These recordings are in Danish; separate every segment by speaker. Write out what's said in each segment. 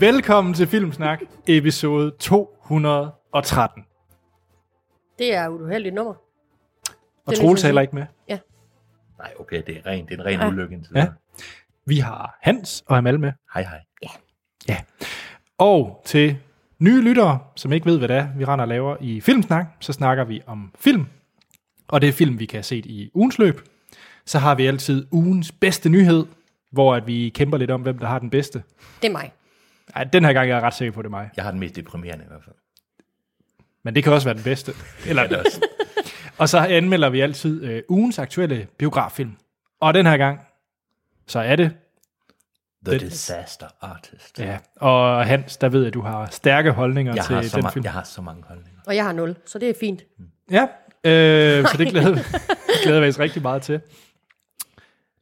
Speaker 1: Velkommen til Filmsnak, episode 213.
Speaker 2: Det er et uheldigt nummer.
Speaker 1: Og
Speaker 2: Det
Speaker 1: Troels
Speaker 2: er ligesom-
Speaker 1: taler ikke med.
Speaker 3: Nej, okay, det er rent, det er en ren
Speaker 2: Ja.
Speaker 3: ja. ulykke indtil
Speaker 1: Ja.
Speaker 3: ja.
Speaker 1: Vi har Hans og Amal med.
Speaker 3: Hej, hej.
Speaker 1: Og til nye lyttere, som ikke ved, hvad det er, vi render og laver i Filmsnak, så snakker vi om film. Og det er film, vi kan have set i ugens løb. Så har vi altid ugens bedste nyhed, hvor at vi kæmper lidt om, hvem der har den bedste.
Speaker 2: Det er mig.
Speaker 1: Ej, den her gang er jeg ret sikker på, det er mig.
Speaker 3: Jeg har den mest deprimerende i hvert fald.
Speaker 1: Men det kan også være den bedste. Eller,
Speaker 3: Men også,
Speaker 1: og så anmelder vi altid øh, ugens aktuelle biograffilm. Og den her gang, så er det
Speaker 3: The
Speaker 1: Det-
Speaker 3: Disaster Artist.
Speaker 1: Ja, og Hans, der ved jeg, at du har stærke holdninger
Speaker 3: Jeg
Speaker 1: til
Speaker 3: har, så
Speaker 1: den
Speaker 3: ma-
Speaker 1: film.
Speaker 3: jeg har så mange holdninger.
Speaker 2: Og jeg har 0, så det er fint.
Speaker 1: Ja, øh, så det glæder, glæder vi os rigtig meget til.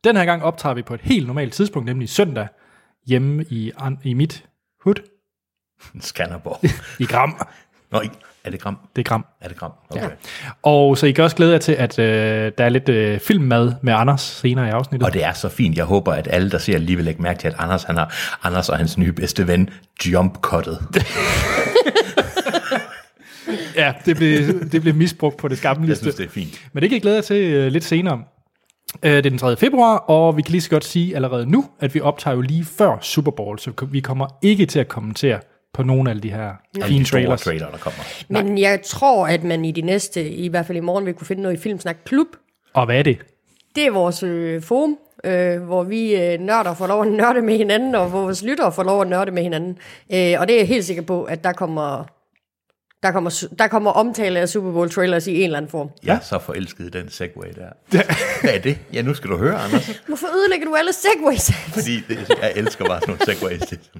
Speaker 1: Den her gang optager vi på et helt normalt tidspunkt, nemlig søndag, hjemme i, an- i mit hud,
Speaker 3: Skanderborg.
Speaker 1: i Gram.
Speaker 3: Nå, ikke. er det gram?
Speaker 1: Det er Gram.
Speaker 3: Er det gram? Okay. Ja.
Speaker 1: Og så I kan også glæde jer til, at øh, der er lidt øh, filmmad med Anders senere i afsnittet.
Speaker 3: Og det er så fint. Jeg håber, at alle, der ser lige vil lægge mærke til, at Anders, han har Anders og hans nye bedste ven jump-cuttet.
Speaker 1: Ja, det blev, det blev misbrugt på det
Speaker 3: Jeg
Speaker 1: skammeligste.
Speaker 3: synes, det er fint.
Speaker 1: Men det kan jeg glæde jer til øh, lidt senere. Øh, det er den 3. februar, og vi kan lige så godt sige allerede nu, at vi optager jo lige før Super Bowl, så vi kommer ikke til at kommentere på nogen af alle de her
Speaker 3: Alle
Speaker 1: fine
Speaker 3: de store
Speaker 1: trailers.
Speaker 3: trailer, der kommer.
Speaker 2: Men jeg tror, at man i de næste, i hvert fald i morgen, vil kunne finde noget i Filmsnak Klub.
Speaker 1: Og hvad er det?
Speaker 2: Det er vores øh, forum, øh, hvor vi øh, nørder får lov at nørde med hinanden, og hvor vores lyttere får lov at nørde med hinanden. Øh, og det er jeg helt sikker på, at der kommer, der kommer, su- der kommer omtale af Super Bowl trailers i en eller anden form.
Speaker 3: Jeg er så forelsket i den segway der. Hvad er det? Ja, nu skal du høre, Anders.
Speaker 2: Hvorfor ødelægger du alle segways?
Speaker 3: Fordi det, jeg elsker bare sådan nogle segways. Det-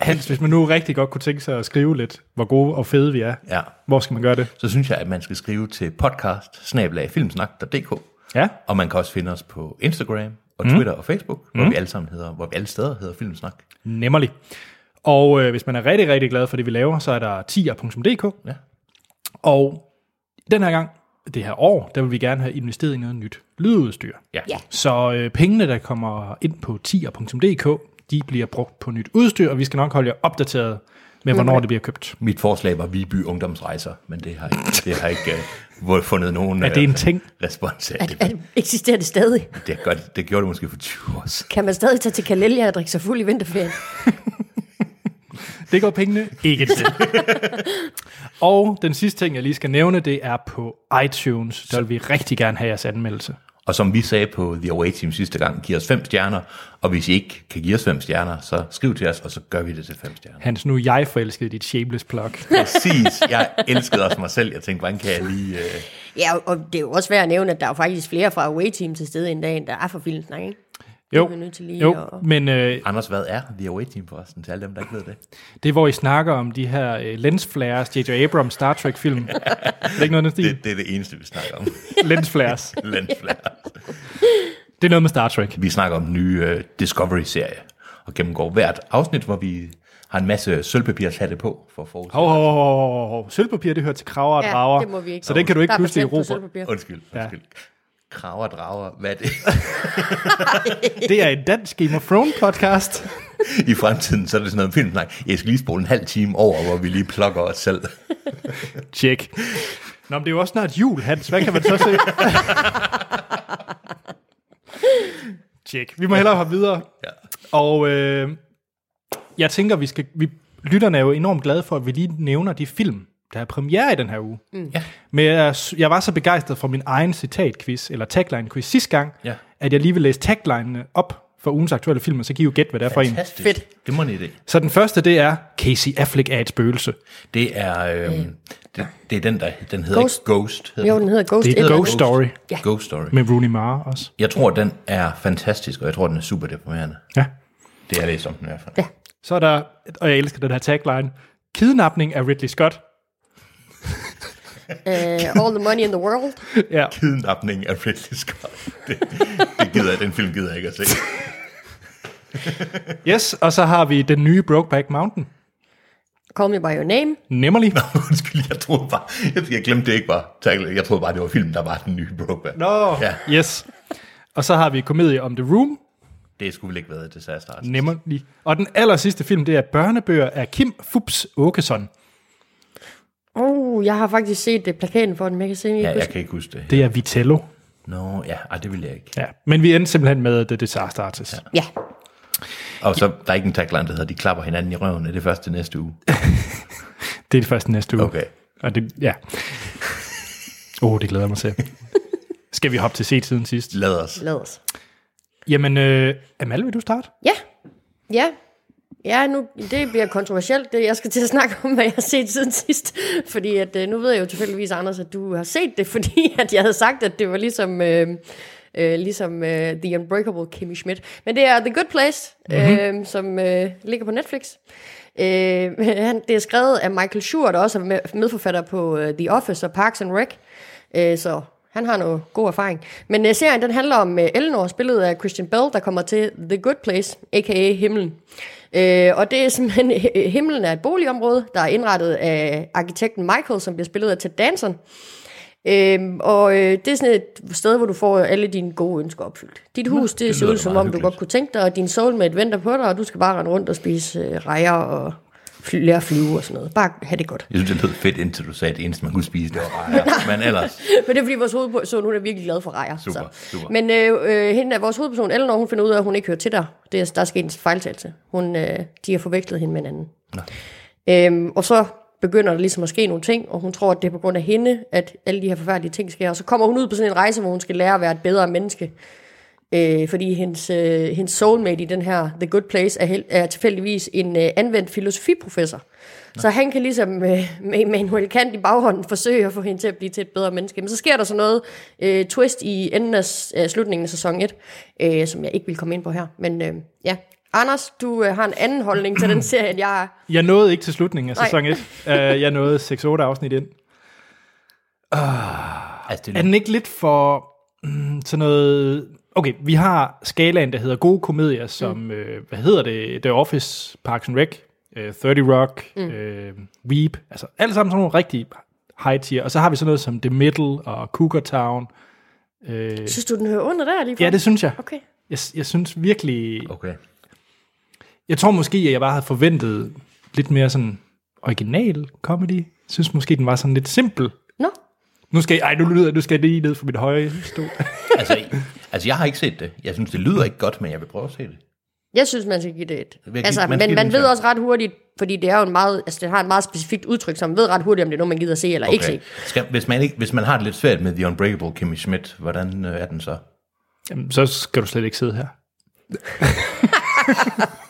Speaker 1: Hans, hvis man nu rigtig godt kunne tænke sig at skrive lidt, hvor gode og fede vi er,
Speaker 3: Ja.
Speaker 1: hvor skal man gøre det?
Speaker 3: Så synes jeg, at man skal skrive til podcast filmsnak.dk
Speaker 1: Ja,
Speaker 3: Og man kan også finde os på Instagram og Twitter mm. og Facebook, hvor mm. vi alle sammen hedder, hvor vi alle steder hedder Filmsnak.
Speaker 1: nemmerlig. Og øh, hvis man er rigtig, rigtig glad for det, vi laver, så er der tier.dk.
Speaker 3: Ja.
Speaker 1: Og den her gang, det her år, der vil vi gerne have investeret i noget nyt lydudstyr.
Speaker 3: Ja.
Speaker 2: Ja.
Speaker 1: Så øh, pengene, der kommer ind på tier.dk, de bliver brugt på nyt udstyr, og vi skal nok holde jer opdateret med, hvornår det bliver købt.
Speaker 3: Mit forslag var Viby Ungdomsrejser, men det har ikke, det har ikke uh, fundet nogen
Speaker 1: Er det en
Speaker 3: øh,
Speaker 1: ting?
Speaker 3: respons af. Det,
Speaker 2: At- Eksisterer det stadig?
Speaker 3: det, gør, det gjorde det måske for 20 år siden.
Speaker 2: Kan man stadig tage til Kalelia og drikke sig fuld i vinterferien?
Speaker 1: Det går pengene ikke til. og den sidste ting, jeg lige skal nævne, det er på iTunes. Der vil vi rigtig gerne have jeres anmeldelse.
Speaker 3: Og som vi sagde på The Away Team sidste gang, giv os fem stjerner, og hvis I ikke kan give os fem stjerner, så skriv til os, og så gør vi det til fem stjerner.
Speaker 1: Hans, nu er jeg forelsket i dit shameless plug.
Speaker 3: Præcis, jeg elskede også mig selv. Jeg tænkte, hvordan kan jeg lige... Uh...
Speaker 2: Ja, og det er jo også værd at nævne, at der er jo faktisk flere fra Away Team til stede en dag, end der er fra Filmsnak, ikke?
Speaker 1: Jo,
Speaker 2: er vi nødt til lige
Speaker 1: jo
Speaker 2: at-
Speaker 1: men øh,
Speaker 3: Anders, hvad er The Away Team forresten til alle dem, der ikke ved det?
Speaker 1: det er, hvor I snakker om de her øh, lensflares, J.J. Abrams Star Trek-film. er det ikke noget, af den stil?
Speaker 3: det? Det er det eneste, vi snakker om.
Speaker 1: Lensflares.
Speaker 3: Landflare.
Speaker 1: Det er noget med Star Trek.
Speaker 3: Vi snakker om den nye øh, Discovery-serie, og gennemgår hvert afsnit, hvor vi har en masse sølvpapirshatte på for at forudse.
Speaker 1: Hov, hov, hov, hov, hov. Sølvpapir, det hører til kraver og
Speaker 2: Ja,
Speaker 1: drager.
Speaker 2: det må vi ikke.
Speaker 1: Så den kan du ikke
Speaker 2: Der er
Speaker 1: pludselig
Speaker 2: patent på
Speaker 1: erobre.
Speaker 2: sølvpapir.
Speaker 3: Undskyld, undskyld. Kraver, drager, hvad er det?
Speaker 1: Det er en dansk Game of Thrones podcast.
Speaker 3: I fremtiden, så er det sådan noget film. Nej, jeg skal lige spole en halv time over, hvor vi lige plukker os selv.
Speaker 1: Tjek. Nå, men det er jo også snart jul, Hans. Hvad kan man så se? Tjek. Vi må hellere hoppe videre.
Speaker 3: Ja.
Speaker 1: Og øh, jeg tænker, vi skal... Vi, lytterne er jo enormt glade for, at vi lige nævner de film, der er premiere i den her uge. Mm.
Speaker 3: Ja.
Speaker 1: Men jeg, jeg var så begejstret for min egen citatquiz, eller tagline-quiz sidste gang,
Speaker 3: Ja.
Speaker 1: at jeg lige vil læse taglinene op for ugens aktuelle film, og så kan I jo gætte, hvad det er for en.
Speaker 3: Fantastisk.
Speaker 2: Fedt.
Speaker 3: Det må en idé.
Speaker 1: Så den første, det er, Casey Affleck er et spøgelse.
Speaker 3: Det er, øh, det, det er den, der den hedder
Speaker 2: Ghost.
Speaker 3: Ghost. ikke Ghost. Hedder
Speaker 2: Jo, den hedder Ghost.
Speaker 1: Det er
Speaker 2: et eller
Speaker 1: Ghost
Speaker 2: andet.
Speaker 1: Story
Speaker 3: Ja. Ghost Story.
Speaker 1: med Rooney Mara også.
Speaker 3: Jeg tror, den er fantastisk, og jeg tror, den er super deprimerende.
Speaker 1: Ja.
Speaker 3: Det er det, som den er for.
Speaker 2: Ja.
Speaker 1: Så er der, og jeg elsker den her tagline, kidnapning af Ridley Scott.
Speaker 2: Øh, all the money in the world.
Speaker 1: Ja.
Speaker 3: kidnapning af Ridley Scott. Det, det gider jeg, den film gider jeg ikke at se.
Speaker 1: Yes, og så har vi den nye Brokeback Mountain.
Speaker 2: Call me by your name.
Speaker 1: Nemmerlig.
Speaker 3: Nå, undskyld, jeg troede bare, jeg, jeg glemte det ikke bare. Tak, Jeg troede bare, det var filmen, der var den nye Brokeback.
Speaker 1: Nå.
Speaker 3: Ja.
Speaker 1: Yes. Og så har vi komedie om The Room.
Speaker 3: Det skulle vel ikke være et disaster. altså. artist.
Speaker 1: Nemlig. Og den aller sidste film, det er Børnebøger af Kim Fups Åkesson.
Speaker 2: Oh, jeg har faktisk set det, plakaten for den, men jeg kan se,
Speaker 3: Ja,
Speaker 2: ja,
Speaker 3: jeg
Speaker 2: ja.
Speaker 3: kan ikke huske det.
Speaker 1: Det er Vitello.
Speaker 3: Nå, ja, ej, det vil jeg ikke.
Speaker 1: Ja, men vi endte simpelthen med The Disaster Artist. Ja.
Speaker 2: ja.
Speaker 3: Og så, der er ikke en tagline, der hedder, de klapper hinanden i røven, er det først til næste uge?
Speaker 1: Det er det første næste uge.
Speaker 3: Okay.
Speaker 1: Og det, ja. Åh, oh, det glæder jeg mig til. Skal vi hoppe til set siden sidst?
Speaker 3: Lad os.
Speaker 2: Lad os.
Speaker 1: Jamen, øh, Amal, vil du starte?
Speaker 2: Ja, ja. Ja, nu, det bliver kontroversielt, det jeg skal til at snakke om, hvad jeg har set siden sidst. Fordi at, øh, nu ved jeg jo tilfældigvis, Anders, at du har set det, fordi at jeg havde sagt, at det var ligesom, øh, øh, ligesom øh, The Unbreakable Kimmy Schmidt. Men det er The Good Place, mm-hmm. øh, som øh, ligger på Netflix. Øh, han, det er skrevet af Michael Schur, der også er med- medforfatter på øh, The Office og Parks and Rec. Øh, så han har noget god erfaring. Men øh, serien den handler om øh, Eleanor, spillet af Christian Bell, der kommer til The Good Place, a.k.a. Himlen. Øh, og det er simpelthen, øh, Himlen er et boligområde, der er indrettet af arkitekten Michael, som bliver spillet af Ted Danson. Øhm, og øh, det er sådan et sted, hvor du får alle dine gode ønsker opfyldt. Dit hus, det, det
Speaker 3: det
Speaker 2: ser
Speaker 3: lyder
Speaker 2: ud
Speaker 3: da
Speaker 2: som
Speaker 3: meget
Speaker 2: om, du
Speaker 3: hyggeligt.
Speaker 2: godt kunne tænke dig, og din soulmate venter på dig, og du skal bare rende rundt og spise øh, rejer og fly, lære at flyve og sådan noget. Bare have det godt.
Speaker 3: Jeg synes, det lød fedt, indtil du sagde, at det eneste, man kunne spise, det var rejer. Men ellers,
Speaker 2: Men det er fordi vores hovedperson, hun er virkelig glad for rejer.
Speaker 3: Super,
Speaker 2: så.
Speaker 3: super.
Speaker 2: Men øh, øh, hende, er vores hovedperson, Eleanor, hun finder ud af, at hun ikke hører til dig. Det er, der er sket en fejltagelse. Hun, øh, de har forvekslet hende med hinanden. Øhm, og så begynder der ligesom at ske nogle ting, og hun tror, at det er på grund af hende, at alle de her forfærdelige ting sker. Og så kommer hun ud på sådan en rejse, hvor hun skal lære at være et bedre menneske. Øh, fordi hendes, øh, hendes soulmate i den her The Good Place er, hel- er tilfældigvis en øh, anvendt filosofiprofessor. Så han kan ligesom øh, med Manuel Kant i baghånden forsøge at få hende til at blive til et bedre menneske. Men så sker der så noget øh, twist i enden af s- øh, slutningen af sæson 1, øh, som jeg ikke vil komme ind på her. Men øh, ja, Anders, du øh, har en anden holdning til den serie, end jeg har.
Speaker 1: Jeg nåede ikke til slutningen af
Speaker 2: Nej.
Speaker 1: sæson 1. Uh, jeg nåede 6-8 afsnit ind.
Speaker 3: altså, det
Speaker 1: Er den ikke lidt for mm, sådan noget... Okay, vi har skalaen, der hedder gode komedier, som, mm. øh, hvad hedder det, The Office, Parks and Rec, øh, 30 Rock, mm. øh, Weep, altså alle sammen sådan nogle rigtig high tier. Og så har vi sådan noget som The Middle og Cougar Town. Øh,
Speaker 2: Synes du, den hører under der lige
Speaker 1: ja, det synes jeg.
Speaker 2: Okay.
Speaker 1: jeg. Jeg synes virkelig...
Speaker 3: Okay.
Speaker 1: Jeg tror måske, at jeg bare havde forventet lidt mere sådan original comedy. Jeg synes måske, den var sådan lidt simpel.
Speaker 2: Nå,
Speaker 1: Nu skal jeg, ej, nu lyder du skal jeg lige ned fra mit høje stol.
Speaker 3: Altså, altså, jeg har ikke set det. Jeg synes, det lyder ikke godt, men jeg vil prøve at se det.
Speaker 2: jeg synes, man skal give det et.
Speaker 3: vil jeg
Speaker 2: Altså,
Speaker 3: give- man
Speaker 2: man
Speaker 3: skal give
Speaker 2: men
Speaker 3: det
Speaker 2: man
Speaker 3: en
Speaker 2: ved
Speaker 3: chance.
Speaker 2: også ret hurtigt, fordi det er jo en meget, altså, det har et meget specifikt udtryk, så man ved ret hurtigt, om det er noget, man gider se eller okay. ikke se.
Speaker 3: Skal, hvis, man ikke, hvis man har det lidt svært med The Unbreakable Kimmy Schmidt, hvordan øh, er den så?
Speaker 1: Jamen, så skal du slet ikke sidde her.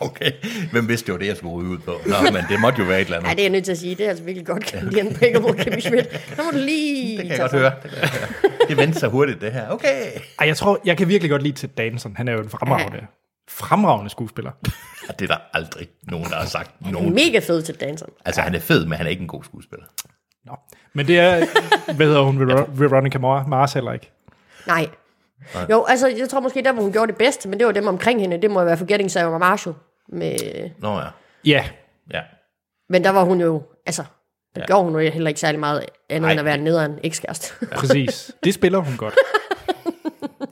Speaker 3: Okay, hvem vidste, det var det, jeg skulle ryge ud på? Nå, men det måtte jo være et eller andet.
Speaker 2: Nej, det er jeg nødt til at sige. Det er altså virkelig godt, kan lige en breakable Kimmy Schmidt. Så må du lige...
Speaker 3: Det kan jeg godt høre. Det, kan jeg godt høre. det vendte sig hurtigt, det her. Okay.
Speaker 1: Ej, jeg tror, jeg kan virkelig godt lide Ted Danson. Han er jo en fremragende, ja. fremragende skuespiller.
Speaker 3: Ja, Det er der aldrig nogen, der har sagt nogen.
Speaker 2: Mega fed til danseren.
Speaker 3: Altså, han er fed, men han er ikke en god skuespiller.
Speaker 1: Nå. Men det er, hvad hedder hun, Ver- Veronica Mars, Mars heller ikke.
Speaker 2: Nej. Jo, altså, jeg tror måske, der hvor hun gjorde det bedst, men det var dem omkring hende. Det må være Forgetting Sarah Marshall. Med...
Speaker 3: Nå ja.
Speaker 1: Ja,
Speaker 3: ja.
Speaker 2: Men der var hun jo, altså, der
Speaker 3: Ja.
Speaker 2: ja. gjorde hun jo heller ikke særlig meget andet
Speaker 3: Nej.
Speaker 2: Ej. end at være nederen ekskæreste.
Speaker 1: præcis. Det spiller hun godt.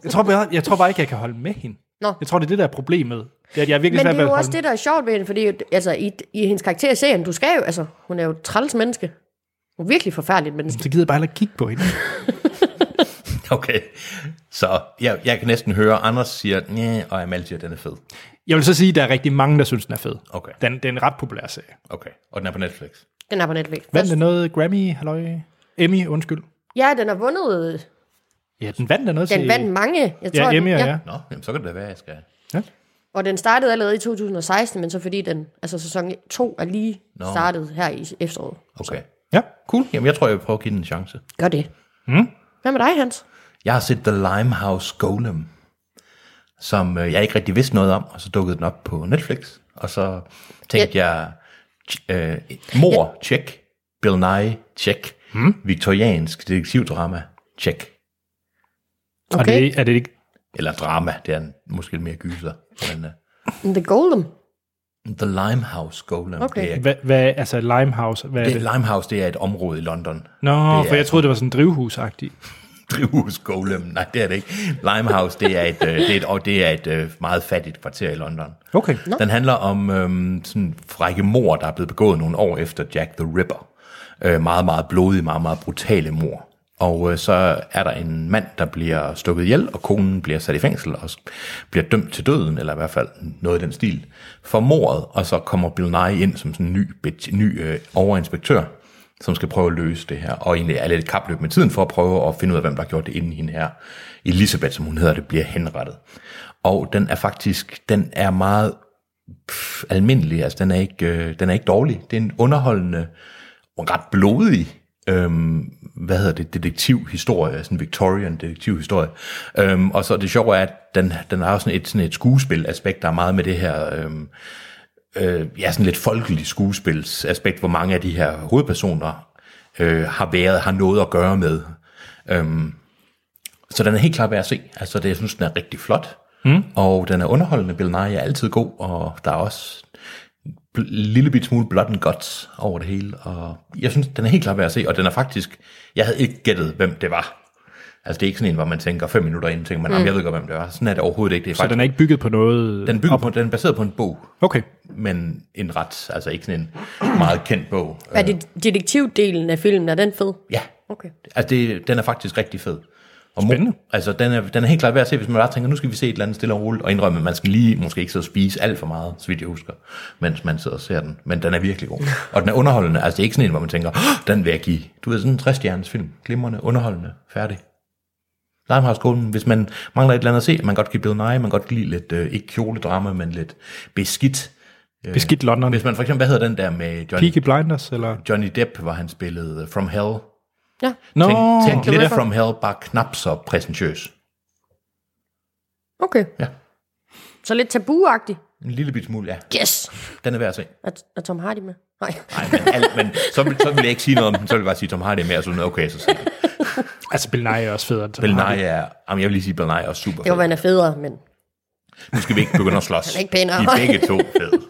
Speaker 1: Jeg tror, bare, jeg tror bare ikke, jeg kan holde med hende.
Speaker 2: Nå.
Speaker 1: Jeg tror, det er det, der er problemet. Det er, at jeg er virkelig
Speaker 2: Men
Speaker 1: svært
Speaker 2: det
Speaker 1: ved at
Speaker 2: er jo
Speaker 1: holde
Speaker 2: også det, der er sjovt ved hende, fordi altså, i, i hendes karakter i serien, du skal jo, altså, hun er jo et træls menneske. Hun er virkelig forfærdeligt menneske.
Speaker 1: Så gider jeg bare ikke kigge på hende.
Speaker 3: Okay. Så jeg, jeg kan næsten høre, Anders siger, "Næh," og Amal siger, den er fed.
Speaker 1: Jeg vil så sige, at der er rigtig mange, der synes, den er fed.
Speaker 3: Okay.
Speaker 1: Den, den er en ret populær serie.
Speaker 3: Okay. Og den er på Netflix.
Speaker 2: Den er på Netflix.
Speaker 1: Vandt den noget Grammy, halløj? Emmy, undskyld.
Speaker 2: Ja, den har vundet, øh,
Speaker 1: Ja, den vandt der noget
Speaker 2: den
Speaker 1: til...
Speaker 2: vandt mange. Jeg tror,
Speaker 1: Ja,
Speaker 2: den,
Speaker 1: Emmy, ja. ja.
Speaker 3: Nå, jamen, så kan det da være, jeg skal...
Speaker 2: Og den startede allerede i 2016, men så fordi den, altså sæson 2 er lige
Speaker 3: Nå.
Speaker 2: no. startet her i efteråret.
Speaker 3: Okay.
Speaker 1: ja.
Speaker 3: Cool. Jamen, jeg tror, jeg vil prøve at give den en chance.
Speaker 2: Gør det. Mm.
Speaker 1: Hmm?
Speaker 2: Hvad med dig, Hans?
Speaker 3: Jeg har set The Limehouse Golem, som øh, jeg ikke rigtig vidste noget om, og så dukkede den op på Netflix, og så tænkte jeg, tj- øh, mor, tjek, Bill Nye, tjek, hmm? viktoriansk detektivdrama, tjek,
Speaker 1: Og
Speaker 2: Okay.
Speaker 1: det, er det ikke...
Speaker 3: eller drama, det er en, måske lidt mere gyser, men øh,
Speaker 2: The Golden.
Speaker 3: The Limehouse Golem,
Speaker 2: Okay.
Speaker 3: det, er,
Speaker 1: Hvad, hvad, altså Limehouse, hvad er det?
Speaker 3: det, Limehouse, det er et område i London.
Speaker 1: Nå,
Speaker 3: Det
Speaker 1: for
Speaker 3: er-
Speaker 1: jeg troede, det var sådan drivhusagtigt.
Speaker 3: drivhus Golem. Nej, det er det ikke. Limehouse, det er et, øh, det er et, og det er et øh, meget fattigt kvarter i London.
Speaker 1: Okay.
Speaker 3: Den handler om øhm, sådan frække mor, der er blevet begået nogle år efter Jack the Ripper. Øh, meget, meget blodige, meget, meget brutale mor. Og øh, så er der en mand, der bliver stukket ihjel, og konen bliver sat i fængsel og sk- bliver dømt til døden, eller i hvert fald noget i den stil, for mordet. Og så kommer Bill Nye ind som sådan en ny, bet- ny øh, overinspektør, som skal prøve at løse det her. Og egentlig er lidt et kapløb med tiden for at prøve at finde ud af, hvem der har gjort det inden hende her. Elisabeth, som hun hedder, det bliver henrettet. Og den er faktisk, den er meget pff, almindelig, altså den er, ikke, øh, den er ikke dårlig. Det er en underholdende, og ret blodig, øhm, hvad hedder det, detektivhistorie, sådan en Victorian detektivhistorie. Øhm, og så det sjove er, at den, den har sådan et, sådan et skuespilaspekt, der er meget med det her... Øhm, øh, ja, sådan lidt folkelig skuespilsaspekt, hvor mange af de her hovedpersoner øh, har været, har noget at gøre med. Øhm, så den er helt klar værd at se. Altså, det, jeg synes, den er rigtig flot. Mm. Og den er underholdende. Bill Nye er altid god, og der er også en lille bit smule blood and guts over det hele. Og jeg synes, den er helt klar værd at se, og den er faktisk... Jeg havde ikke gættet, hvem det var. Altså, det er ikke sådan en, hvor man tænker fem minutter inden, tænker man, mm. jeg ved godt, hvem det var. Sådan er det overhovedet ikke. Det er
Speaker 1: Så
Speaker 3: faktisk,
Speaker 1: den er ikke bygget på noget...
Speaker 3: den, bygger på, den er baseret på en bog,
Speaker 1: Okay.
Speaker 3: men en ret, altså ikke sådan en meget kendt bog.
Speaker 2: Er det detektivdelen af filmen, er den fed?
Speaker 3: Ja,
Speaker 2: Okay.
Speaker 3: altså det, den er faktisk rigtig fed. Og mor-
Speaker 1: Spændende.
Speaker 3: altså den er, den er helt klart værd at se, hvis man bare tænker, nu skal vi se et eller andet stille og roligt, og indrømme, at man skal lige måske ikke sidde og spise alt for meget, så vidt jeg husker, mens man sidder og ser den. Men den er virkelig god. Og den er underholdende, altså det er ikke sådan en, hvor man tænker, "Åh, den vil jeg give. Du ved, sådan en 60 film. Glimrende, underholdende, færdig. Limehouse Golden, hvis man mangler et eller andet at se, man kan godt give Bill Nye, man kan godt lide lidt, øh, ikke kjoledrama, men lidt beskidt. Øh,
Speaker 1: Beskidt London.
Speaker 3: Hvis man for eksempel, hvad hedder den der med Johnny
Speaker 1: Peaky Blinders, eller...
Speaker 3: Johnny Depp, hvor han spillede uh, From Hell.
Speaker 2: Ja.
Speaker 1: Nå,
Speaker 3: Tænk, tænk
Speaker 2: The
Speaker 3: lidt af
Speaker 2: River.
Speaker 3: From Hell, bare knap så præsentøs.
Speaker 2: Okay.
Speaker 3: Ja,
Speaker 2: Så lidt tabuagtig.
Speaker 3: en lille bit smule, ja.
Speaker 2: Yes!
Speaker 3: Den er værd at se.
Speaker 2: Er, er Tom Hardy med? Nej.
Speaker 3: Nej, men, alt, men så, vil- så vil jeg ikke sige noget om den, så vil jeg bare sige, Tom Hardy er med, og så er okay, så se. den.
Speaker 1: Altså, Bill Nye er også federe. end Tom
Speaker 3: Bill
Speaker 1: Hardy.
Speaker 3: Nye er, jamen, jeg vil lige sige, Bill Nye er også super
Speaker 2: Det var,
Speaker 3: fed.
Speaker 2: han er federe, men...
Speaker 3: Nu skal vi ikke begynde at slås.
Speaker 2: er ikke pænere.
Speaker 3: De er begge to fede.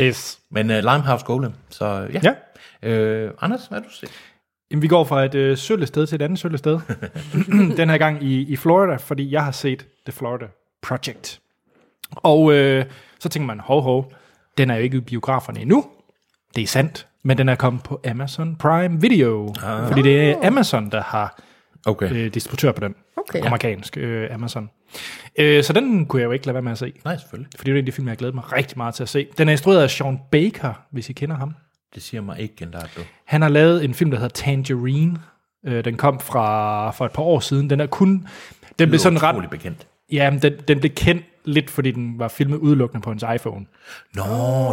Speaker 1: Yes.
Speaker 3: Men uh, Limehouse Golem, så ja.
Speaker 1: Ja.
Speaker 3: Øh, Anders, hvad har du set?
Speaker 1: Jamen, vi går fra et øh, sølle sted til et andet sølle sted. Den her gang i, i Florida, fordi jeg har set The Florida Project. Og øh, så tænker man, hov, hov, den er jo ikke i biograferne endnu. Det er sandt, men den er kommet på Amazon Prime Video. Ah. Fordi det er Amazon, der har
Speaker 3: Okay.
Speaker 1: øh, distributør på den.
Speaker 2: Okay.
Speaker 1: Ja. Amerikansk øh, Amazon. Øh, så den kunne jeg jo ikke lade være med at se.
Speaker 3: Nej, selvfølgelig.
Speaker 1: Fordi det er en af de film, jeg glæder mig rigtig meget til at se. Den er instrueret af Sean Baker, hvis I kender ham.
Speaker 3: Det siger mig ikke en du.
Speaker 1: Han har lavet en film, der hedder Tangerine. Øh, den kom fra for et par år siden. Den er kun... Den blev sådan ret...
Speaker 3: utrolig bekendt.
Speaker 1: Ja, men den, den blev kendt lidt, fordi den var filmet udelukkende på hans iPhone.
Speaker 3: Nå,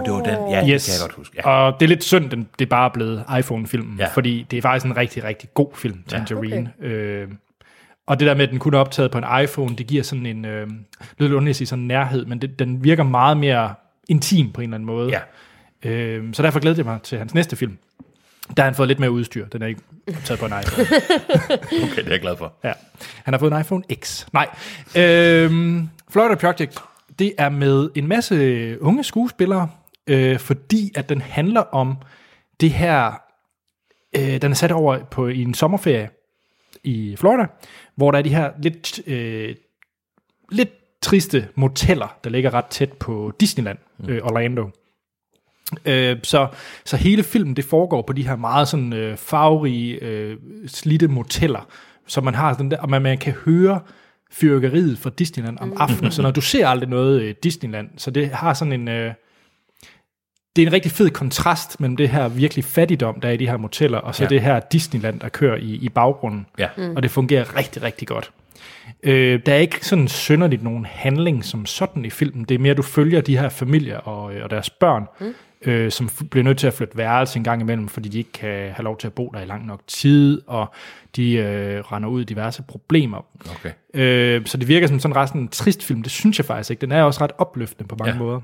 Speaker 3: det var den. Ja, det
Speaker 1: Yes.
Speaker 3: kan jeg godt huske. Ja.
Speaker 1: Og det er lidt synd, den, det er bare blevet iPhone-filmen.
Speaker 3: Ja.
Speaker 1: Ja. Fordi det er faktisk en rigtig, rigtig god film, Tangerine. Ja, okay. øh, og det der med, at den kun er optaget på en iPhone, det giver sådan en... Øh, det er lidt underligt at sige sådan en nærhed, men det, den virker meget mere intim på en eller anden måde.
Speaker 3: ja.
Speaker 1: Øh, så derfor glæder jeg mig til hans næste film. Der har han fået lidt mere udstyr. Den er ikke optaget på en iPhone.
Speaker 3: Okay, det er jeg glad for.
Speaker 1: Ja. Han har fået en iPhone X. Nej. Øhm, Florida Project, det er med en masse unge skuespillere, øh, fordi at den handler om det her... Øh, den er sat over på i en sommerferie i Florida, hvor der er de her lidt, øh, lidt triste moteller, der ligger ret tæt på Disneyland,
Speaker 3: Mm.
Speaker 1: øh, Orlando. Øh, så, så hele filmen det foregår på de her meget sådan øh, farverige, øh, slitte moteller, så man har den der, og man, man kan høre fyrkeriet fra Disneyland om aftenen, så når du ser aldrig noget øh, Disneyland, så det har sådan en øh, det er en rigtig fed kontrast mellem det her virkelig fattigdom, der er i de her moteller, og så
Speaker 3: Ja.
Speaker 1: ja. det her Disneyland, der kører i, i baggrunden
Speaker 3: Ja.
Speaker 1: og det fungerer rigtig, rigtig godt. Øh, der er ikke sådan synderligt nogen handling som sådan i filmen. Det er mere, at du følger de her familier og, øh, og deres børn, mm. øh, som f- bliver nødt til at flytte værelse en gang imellem, fordi de ikke kan have lov til at bo der i lang nok tid, og de øh, render ud i diverse problemer.
Speaker 3: Okay.
Speaker 1: Øh, så det virker som sådan resten en trist film. Det synes jeg faktisk ikke. Den er også ret opløftende på mange
Speaker 3: Ja.
Speaker 1: ja. måder.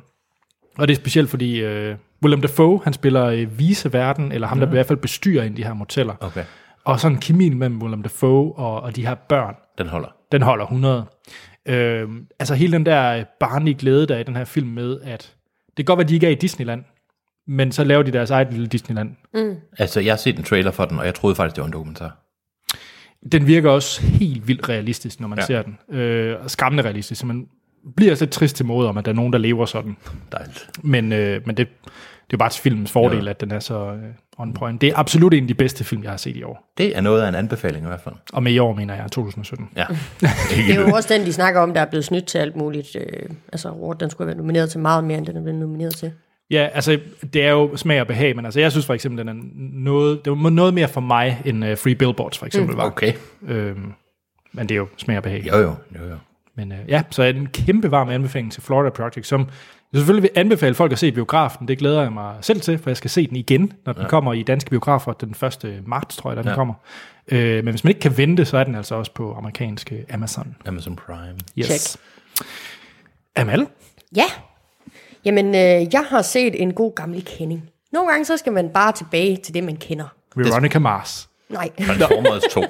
Speaker 1: Og det er specielt, fordi øh, Willem Dafoe, han spiller øh, viseverden, eller ham, der i hvert fald bestyrer en af de her moteller.
Speaker 3: Okay.
Speaker 1: Og sådan kemien mellem Willem Dafoe og, og de her børn,
Speaker 3: Den holder.
Speaker 1: den holder 100. Øh, altså hele den der øh, barnlige glæde, der er i den her film med, at det kan godt være, at de ikke er i Disneyland, men så laver de deres eget lille Disneyland.
Speaker 3: Altså, jeg har set en trailer for den, og jeg troede faktisk, det var en dokumentar.
Speaker 1: den virker også helt vildt realistisk, når man ja.
Speaker 3: Ja.
Speaker 1: ser den. Øh, og skræmmende realistisk, så man bliver altså lidt trist til måde om, at der er nogen, der lever sådan.
Speaker 3: Dejligt.
Speaker 1: Men, øh, men det, det er jo bare til filmens fordel, ja.
Speaker 3: Ja.
Speaker 1: at den er så øh, on point. Det er absolut en af de bedste film, jeg har set i år.
Speaker 3: Det er noget af en anbefaling i hvert fald.
Speaker 1: Og med i år, mener jeg, 2017.
Speaker 3: Ja.
Speaker 2: Det er jo også den, de snakker om, der er blevet snydt til alt muligt. Øh, altså, Award, den skulle have været nomineret til meget mere, end den er blevet nomineret til.
Speaker 1: Ja, altså, det er jo smag og behag, men altså, jeg synes for eksempel, den er noget, det var noget mere for mig, end uh, Free Billboards for eksempel mm. var.
Speaker 3: Okay.
Speaker 1: Øhm, men det er jo smag og behag.
Speaker 3: Jo, jo, jo, jo.
Speaker 1: Men øh, ja, så er det en kæmpe varm anbefaling til Florida Project, som jeg selvfølgelig vil anbefale folk at se i biografen. Det glæder jeg mig selv til, for jeg skal se den igen, når den ja. kommer i danske biografer den 1. marts, tror jeg, da den ja.
Speaker 3: Ja.
Speaker 1: kommer. Øh, men hvis man ikke kan vente, så er den altså også på amerikanske Amazon.
Speaker 3: Amazon Prime.
Speaker 1: Yes.
Speaker 2: Check.
Speaker 1: Amal?
Speaker 2: Ja. Jamen, øh, jeg har set en god gammel kending. Nogle gange, så skal man bare tilbage til det, man kender.
Speaker 1: Veronica Mars.
Speaker 2: Nej,
Speaker 3: Transformers 2.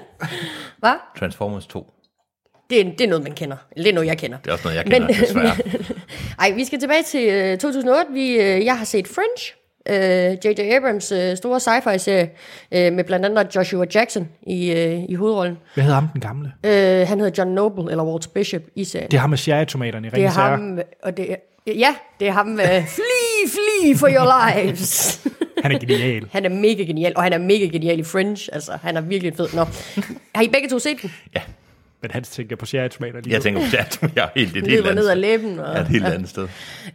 Speaker 2: hvad?
Speaker 3: Transformers 2.
Speaker 2: Det, er- det er noget, man kender. Eller det er noget, jeg kender.
Speaker 3: Det er også noget, jeg
Speaker 2: Men-
Speaker 3: kender, men, desværre.
Speaker 2: Ej, vi skal tilbage til øh, 2008. Vi, øh, jeg har set Fringe, øh, J.J. Abrams' øh, store sci-fi-serie, øh, med blandt andet Joshua Jackson i, øh, i hovedrollen.
Speaker 1: Hvad hedder ham, den gamle?
Speaker 2: Øh, han hedder John Noble, eller Walter Bishop i serien.
Speaker 1: Det er ham med sherrytomaterne i
Speaker 2: Det er
Speaker 1: Ringens Herre.
Speaker 2: ham, og det er, ja, det er ham med flee, flee for your lives.
Speaker 1: Han er genial.
Speaker 2: Han er mega genial, og han er mega genial i Fringe, altså han er virkelig fed. Nå. Har I begge to set den?
Speaker 3: Ja,
Speaker 1: men han tænker på sherrytomater lige
Speaker 3: jeg
Speaker 1: nu.
Speaker 3: tænker, at jeg er helt et
Speaker 2: Den
Speaker 3: helt
Speaker 2: løber
Speaker 3: andet
Speaker 2: ned ad
Speaker 3: sted.
Speaker 2: læben. Og,
Speaker 3: Ja, et helt andet sted.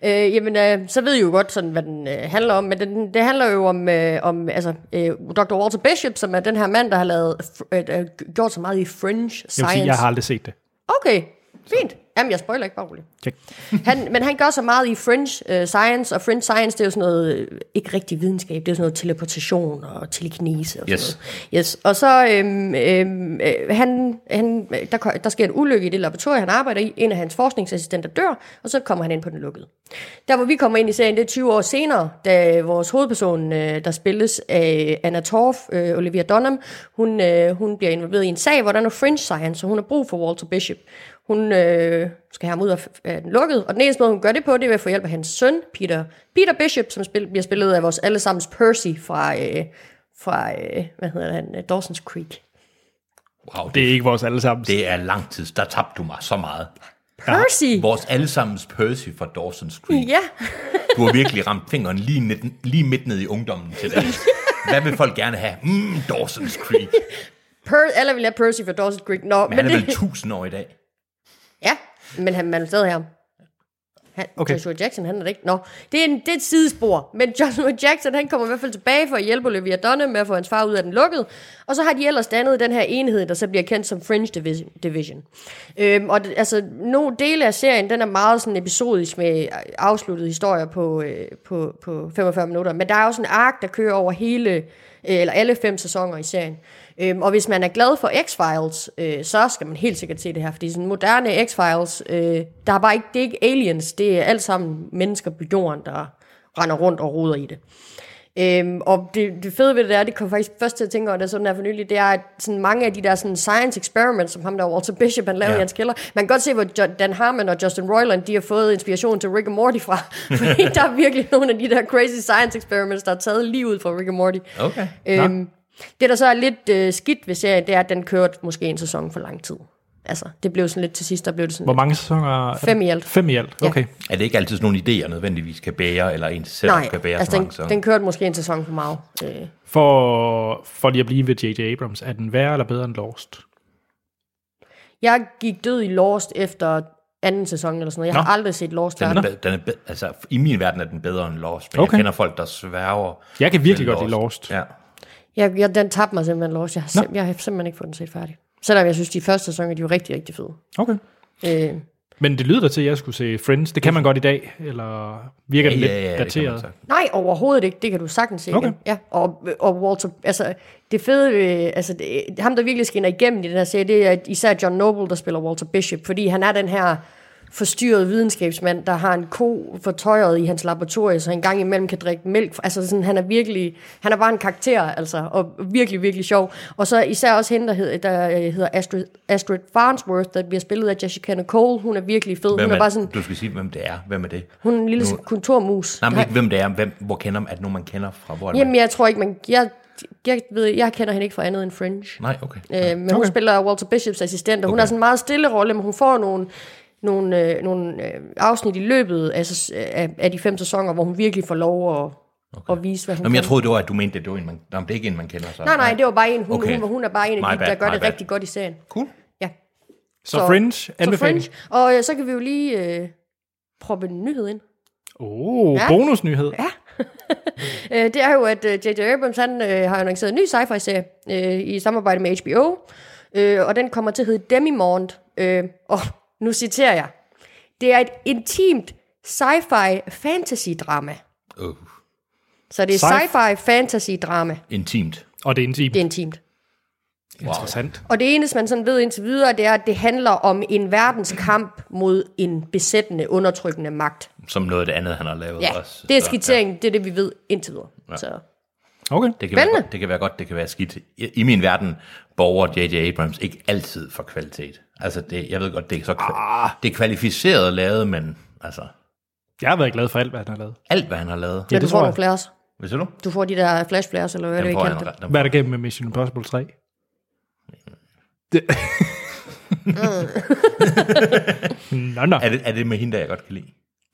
Speaker 2: Øh, jamen, øh, så ved I jo godt, sådan, hvad den øh, handler om. Men den, det handler jo om, øh, om altså, øh, Dr. Walter Bishop, som er den her mand, der har lavet, fr- øh, der har gjort så meget i fringe science.
Speaker 1: Jeg vil sige, jeg har aldrig set det.
Speaker 2: Okay, fint. Jamen, jeg spoiler ikke, bare roligt.
Speaker 1: Check.
Speaker 2: Han, men han gør så meget i fringe øh, science, og fringe science, det er jo sådan noget, øh, ikke rigtig videnskab, det er jo sådan noget teleportation og telekinese og sådan
Speaker 3: Yes.
Speaker 2: noget. Yes. Og så, øhm, øhm, øh, han, han, øh, der, ko- der sker en ulykke i det laboratorium, han arbejder i, en af hans forskningsassistenter dør, og så kommer han ind på den lukkede. Der, hvor vi kommer ind i serien, det er 20 år senere, da vores hovedperson, øh, der spilles af Anna Torf, øh, Olivia Dunham, hun, øh, hun bliver involveret i en sag, hvor der er noget fringe science, og hun har brug for Walter Bishop. Hun øh, skal have ham ud af, af den lukkede, og den eneste måde, hun gør det på, det er ved at få hjælp af hans søn, Peter, Peter Bishop, som spil, bliver spillet af vores allesammens Percy fra, øh, fra øh, hvad hedder han, øh, Dawson's Creek.
Speaker 3: Wow, det,
Speaker 1: Det er ikke vores allesammen.
Speaker 3: det er lang tid. Der tabte du mig så meget.
Speaker 2: Percy!
Speaker 3: Vores allesammens Percy fra Dawson's Creek.
Speaker 2: Ja,
Speaker 3: Du har virkelig ramt fingeren lige, ned, lige midt ned i ungdommen til det. Hvad vil folk gerne have? Mm, Dawson's Creek.
Speaker 2: per, alle vil have Percy fra Dawson's Creek. Nå,
Speaker 3: Men han er
Speaker 2: det,
Speaker 3: vel 1000 år i dag.
Speaker 2: Ja, men han man er stadig ham. Han, okay.
Speaker 1: Okay.
Speaker 2: Joshua Jackson, han er det ikke. Nå, det er, en, det er et sidespor. Men Joshua Jackson, han kommer i hvert fald tilbage for at hjælpe Olivia Dunham med at få hans far ud af den lukkede. Og så har de ellers dannet den her enhed, der så bliver kendt som Fringe Division. Division. Øhm, og det, altså, nogle dele af serien, den er meget sådan episodisk med afsluttede historier på, øh, på, på 45 minutter. Men der er også en ark, der kører over hele, øh, eller alle fem sæsoner i serien. Øhm, og hvis man er glad for X-Files, øh, så skal man helt sikkert se det her, fordi sådan moderne X-Files, øh, der er bare ikke, det er ikke aliens, det er alt sammen mennesker på jorden, der render rundt og roder i det. Øhm, og det, det fede ved det er, det kom faktisk først til at tænke over, da jeg så den her for nylig, det er, at sådan mange af de der sådan science experiments, som ham der Walter Bishop, han lavede ja. i
Speaker 3: Ja.
Speaker 2: hans kælder, man kan godt se, hvor jo- Dan Harmon og Justin Roiland, de har fået inspiration til Rick and Morty fra. Fordi der er virkelig nogle af de der crazy science experiments, der er taget lige ud fra Rick and Morty.
Speaker 3: Okay.
Speaker 2: Øhm, det, der så er lidt øh, skidt ved serien, det er, at den kørte måske en sæson for lang tid. Altså, det blev sådan lidt til sidst, der blev det sådan
Speaker 1: Hvor mange sæsoner? er der?
Speaker 2: Fem i alt.
Speaker 1: Fem i alt,
Speaker 2: Ja.
Speaker 1: okay.
Speaker 3: Er det ikke altid sådan nogle idéer, nødvendigvis kan bære, eller en selv
Speaker 2: Nej,
Speaker 3: kan bære
Speaker 2: altså,
Speaker 3: så mange?
Speaker 2: den, den kørte måske en sæson for meget. Øh,
Speaker 1: For, for lige at blive ved J.J. Abrams, er den værre eller bedre end Lost?
Speaker 2: jeg gik død i Lost efter anden sæson eller sådan noget. Jeg har aldrig set Lost før.
Speaker 3: Den er, be- den er be- altså, i min verden er den bedre end Lost, men okay.
Speaker 1: Okay.
Speaker 3: jeg kender folk, der sværger.
Speaker 1: Jeg kan virkelig
Speaker 3: ved
Speaker 1: godt lide Lost.
Speaker 3: Ja.
Speaker 2: Jeg, jeg, den tabte mig simpelthen Lost. Jeg har, sim- jeg har simpelthen ikke fået den set færdig. Selvom jeg synes, de første sæsoner, de var rigtig, rigtig fede.
Speaker 1: Okay.
Speaker 2: Øh,
Speaker 1: Men det lyder da til, at jeg skulle se Friends. Det kan man godt i dag, eller virker det
Speaker 3: Ja,
Speaker 1: lidt
Speaker 3: ja, ja, det kan man
Speaker 1: dateret?
Speaker 3: sige.
Speaker 2: Nej, overhovedet ikke. Det kan du sagtens se.
Speaker 1: Okay.
Speaker 2: igen. Ja, og, og Walter, altså det fede, øh, altså det, ham der virkelig skinner igennem i den her serie, det er især John Noble, der spiller Walter Bishop, fordi han er den her forstyrret videnskabsmand, der har en ko fortøjet i hans laboratorie, så han engang imellem kan drikke mælk. Altså sådan, han er virkelig, han er bare en karakter, altså, og virkelig, virkelig sjov. Og så især også hende, der hedder, der øh, hedder Astrid, Astrid Farnsworth, der bliver spillet af Jessica Nicole. Hun er virkelig fed.
Speaker 3: Hvem
Speaker 2: Hun er bare sådan,
Speaker 3: Du skal sige, hvem det er. Hvem er det?
Speaker 2: hun er en lille kontormus.
Speaker 3: Nej, men ikke hvem det er. Hvem, hvor kender man, at nogen man kender fra? Hvor er det,
Speaker 2: Jamen, jeg tror ikke, man... Jeg jeg, ved, jeg kender hende ikke fra andet end Fringe.
Speaker 3: Nej, okay.
Speaker 2: Øh, men okay. hun
Speaker 1: Okay.
Speaker 2: spiller Walter Bishops assistent, og hun
Speaker 3: Okay.
Speaker 2: har sådan en meget stille rolle, men hun får nogle, nogle, øh, nogle øh, afsnit i løbet af, sæs- af, af de fem sæsoner, hvor hun virkelig får lov at, okay. at vise, hvad hun
Speaker 3: Nå, men jeg
Speaker 2: kan.
Speaker 3: troede, det var, at du mente, at det var en, man, Nå, men det er ikke en, man kender. Så.
Speaker 2: Nej, nej, det var bare en. Hun,
Speaker 3: Okay.
Speaker 2: okay. hun, hun er bare en
Speaker 3: My
Speaker 2: af de,
Speaker 3: bad,
Speaker 2: der gør
Speaker 3: my
Speaker 2: det
Speaker 3: bad.
Speaker 2: rigtig godt i serien.
Speaker 3: Cool.
Speaker 2: Ja.
Speaker 1: Så, Fringe
Speaker 2: Så
Speaker 1: anbefaling.
Speaker 2: Fringe. Og øh, så kan vi jo lige øh, proppe en nyhed ind.
Speaker 1: Oh,
Speaker 2: Ja.
Speaker 1: bonusnyhed. Ja.
Speaker 2: Øh, det er jo, at øh, J.J. Abrams han, øh, har annonceret en ny sci-fi-serie øh, i samarbejde med HBO, øh, og den kommer til at hedde Demimond. Øh, og nu citerer jeg. Det er et intimt sci-fi fantasy-drama.
Speaker 3: Uh,
Speaker 2: Så det er
Speaker 1: Sci-
Speaker 2: sci-fi fantasy-drama.
Speaker 3: intimt.
Speaker 1: Og det er en time.
Speaker 2: Det er intimt.
Speaker 1: Interessant.
Speaker 2: Og det eneste, man sådan ved indtil videre, det er, at det handler om en verdenskamp mod en besættende, undertrykkende magt.
Speaker 3: Som noget af det andet, han har lavet
Speaker 2: Ja,
Speaker 3: også.
Speaker 2: det er
Speaker 3: altså, Så,
Speaker 2: skitseringen. Det er det, vi ved indtil videre. Så.
Speaker 1: Okay.
Speaker 3: Det kan, være
Speaker 2: Spændende.
Speaker 3: godt, det kan være godt, det kan være skidt. I, i min verden borger J.J. Abrams ikke altid for kvalitet. Altså, det, jeg ved godt, det er så kva- det er kvalificeret lavet, men altså,
Speaker 1: Jeg har været glad for alt, hvad han har lavet.
Speaker 3: alt hvad han har lavet.
Speaker 2: Ja,
Speaker 1: det
Speaker 2: du
Speaker 1: tror
Speaker 2: får nogle
Speaker 1: jeg.
Speaker 2: flares.
Speaker 3: Hvis du?
Speaker 2: Du får de der flashflares, eller hvad det
Speaker 3: Dem
Speaker 2: ikke
Speaker 3: får
Speaker 2: kaldt
Speaker 3: han,
Speaker 2: det.
Speaker 3: dem,
Speaker 1: Hvad er der gennem med Mission Impossible 3? Det. nå, nå.
Speaker 3: er, det, er det med hende, der jeg godt kan lide?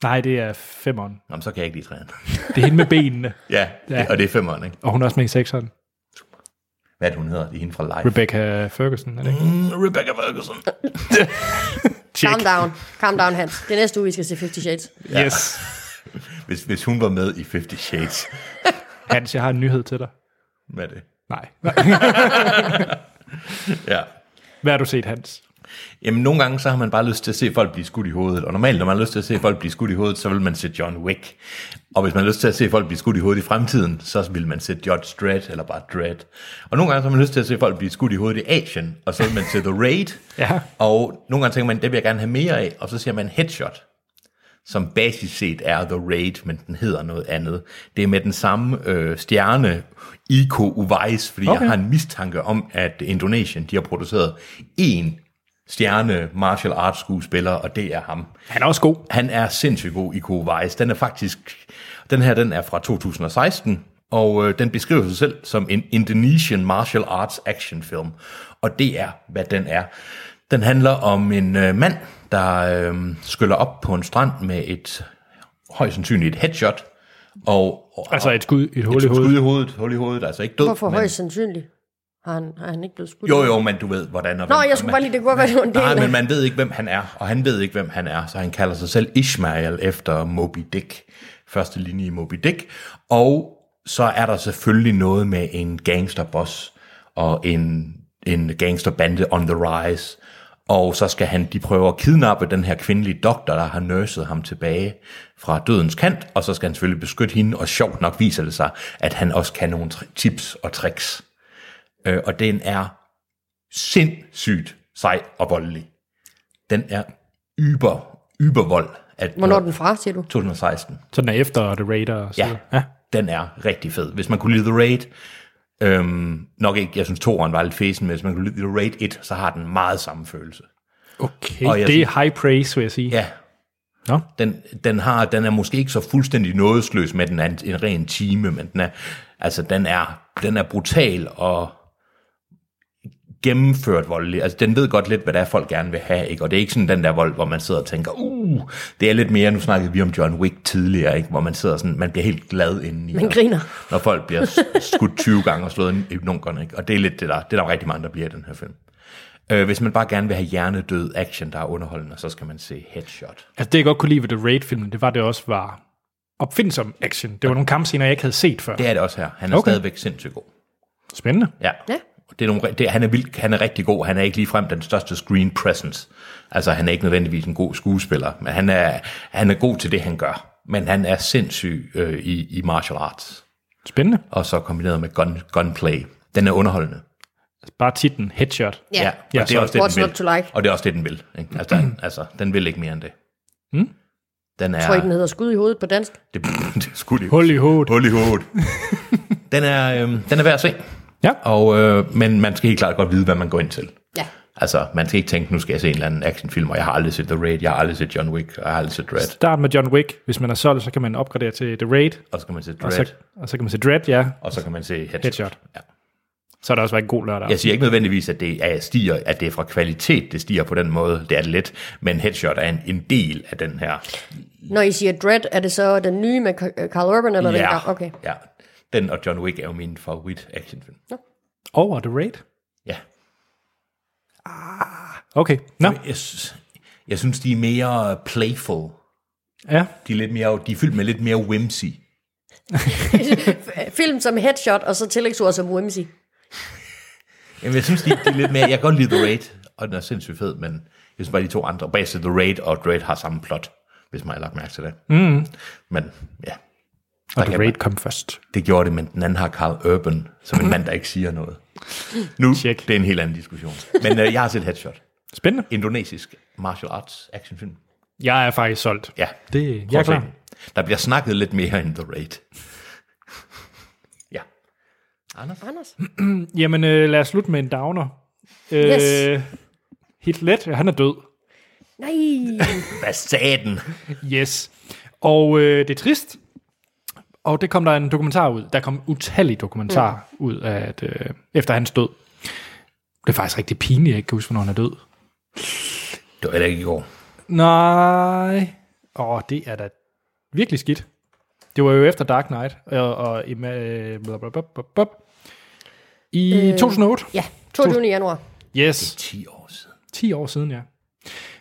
Speaker 1: Nej, det er femeren.
Speaker 3: Nå, men så kan jeg ikke lide træerne.
Speaker 1: Det er hende med benene.
Speaker 3: ja,
Speaker 1: Ja.
Speaker 3: ja, og det er femmeren, ikke?
Speaker 1: Og hun er også med i sekseren.
Speaker 3: Hvad er det, hun hedder? Det er hende fra Life.
Speaker 1: Rebecca Ferguson, er det ikke?
Speaker 3: Mm, Rebecca Ferguson.
Speaker 2: Calm down. Calm down, Hans. Det er næste uge, vi skal se 50 Shades.
Speaker 1: Yes.
Speaker 3: Hvis, hvis hun var med i 50 Shades.
Speaker 1: Hans, jeg har en nyhed til dig.
Speaker 3: Hvad er det?
Speaker 1: Nej.
Speaker 3: Ja.
Speaker 1: Hvad har du set, Hans?
Speaker 3: Jamen, nogle gange så har man bare lyst til at se folk blive skudt i hovedet. Og normalt, når man har lyst til at se folk blive skudt i hovedet, så vil man se John Wick. Og hvis man har lyst til at se folk blive skudt i hovedet i fremtiden, så vil man se Judge Dredd, eller bare Dredd. Og nogle gange så har man lyst til at se folk blive skudt i hovedet i Asien, og så vil man se The Raid.
Speaker 1: Ja.
Speaker 3: Og nogle gange tænker man, det vil jeg gerne have mere af, og så ser man Headshot. som basis set er The Raid, men den hedder noget andet. Det er med den samme øh, stjerne, Iko Uwais, fordi okay.
Speaker 1: Okay.
Speaker 3: jeg har en mistanke om, at Indonesien, de har produceret en stjerne martial arts skuespiller, og det er ham.
Speaker 1: Han er også god.
Speaker 3: Han er sindssygt god i Kovacs. Den er faktisk, den her den er fra 2016, og øh, den beskriver sig selv som en Indonesian martial arts action film. Og det er, hvad den er. Den handler om en øh, mand, der øh, skyller op på en strand med et, højst sandsynligt et headshot, og, og
Speaker 1: Altså et skud i et hul i
Speaker 3: skud
Speaker 1: hovedet.
Speaker 3: i hovedet, hul i hovedet, altså ikke død.
Speaker 2: Hvorfor
Speaker 3: men,
Speaker 2: højst sandsynligt? Har han, har han ikke blevet skudt?
Speaker 3: jo, jo, men du ved, hvordan... Og
Speaker 2: Nå,
Speaker 3: hvem-
Speaker 2: jeg skulle bare lige, det kunne godt være, det var en del
Speaker 3: Nej, men
Speaker 2: af-
Speaker 3: man ved ikke, hvem han er, og han ved ikke, hvem han er, så han kalder sig selv Ishmael efter Moby Dick. Første linje i Moby Dick. Og så er der selvfølgelig noget med en gangsterboss og en, en gangsterbande on the rise. Og så skal han, de prøver at kidnappe den her kvindelige doktor, der har nurset ham tilbage fra dødens kant, og så skal han selvfølgelig beskytte hende, og sjovt nok viser det sig, at han også kan nogle tri- tips og tricks. Øh, og den er sindssygt sej og voldelig. Den er yber, yber vold. At
Speaker 2: Hvornår er den fra, siger du?
Speaker 3: 2016.
Speaker 1: Så den er efter The Raider. Og så.
Speaker 3: Ja, ja, den er rigtig fed. Hvis man kunne lide The Raid, øhm, nok ikke, jeg synes, toeren var lidt fesen, men hvis man kunne lide The Raid 1, så har den meget samme følelse.
Speaker 1: Okay,
Speaker 3: Og jeg
Speaker 1: det er high praise, vil jeg sige.
Speaker 3: Ja,
Speaker 1: Nå?
Speaker 3: den, den, har, den er måske ikke så fuldstændig nådesløs med, at den er en, en ren time, men den er, altså, den er, den er brutal og gennemført voldelig. Altså, den ved godt lidt, hvad det er, folk gerne vil have, ikke? Og det er ikke sådan den der vold, hvor man sidder og tænker, uh, det er lidt mere, nu snakkede vi om John Wick tidligere, ikke? Hvor man sidder sådan, man bliver helt glad indeni.
Speaker 2: Man
Speaker 3: og-
Speaker 2: griner.
Speaker 3: Når folk bliver s- skudt 20 gange og slået i nunkerne, ikke? Og det er lidt det, der, det er der rigtig mange, der bliver i den her film. Øh, hvis man bare gerne vil have hjernedød action, der er underholdende, så skal man se Headshot.
Speaker 1: Altså det, jeg godt kunne lide ved The Raid-filmen, det var, det også var opfindsom action. Det var nogle kampscener, jeg ikke havde set før.
Speaker 3: Det er det også her. Han er
Speaker 1: Okay.
Speaker 3: okay. stadigvæk sindssygt god.
Speaker 1: Spændende.
Speaker 3: Ja.
Speaker 2: Ja.
Speaker 3: Det er nogle, det, han, er vild, han er rigtig god. Han er ikke ligefrem den største screen presence. Altså, han er ikke nødvendigvis en god skuespiller, men han er, han er god til det, han gør. Men han er sindssyg øh, i, i martial arts.
Speaker 1: Spændende.
Speaker 3: Og så kombineret med gun, gunplay. Den er underholdende.
Speaker 1: Bare titlen, headshot.
Speaker 2: Ja. ja.
Speaker 3: Og
Speaker 1: Ja,
Speaker 3: det er
Speaker 1: så- Mm.
Speaker 3: også det,
Speaker 2: What's
Speaker 3: den
Speaker 2: not to
Speaker 3: vil.
Speaker 2: like?
Speaker 3: Og det er også det, den vil. Ikke? Altså, den, altså, den vil ikke mere end det. Mm? Den er...
Speaker 2: Jeg tror ikke, den hedder skud i hovedet på dansk.
Speaker 3: det, det er sgu det.
Speaker 1: Hul i hovedet.
Speaker 3: Hul i hovedet. den, er, øh, den er værd at se.
Speaker 1: Ja.
Speaker 3: Og, øh, men man skal helt klart godt vide, hvad man går ind til.
Speaker 2: Ja.
Speaker 3: Altså, man skal ikke tænke, nu skal jeg se en eller anden actionfilm, og jeg har aldrig set The Raid, jeg har aldrig set John Wick, og jeg har aldrig set Dread.
Speaker 1: Start med John Wick. Hvis man er solgt, så kan man opgradere til The Raid.
Speaker 3: Og så kan man se Dread,
Speaker 1: Og så, og så kan man se Dread, ja.
Speaker 3: og så kan man se Headshot.
Speaker 1: Headshot.
Speaker 3: Ja.
Speaker 1: Så er der også været en god lørdag.
Speaker 3: Jeg siger ikke nødvendigvis, at det er, stiger, at det er fra kvalitet, det stiger på den måde. Det er det lidt, men Headshot er en, en del af den her.
Speaker 2: Når I siger Dread, er det så den nye med Ka- øh, Karl Urban, eller den der? Okay.
Speaker 3: ja. Den og John Wick er jo min favorit actionfilm.
Speaker 1: Over The Raid?
Speaker 3: Ja.
Speaker 1: Okay. Nå,
Speaker 3: Jeg, synes, jeg synes, de er mere playful.
Speaker 1: ja.
Speaker 3: De er, lidt mere, de er fyldt med lidt mere whimsy.
Speaker 2: Øh, Film som Headshot, og så tillægsord som whimsy.
Speaker 3: Jamen, jeg synes, de, de er lidt mere... Jeg kan godt lide The Raid, og den er sindssygt fed, men jeg synes bare, de to andre, bag The Raid og Dread har samme plot, hvis man har lagt mærke til det. Mm. Men ja,
Speaker 1: Og
Speaker 3: kan
Speaker 1: The Raid kom først.
Speaker 3: det gjorde det, men den anden har Carl Urban, som en mand, der ikke siger noget. Nu,
Speaker 1: Check.
Speaker 3: det er en helt anden diskussion. Men øh, jeg har set Headshot.
Speaker 1: Spændende.
Speaker 3: Indonesisk martial arts actionfilm.
Speaker 1: Jeg er faktisk solgt.
Speaker 3: Ja,
Speaker 1: Det,
Speaker 3: prøv
Speaker 1: jeg er
Speaker 3: at se
Speaker 1: klar.
Speaker 3: den. Der bliver snakket lidt mere end The Raid. Ja. Anders?
Speaker 2: Anders?
Speaker 1: Jamen, øh, lad os slutte med en downer. Øh, Heath Ledger, han er død.
Speaker 2: Nej!
Speaker 3: Hvad sagde den?
Speaker 1: Yes. Og øh, det er trist. Og det kom der en dokumentar ud. Der kom utallige dokumentarer mm. ud af, at, øh, efter hans død. Det er faktisk rigtig pinligt, jeg ikke kan huske, hvornår han er død.
Speaker 3: Det var heller ikke i går.
Speaker 1: Nej. Åh, det er da virkelig skidt. Det var jo efter Dark Knight. Og, og i, øh, blah, blah, blah, blah, blah. I øh. 2008.
Speaker 2: Ja, 22. januar.
Speaker 1: Yes.
Speaker 3: 10 år siden.
Speaker 1: 10 år siden, ja.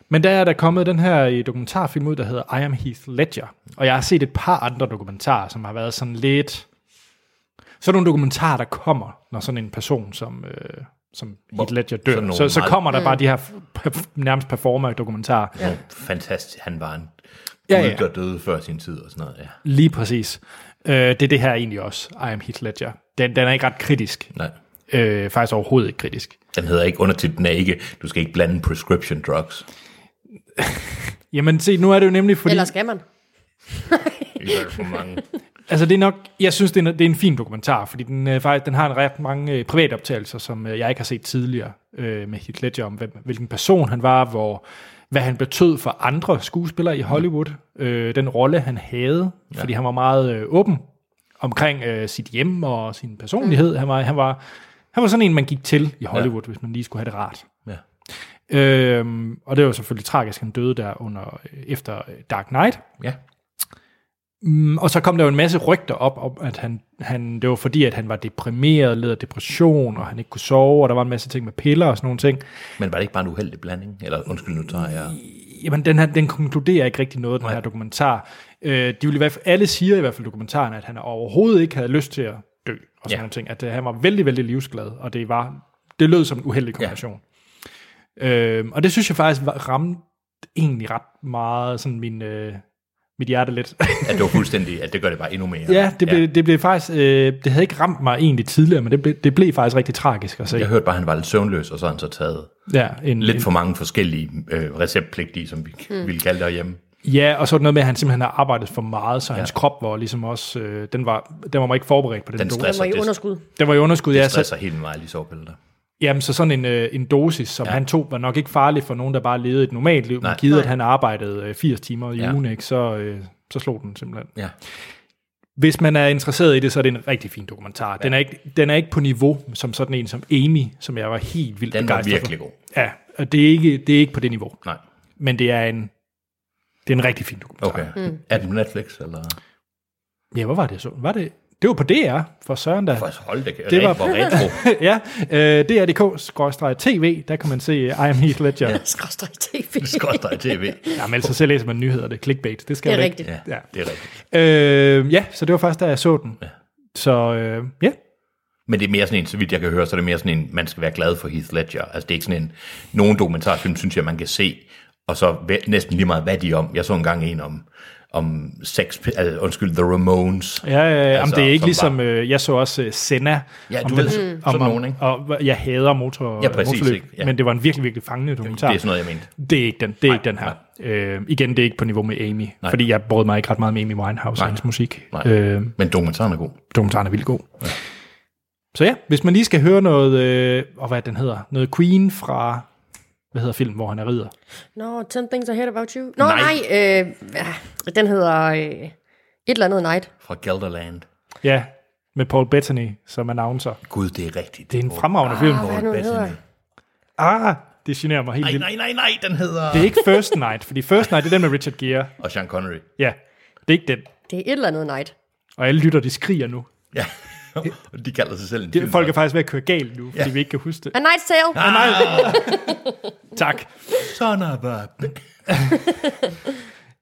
Speaker 1: Men der er der kommet den her øh, dokumentarfilm ud, der hedder I Am Heath Ledger. Og jeg har set et par andre dokumentarer, som har været sådan lidt... Sådan nogle dokumentarer, der kommer, når sådan en person som, øh, som Heath Ledger
Speaker 3: sådan
Speaker 1: dør.
Speaker 3: nogle
Speaker 1: Så, så
Speaker 3: meget-
Speaker 1: kommer der bare de her perf- nærmest performer-dokumentarer.
Speaker 3: Ja. Fantastisk. Han var en
Speaker 1: Ja,
Speaker 3: ja,
Speaker 1: ja.
Speaker 3: ja. der døde før sin tid og sådan noget. Ja.
Speaker 1: Lige præcis. Øh, det er det her egentlig også, I Am Heath Ledger. Den, den er ikke ret kritisk.
Speaker 3: Nej.
Speaker 1: Øh, faktisk overhovedet ikke kritisk.
Speaker 3: Den hedder ikke undertitlen er ikke, du skal ikke blande prescription drugs.
Speaker 1: Jamen se, nu er det jo nemlig fordi...
Speaker 2: Eller skal man?
Speaker 3: Ikke alt for mange.
Speaker 1: Altså det er nok, jeg synes det er, en- det er en fin dokumentar, fordi den, øh, faktisk, den har en ret mange øh, privatoptagelser, som øh, jeg ikke har set tidligere øh, med Heath Ledger, om hvem, hvilken person han var, hvor, hvad han betød for andre skuespillere i Hollywood, øh, den rolle han havde, ja. fordi han var meget øh, åben omkring øh, sit hjem og sin personlighed. Mm. Han, var, han, var, han var sådan en, man gik til i Hollywood, ja. hvis man lige skulle have det rart.
Speaker 3: Ja.
Speaker 1: Øhm, og det var selvfølgelig tragisk, han døde der under, efter øh, Dark Knight.
Speaker 3: ja.
Speaker 1: Mm, Og så kom der jo en masse rygter op om, at han, han, det var fordi, at han var deprimeret, led af depression, og han ikke kunne sove, og der var en masse ting med piller og sådan nogle ting.
Speaker 3: Men var det ikke bare en uheldig blanding? Eller undskyld, nu tager jeg...
Speaker 1: Jamen, den, her, den konkluderer ikke rigtig noget, den her dokumentar. Øh, de vil i hvert fald, alle siger i hvert fald i dokumentaren, at han overhovedet ikke havde lyst til at dø, og sådan
Speaker 3: Ja.
Speaker 1: nogle ting. At øh, han var vældig, vældig livsglad, og det var, det lød som en uheldig kombination. Ja. Øh, og det synes jeg faktisk var, ramte egentlig ret meget sådan min, øh, mit hjerte lidt.
Speaker 3: At det var fuldstændig, at det gør det bare endnu mere.
Speaker 1: Ja, det blev, ja. det blev faktisk, øh, det havde ikke ramt mig egentlig tidligere, men det blev, det blev faktisk rigtig tragisk at se.
Speaker 3: Jeg hørte bare, at han var lidt søvnløs, og så har han så taget
Speaker 1: Ja, en,
Speaker 3: lidt
Speaker 1: en,
Speaker 3: for mange forskellige øh, receptpligtige, som vi mm. ville kalde det hjemme.
Speaker 1: ja, og så var det noget med, at han simpelthen har arbejdet for meget, så ja. hans krop var ligesom også, øh, den, var, den var mig ikke forberedt på den,
Speaker 3: Den
Speaker 1: dosis.
Speaker 2: Den
Speaker 3: stresser,
Speaker 2: var i
Speaker 3: Altså, det,
Speaker 2: underskud.
Speaker 1: Den var i underskud, ja,
Speaker 3: det
Speaker 1: så,
Speaker 3: stresser helt meget, de sårbilleder.
Speaker 1: jamen, så sådan en, øh, en dosis, som ja. han tog, var nok ikke farlig for nogen, der bare levede et normalt liv, men
Speaker 3: Nej.
Speaker 1: givet, at han arbejdede øh, 80 timer i
Speaker 3: Ja.
Speaker 1: ugen, ikke, så, øh, så slog den simpelthen.
Speaker 3: Ja.
Speaker 1: Hvis man er interesseret i det, så er det en rigtig fin dokumentar. Ja. Den, er ikke, den er ikke på niveau som sådan en som Amy, som jeg var helt vildt
Speaker 3: Den var
Speaker 1: begejstret for.
Speaker 3: virkelig god.
Speaker 1: Ja, og det er ikke, det er ikke på det niveau.
Speaker 3: Nej.
Speaker 1: Men det er en, det er en rigtig fin dokumentar.
Speaker 3: Okay. Mm. Er den på Netflix, eller?
Speaker 1: Ja, hvor var det, jeg så? Var det? Det var på DR, for Søren da.
Speaker 3: For hold da, det
Speaker 1: Det var-
Speaker 3: var retro.
Speaker 1: ja, øh, dr.dk-tv, der kan man se øh, I am Heath Ledger. Ja.
Speaker 2: Skråstrej TV.
Speaker 3: Skrådder i tv.
Speaker 1: Jamen, altså, så læser man nyheder, det er clickbait. Det skal
Speaker 2: Det er
Speaker 1: man
Speaker 2: rigtigt.
Speaker 3: Ja,
Speaker 1: Ja.
Speaker 3: det er rigtigt.
Speaker 1: Ikke. Øh, ja, så det var først, da jeg så den. Ja. Så øh, ja,
Speaker 3: Men det er mere sådan en, så vidt jeg kan høre, så er det mere sådan en, man skal være glad for Heath Ledger. Altså det er ikke sådan en, nogen dokumentarfilm synes jeg, man kan se, og så væ- næsten lige meget, hvad de er om. Jeg så engang en om, om sex, altså, undskyld, The Ramones.
Speaker 1: ja øh, altså, om det er ikke
Speaker 3: som
Speaker 1: ligesom, øh, jeg så også øh, Senna.
Speaker 3: Ja,
Speaker 1: om
Speaker 3: du
Speaker 1: den-
Speaker 3: ved, sådan
Speaker 1: om,
Speaker 3: nogen, ikke?
Speaker 1: Og, og jeg hader motor,
Speaker 3: Ja, præcis,
Speaker 1: motorløb,
Speaker 3: ikke? Ja.
Speaker 1: men det var en virkelig, virkelig fangende dokumentar.
Speaker 3: Det er sådan noget, jeg mente.
Speaker 1: Det er ikke den, det er ikke den her. Øh, igen, det er ikke på niveau med Amy, nej. fordi jeg brød mig ikke ret meget med Amy Winehouse og hendes musik.
Speaker 3: Nej.
Speaker 1: Øh,
Speaker 3: Men dokumentaren er god.
Speaker 1: dokumentaren er vildt god. Ja. Så ja, hvis man lige skal høre noget, øh, og hvad den hedder, noget Queen fra hvad hedder film, hvor han er ridder?
Speaker 2: Nå, 10 Things I Hate About You. Nå,
Speaker 3: Nej.
Speaker 2: nej. nej øh, ja, den hedder øh, et eller andet Night.
Speaker 3: fra Gelderland.
Speaker 1: Ja, med Paul Bettany som announcer.
Speaker 3: Gud, det er rigtigt.
Speaker 1: Det er en
Speaker 3: Paul-
Speaker 1: fremragende film.
Speaker 2: Hvad nu
Speaker 3: Bettany.
Speaker 2: hedder?
Speaker 1: Ah, det generer mig helt
Speaker 3: Nej,
Speaker 1: vildt.
Speaker 3: nej, nej, nej, den hedder...
Speaker 1: Det er ikke First Night, fordi First Night det er den med Richard Gere.
Speaker 3: Og Sean Connery.
Speaker 1: Ja, det er ikke den.
Speaker 2: Det er et eller andet Night.
Speaker 1: Og alle lytter, de skriger nu.
Speaker 3: Ja. de kalder sig selv en
Speaker 1: De,
Speaker 3: film.
Speaker 1: folk er faktisk ved at køre galt nu, fordi vi ikke kan huske det.
Speaker 2: A Night's Tale.
Speaker 3: Ah, nej.
Speaker 1: Tak.
Speaker 3: Son of a... b-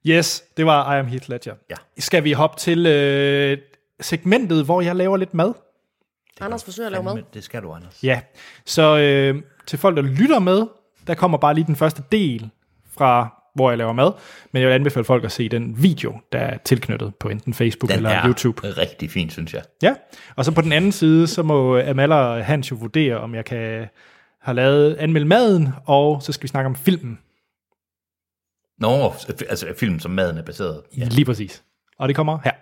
Speaker 1: Yes, det var I Am Heath Ledger.
Speaker 3: Ja.
Speaker 1: Skal vi hoppe til øh, segmentet, hvor jeg laver lidt mad?
Speaker 2: Anders forsøger at lave mad.
Speaker 3: Fandme, Det skal du, Anders.
Speaker 1: Ja, så øh, til folk, der lytter med, der kommer bare lige den første del fra, hvor jeg laver mad. Men jeg vil anbefale folk at se den video, der er tilknyttet på enten Facebook
Speaker 3: Den
Speaker 1: eller
Speaker 3: er
Speaker 1: YouTube.
Speaker 3: rigtig fin, synes jeg.
Speaker 1: Ja, og så på den anden side, så må øh, Amal og Hans jo vurdere, om jeg kan har lavet anmelde maden, og så skal vi snakke om filmen.
Speaker 3: Nå, altså film, som maden er baseret.
Speaker 1: Ja. Lige præcis. Og det kommer her.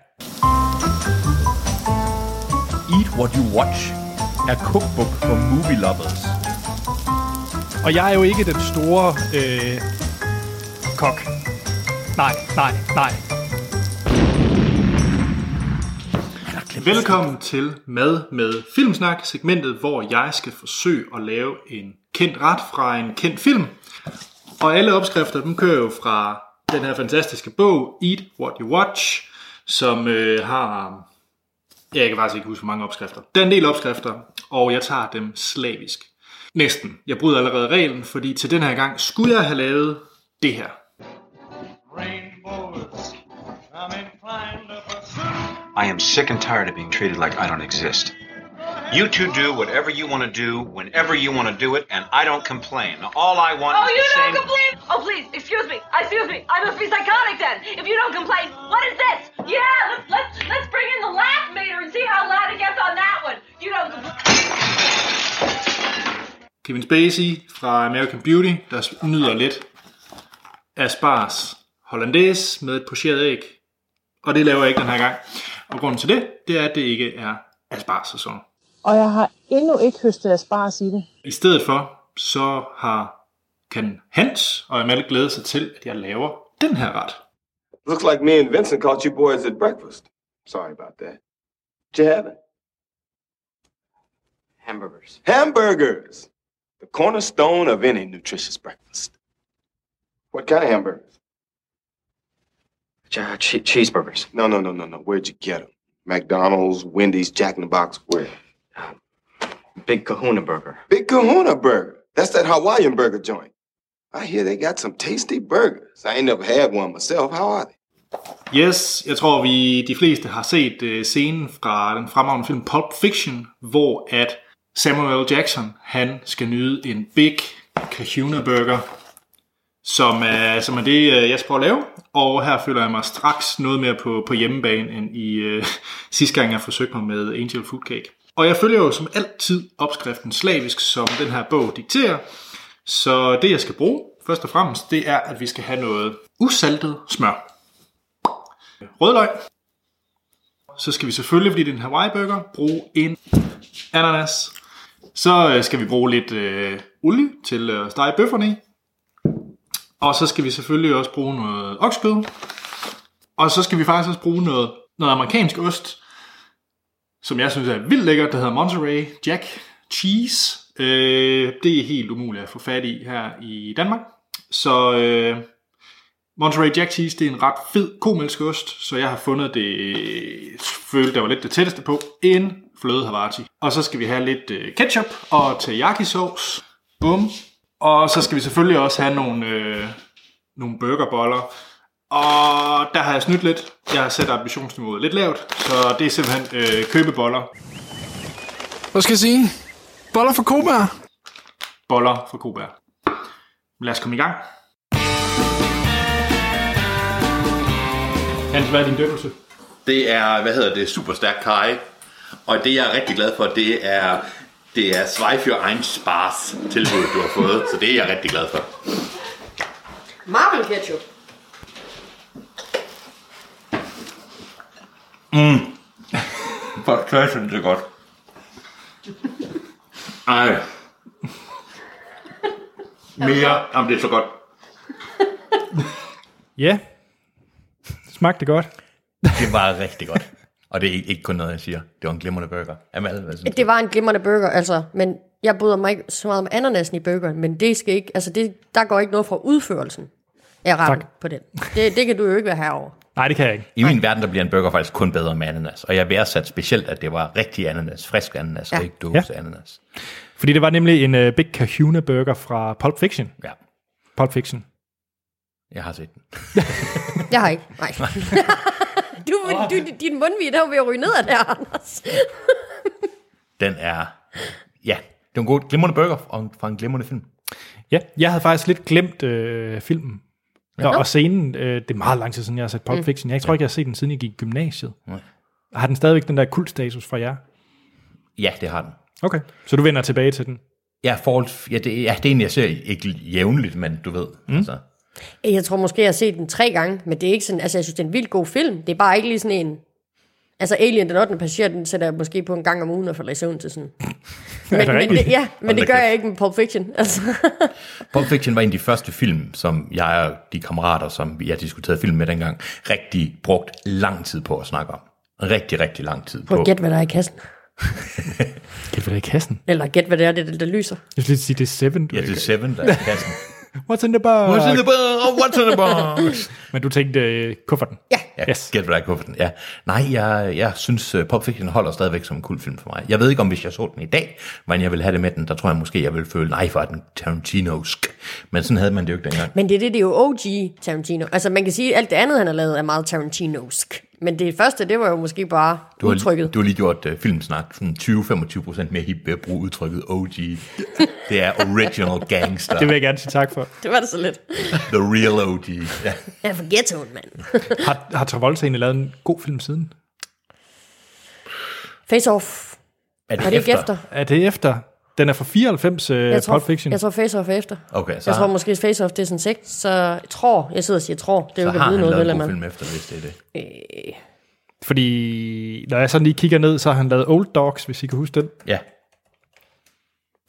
Speaker 3: Eat What You Watch er cookbook for movie lovers.
Speaker 1: Og jeg er jo ikke den store øh, kok. Nej, nej, nej. Velkommen til Mad med Filmsnak, segmentet, hvor jeg skal forsøge at lave en kendt ret fra en kendt film. Og alle opskrifter, dem kører jo fra den her fantastiske bog, Eat What You Watch, som øh, har Ja, jeg kan faktisk ikke huske, hvor mange opskrifter. Der er en del opskrifter, og jeg tager dem slavisk. Næsten. Jeg bryder allerede reglen, fordi til den her gang skulle jeg have lavet det her.
Speaker 4: rainbows. I'm inclined to pursue.
Speaker 5: I am sick and tired of being treated like I don't exist. You two do whatever you want to do, whenever you want to do it, and I don't complain. All I want
Speaker 6: Oh,
Speaker 5: is
Speaker 6: you
Speaker 5: the
Speaker 6: don't
Speaker 5: same.
Speaker 6: complain? Oh, please, excuse me. Excuse me. I must be psychotic then. If you don't complain, what is this? Yeah, let's let's let's bring in the laugh meter and see how loud it gets on that one. You don't complain.
Speaker 1: Kevin Spacey fra American Beauty, der nyder lidt af spars hollandaise med et pocheret æg. Og det laver jeg ikke den her gang. Og grunden til det, det er, at det ikke er asparges-sæson.
Speaker 7: Og jeg har endnu ikke høstet asparges i det.
Speaker 1: I stedet for, så har kan Hans og Amal glæde sig til, at jeg laver den her ret.
Speaker 8: Looks like me and Vincent caught you boys at breakfast. Sorry about that. What you having? Hamburgers. Hamburgers! The cornerstone of any nutritious breakfast. What kind of hamburgers?
Speaker 9: cheeseburgers.
Speaker 8: No, no, no, no, no. Where'd you get them? McDonald's, Wendy's, Jack in the Box, where?
Speaker 9: Um, Big kahuna burger.
Speaker 8: Big Kahuna Burger. That's that Hawaiian burger joint. I hear they got some tasty burgers. I ain't never had one myself. How are they?
Speaker 1: Yes, jeg tror vi de fleste har set øh, scenen fra den fremragende film Pulp Fiction, hvor at Samuel Jackson, han skal nyde en big kahuna burger, som er, som er det, øh, jeg skal prøve at lave. Og her føler jeg mig straks noget mere på, på hjemmebane, end i øh, sidste gang, jeg forsøgte mig med Angel Food Cake. Og jeg følger jo som altid opskriften slavisk, som den her bog dikterer. Så det, jeg skal bruge, først og fremmest, det er, at vi skal have noget usaltet smør rødløg. Så skal vi selvfølgelig, fordi det er en Hawaii burger, bruge en ananas. Så øh, skal vi bruge lidt øh, olie til øh, at stege bøfferne i. Og så skal vi selvfølgelig også bruge noget oksekød. Og så skal vi faktisk også bruge noget, noget amerikansk ost, som jeg synes er vildt lækkert, der hedder Monterey Jack Cheese. Øh, det er helt umuligt at få fat i her i Danmark. Så øh, Monterey Jack Cheese, det er en ret fed komælskost, så jeg har fundet det, følte der var lidt det tætteste på, en fløde Havarti. Og så skal vi have lidt øh, ketchup og teriyaki sauce. Bum. Og så skal vi selvfølgelig også have nogle, øh, nogle burgerboller. Og der har jeg snydt lidt. Jeg har sat ambitionsniveauet lidt lavt, så det er simpelthen øh, købeboller.
Speaker 10: Hvad skal jeg sige? Boller for Kobær.
Speaker 1: Boller fra Kobær. Lad os komme i gang. Hans, hvad er din dømmelse?
Speaker 3: Det er, hvad hedder det, super stærk kaj. Og det, jeg er rigtig glad for, det er, det er Zweig für ein Spaß tilbud, du har fået. Så det er jeg rigtig glad for.
Speaker 2: Marvel ketchup.
Speaker 3: For jeg synes, det er godt. Ej.
Speaker 11: Mere. Jamen, det er så godt.
Speaker 1: Ja. Smagte godt.
Speaker 3: Det var rigtig godt. Og det er ikke- ikke kun noget, jeg siger. Det var en glimrende burger. Jamen, alle, altså,
Speaker 2: Det var en glimrende burger, altså, men jeg bryder mig ikke så meget om ananasen i burgeren, men det skal ikke, altså det, der går ikke noget fra udførelsen af retten på den. Det, det kan du jo ikke være herover.
Speaker 1: Nej, det kan jeg ikke.
Speaker 3: I min verden, der bliver en burger faktisk kun bedre med ananas. Og jeg værdsat specielt, at det var rigtig ananas. Frisk ananas,
Speaker 2: Ja.
Speaker 3: ja. og ikke dose ja. ananas.
Speaker 1: Fordi det var nemlig en uh, Big Kahuna burger fra Pulp Fiction.
Speaker 3: Ja.
Speaker 1: Pulp Fiction.
Speaker 3: Jeg har set den.
Speaker 2: Jeg har ikke, nej. du, du, din mundvig, der var ved at ryge nedad der, Anders.
Speaker 3: Den er... Ja, det var en god, glimrende burger fra en- fra en glimrende film.
Speaker 1: Ja, jeg havde faktisk lidt glemt øh, filmen.
Speaker 3: Ja.
Speaker 1: Ja. Og, og scenen, øh, det er meget lang tid siden, jeg har set Pulp
Speaker 3: Mm.
Speaker 1: Fiction. Jeg tror ikke, jeg har set den, siden jeg gik i gymnasiet.
Speaker 3: Nej.
Speaker 1: Har den stadigvæk den der kultstatus fra jer?
Speaker 3: Ja, det har den.
Speaker 1: Okay, så du vender tilbage til den.
Speaker 3: Ja, forhold, ja, det, ja, det er en, jeg ser ikke jævnligt, men du ved. Mm. Altså,
Speaker 2: Jeg tror måske, jeg har set den tre gange, men det er ikke sådan, altså jeg synes, det er en vildt god film. Det er bare ikke lige sådan en, altså Alien den 8. passager, den sætter jeg måske på en gang om ugen og falder i søvn til sådan. Men, men det, ja, men
Speaker 3: Hold da
Speaker 2: det gør
Speaker 3: kæft.
Speaker 2: jeg ikke med Pulp Fiction. Altså.
Speaker 3: Pulp Fiction var en af de første film, som jeg og de kammerater, som jeg diskuterede film med dengang, rigtig brugt lang tid på at snakke om. Rigtig, rigtig lang tid
Speaker 2: Prøv
Speaker 3: på.
Speaker 2: at gætte, hvad der er i kassen.
Speaker 1: Gæt hvad der er i kassen.
Speaker 2: Eller gæt, hvad det er, det, der, der lyser.
Speaker 1: Jeg skulle lige sige, det er Seven. Du
Speaker 3: Ja, det er Seven, der er i kassen.
Speaker 1: What's in the box?
Speaker 3: What's in the box? Oh, what's in the box?
Speaker 1: Men du tænkte øh, kufferten?
Speaker 3: Ja, yes. gæt, hvad der er i kufferten. Ja. Nej, jeg, jeg synes, uh, Pulp Fiction holder stadigvæk som en kultfilm for mig. Jeg ved ikke, om hvis jeg så den i dag, hvordan jeg ville have det med den. Der tror jeg måske, jeg ville føle, nej, for den Tarantinosk. Men sådan havde man det jo ikke dengang.
Speaker 2: Men det er det, det er jo OG Tarantino. Altså man kan sige, at alt det andet, han har lavet, er meget tarantinosk. Men det første, det var jo måske bare
Speaker 3: Du har,
Speaker 2: udtrykket.
Speaker 3: du har lige gjort uh, filmsnak sådan 20-25 procent mere hip ved at bruge udtrykket OG. Det er original gangster.
Speaker 1: Det vil jeg gerne sige tak for.
Speaker 2: Det var det så lidt.
Speaker 3: The real OG. Ja.
Speaker 2: Jeg er fra ghettoen, mand.
Speaker 1: Har, har Travolta egentlig lavet en god film siden?
Speaker 2: Face Off.
Speaker 3: Er
Speaker 2: det Var det ikke efter? efter?
Speaker 1: Er det efter? Den er fra 94, øh,
Speaker 2: Jeg tror,
Speaker 1: Pulp Fiction.
Speaker 2: jeg tror Face Off er efter.
Speaker 3: Okay, så
Speaker 2: jeg
Speaker 3: har-
Speaker 2: tror måske, Face Off det er sådan seks, så jeg tror, jeg sidder og siger tror. Det er jo
Speaker 3: Så
Speaker 2: ikke
Speaker 3: har
Speaker 2: at
Speaker 3: han
Speaker 2: vide noget,
Speaker 3: lavet
Speaker 2: vel,
Speaker 3: en
Speaker 2: at
Speaker 3: god
Speaker 2: man.
Speaker 3: film efter, hvis det er det.
Speaker 2: Øh,
Speaker 1: Fordi når jeg sådan lige kigger ned, så har han lavet Old Dogs, hvis I kan huske den.
Speaker 3: Ja.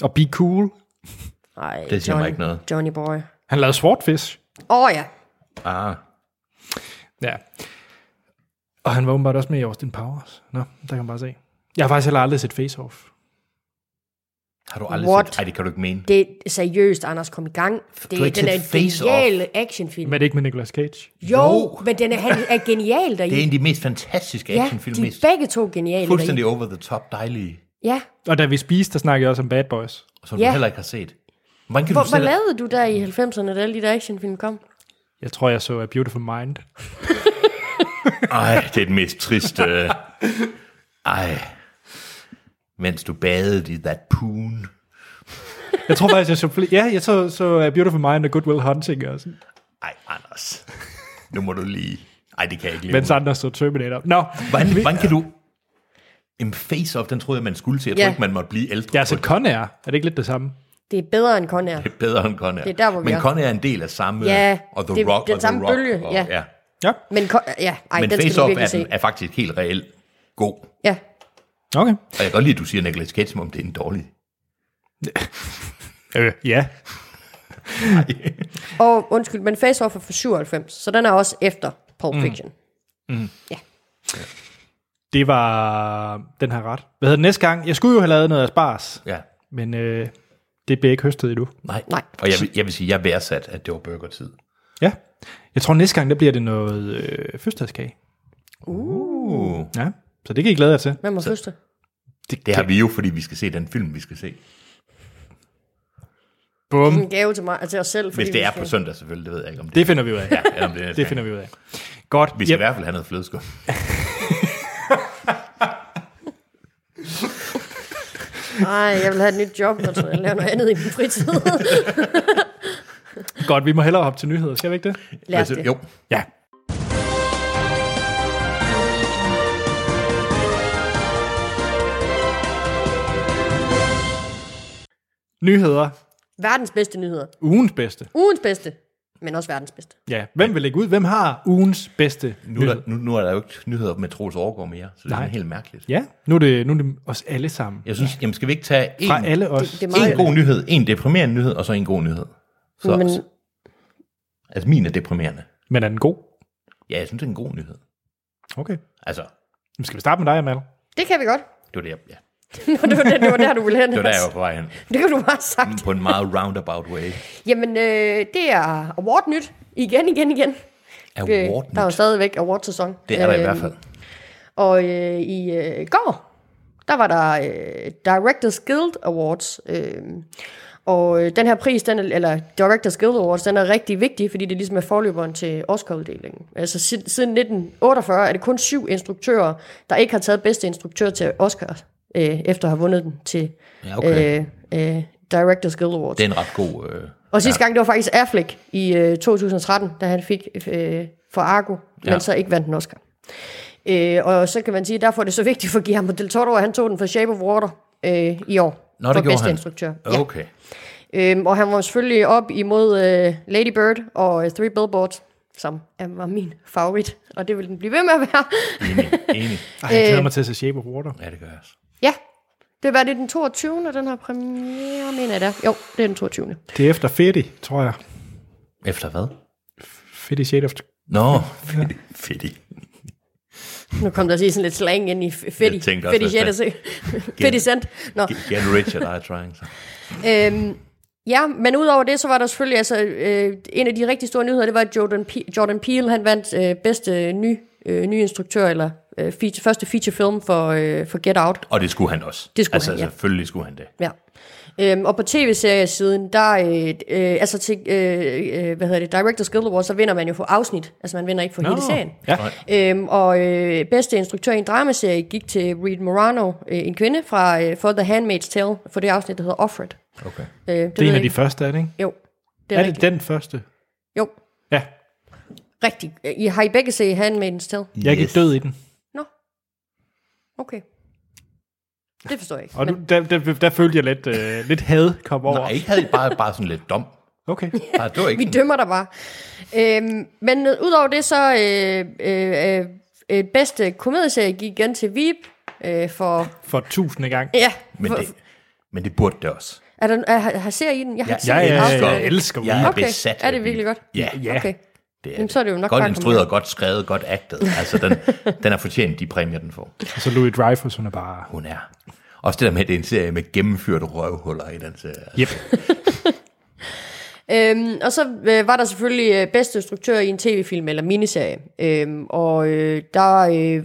Speaker 1: Og Be Cool.
Speaker 2: Nej,
Speaker 1: Det siger mig ikke noget.
Speaker 2: Johnny Boy.
Speaker 1: Han lavede Swordfish.
Speaker 2: Åh oh, ja.
Speaker 3: Ah.
Speaker 1: Ja. Og han var åbenbart også med i Austin Powers. Nå, der kan man bare se. Jeg har faktisk heller aldrig set Face Off.
Speaker 3: Har du aldrig
Speaker 2: What?
Speaker 3: set? Ej, det kan du ikke mene.
Speaker 2: Det er seriøst, Anders, kom i gang. Det
Speaker 3: har
Speaker 2: er,
Speaker 3: ikke
Speaker 2: den er
Speaker 3: set
Speaker 2: en
Speaker 3: Face Off.
Speaker 2: genial actionfilm.
Speaker 1: Men er det ikke med Nicolas Cage?
Speaker 2: Jo, men den er, han er genial deri.
Speaker 3: Det er en af de mest fantastiske
Speaker 2: ja,
Speaker 3: actionfilm.
Speaker 2: de er
Speaker 3: mest
Speaker 2: begge to geniale
Speaker 3: fuldstændig
Speaker 2: deri.
Speaker 3: over the top, dejlige,
Speaker 2: Ja.
Speaker 1: Og da vi spiste, der snakkede jeg også om Bad Boys.
Speaker 3: som
Speaker 2: Ja.
Speaker 3: du heller ikke har set. Hvordan kan
Speaker 2: Hvor,
Speaker 3: du
Speaker 2: hvad
Speaker 3: selv...
Speaker 2: lavede du der i 90'erne, da alle de der actionfilm kom?
Speaker 1: Jeg tror, jeg så A Beautiful Mind.
Speaker 3: Ej, det er den mest triste... Ej. Mens du badede i that poon.
Speaker 1: Jeg tror faktisk, jeg så flere. Ja, jeg så, så A Beautiful Mind og Good Will Hunting. Og sådan.
Speaker 3: Ej, Anders. Nu må du lige... Ej, det kan jeg ikke lide.
Speaker 1: Mens andre så Terminator. Nå.
Speaker 3: Hvordan, hvordan kan du... En face-off, den troede jeg, man skulle til. Jeg troede
Speaker 2: Ja.
Speaker 3: ikke, man måtte blive ældre.
Speaker 1: Ja, altså Con Air. Er det ikke lidt det samme?
Speaker 2: Det er bedre end Con Air.
Speaker 3: Det er bedre end Con Air.
Speaker 2: Det er der, hvor vi
Speaker 3: Men
Speaker 2: er.
Speaker 3: Con Air er en del af samme...
Speaker 2: Ja,
Speaker 3: og The
Speaker 2: det-
Speaker 3: Rock,
Speaker 2: den
Speaker 3: og
Speaker 2: samme
Speaker 3: the rock,
Speaker 2: bølge,
Speaker 3: Og,
Speaker 2: ja.
Speaker 3: ja.
Speaker 1: Ja.
Speaker 2: Men, Con- ja, ej,
Speaker 3: Men
Speaker 2: den skal du
Speaker 3: face-off er,
Speaker 2: virkelig se.
Speaker 3: den- er faktisk helt reelt god.
Speaker 2: Ja.
Speaker 1: Okay.
Speaker 3: Og jeg kan godt lide, at du siger Nicolas Cage, som om det er en dårlig.
Speaker 1: Øh, ja.
Speaker 2: Og undskyld, men Face Off er fra 97, så den er også efter Pulp
Speaker 1: Mm.
Speaker 2: Fiction.
Speaker 1: Mm.
Speaker 2: Ja.
Speaker 1: Det var den her ret. Hvad hedder det næste gang? Jeg skulle jo have lavet noget af spars.
Speaker 3: Ja.
Speaker 1: Men øh, det bliver ikke høstet endnu.
Speaker 3: Nej.
Speaker 2: Nej.
Speaker 3: Og jeg vil, jeg vil sige, jeg er værdsat, at det var burgertid.
Speaker 1: Ja. Jeg tror, næste gang, der bliver det noget øh, fødselsdagskage.
Speaker 3: Uh.
Speaker 1: Ja. Så det kan I glæde jer til.
Speaker 2: Hvem var første?
Speaker 3: Det, det har vi jo, fordi vi skal se den film, vi skal se.
Speaker 1: Bum.
Speaker 2: Det er en gave til, mig, altså til os selv.
Speaker 3: Hvis
Speaker 2: fordi
Speaker 3: det
Speaker 2: vi
Speaker 3: er
Speaker 2: skal-
Speaker 3: på søndag selvfølgelig, det ved jeg ikke om det.
Speaker 1: Det finder vi ud af.
Speaker 3: Ja, eller om det, er
Speaker 1: det
Speaker 3: fredag.
Speaker 1: finder vi ud af. Godt.
Speaker 3: Vi skal
Speaker 1: Yep.
Speaker 3: i hvert fald have noget flødeskum.
Speaker 2: Nej, jeg vil have et nyt job, når jeg laver noget andet i min fritid.
Speaker 1: Godt, vi må hellere hoppe til nyheder, skal vi ikke det?
Speaker 2: Lad os det.
Speaker 3: Jo.
Speaker 1: Ja. Nyheder.
Speaker 2: verdens bedste nyheder.
Speaker 1: Ugens bedste.
Speaker 2: Ugens bedste, men også verdens bedste.
Speaker 1: Ja, hvem vil lægge ud? Hvem har ugens bedste
Speaker 3: Nu, er der, nu, nu er der jo ikke nyheder med Troels Overgaard mere, så det er
Speaker 1: Nej.
Speaker 3: sådan helt mærkeligt.
Speaker 1: Ja, nu er, det, nu er det os alle sammen.
Speaker 3: Jeg synes, jamen skal vi ikke tage en,
Speaker 1: Fra alle os.
Speaker 2: Det- det er meget-
Speaker 3: en god nyhed, en deprimerende nyhed, og så en god nyhed? Så,
Speaker 2: Men-
Speaker 3: Men... Altså, min er deprimerende.
Speaker 1: Men er den god?
Speaker 3: Ja, jeg synes, det er en god nyhed.
Speaker 1: Okay.
Speaker 3: Altså,
Speaker 1: Men Skal vi starte med dig, Amal?
Speaker 2: Det kan vi godt.
Speaker 3: det var det, jeg, ja.
Speaker 2: Nå, det, var der, det var der, du ville hen.
Speaker 3: det, var der, Mm. jeg var på vej hen.
Speaker 2: Det kan du bare have sagt.
Speaker 3: På en meget roundabout way.
Speaker 2: Jamen, øh, det er award nyt. Igen, igen, igen.
Speaker 3: Award
Speaker 2: Øh, Der er jo stadigvæk award-sæson.
Speaker 3: Det er der i
Speaker 2: Øhm,
Speaker 3: hvert fald.
Speaker 2: Og øh, i øh, går, der var der øh, Directors Guild Awards. Øh, og øh, den her pris, den er, eller Directors Guild Awards, den er rigtig vigtig, fordi det ligesom er forløberen til Oscar-uddelingen. Altså si- siden 1948 er det kun syv instruktører, der ikke har taget bedste instruktør til Oscar, øh, efter at have vundet den til
Speaker 3: Ja, okay.
Speaker 2: øh, øh, Directors Guild Awards.
Speaker 3: Det er en ret god... Øh,
Speaker 2: Og sidste ja. gang, det var faktisk Affleck i øh, 2013, da han fik øh, for Argo, ja.
Speaker 3: Ja.
Speaker 2: men så ikke vandt en Oscar. Øh, og så kan man sige, derfor er det så vigtigt for Guillermo del Toro, at han tog den for Shape of Water øh, i år.
Speaker 3: Nå, det
Speaker 2: for
Speaker 3: gjorde
Speaker 2: bedste
Speaker 3: han.
Speaker 2: instruktør. Ja.
Speaker 3: Okay.
Speaker 2: Øhm, og han var selvfølgelig op imod øh, Lady Bird og øh, Three Billboards, som er- var min favorit, og det vil den blive ved med at være.
Speaker 3: Enig, enig.
Speaker 1: Ej, jeg glæder mig til at se Shape of Water.
Speaker 3: Ja, det gør jeg også.
Speaker 2: ja, det var det er den 22. den her premiere, mener jeg da. Jo, det er den 22.
Speaker 1: Det er efter Fetty, tror jeg.
Speaker 3: Efter hvad?
Speaker 1: Fetty Shade of...
Speaker 3: Nå, fedt. fedt.
Speaker 2: Nu kom der lige sådan lidt slang ind i fedt
Speaker 3: tænkte også,
Speaker 2: fedt
Speaker 3: hvad-
Speaker 2: i fedt i sendt. Nå.
Speaker 3: Get rich at I trying. Så.
Speaker 2: Øhm, ja, men udover det, så var der selvfølgelig, altså, øh, en af de rigtig store nyheder, det var, at Jordan, Pe- Jordan Peele, han vandt øh, bedste øh, ny, øh, ny instruktør, eller øh, feature, første feature film for, øh, for Get Out.
Speaker 3: Og det skulle han også.
Speaker 2: Det skulle
Speaker 3: altså,
Speaker 2: han, ja.
Speaker 3: selvfølgelig skulle han det.
Speaker 2: Ja. Øhm, og på tv-seriesiden, der øh, øh, altså til, øh, øh, hvad hedder det, Directors Guild Awards, så vinder man jo for afsnit, altså man vinder ikke for hele serien.
Speaker 1: Ja.
Speaker 2: Øhm, og øh, bedste instruktør i en dramaserie gik til Reed Morano, øh, en kvinde fra øh, for The Handmaid's Tale, for det afsnit, der hedder Offred.
Speaker 3: Okay.
Speaker 2: Øh, det
Speaker 1: Det er en af de første, er det ikke?
Speaker 2: Jo, det
Speaker 1: Er,
Speaker 2: er,
Speaker 1: er
Speaker 2: rigtigt.
Speaker 1: det den første?
Speaker 2: Jo,
Speaker 1: Ja,
Speaker 2: rigtigt. I, har I begge set Handmaid's Tale?
Speaker 1: jeg gik død i den.
Speaker 2: Nå, okay. Det forstår jeg ikke.
Speaker 1: Og du, der, der, der, følte jeg lidt, øh, lidt had kom over.
Speaker 3: Nej, ikke havde bare, bare sådan lidt dom.
Speaker 1: Okay.
Speaker 3: Bare, det var ikke
Speaker 2: Vi
Speaker 3: en-
Speaker 2: dømmer dig bare. Øhm, men øh, udover det, så øh, øh, øh, øh, bedste komedieserie gik igen til Veep øh, for...
Speaker 1: For tusinde gang.
Speaker 2: Ja,
Speaker 3: men,
Speaker 2: for,
Speaker 3: det, men det burde det også.
Speaker 2: er der, er, har, har ser I den? Jeg har ikke set
Speaker 1: jeg
Speaker 2: den.
Speaker 1: er-
Speaker 2: Afsnit af
Speaker 1: jeg
Speaker 2: det.
Speaker 1: elsker
Speaker 3: Jeg er
Speaker 2: Okay,
Speaker 3: besat
Speaker 2: er
Speaker 3: af
Speaker 2: det
Speaker 3: Veep.
Speaker 2: virkelig godt?
Speaker 3: Ja,
Speaker 1: Ja.
Speaker 2: Okay.
Speaker 3: det er
Speaker 2: Jamen, så er det jo nok
Speaker 3: Godt
Speaker 2: bare
Speaker 3: instrueret,
Speaker 2: kommet.
Speaker 3: godt skrevet, godt acted. Altså, den, den har fortjent de præmier, den får.
Speaker 1: Og så Louis Dreyfus, hun er bare...
Speaker 3: Hun er. Også det der med, at det er en serie med gennemførte røvhuller i den serie. altså.
Speaker 1: Yep.
Speaker 2: Øhm, og så øh, var der selvfølgelig øh, bedste instruktør i en tv-film eller miniserie. Øhm, og øh, der... Øh,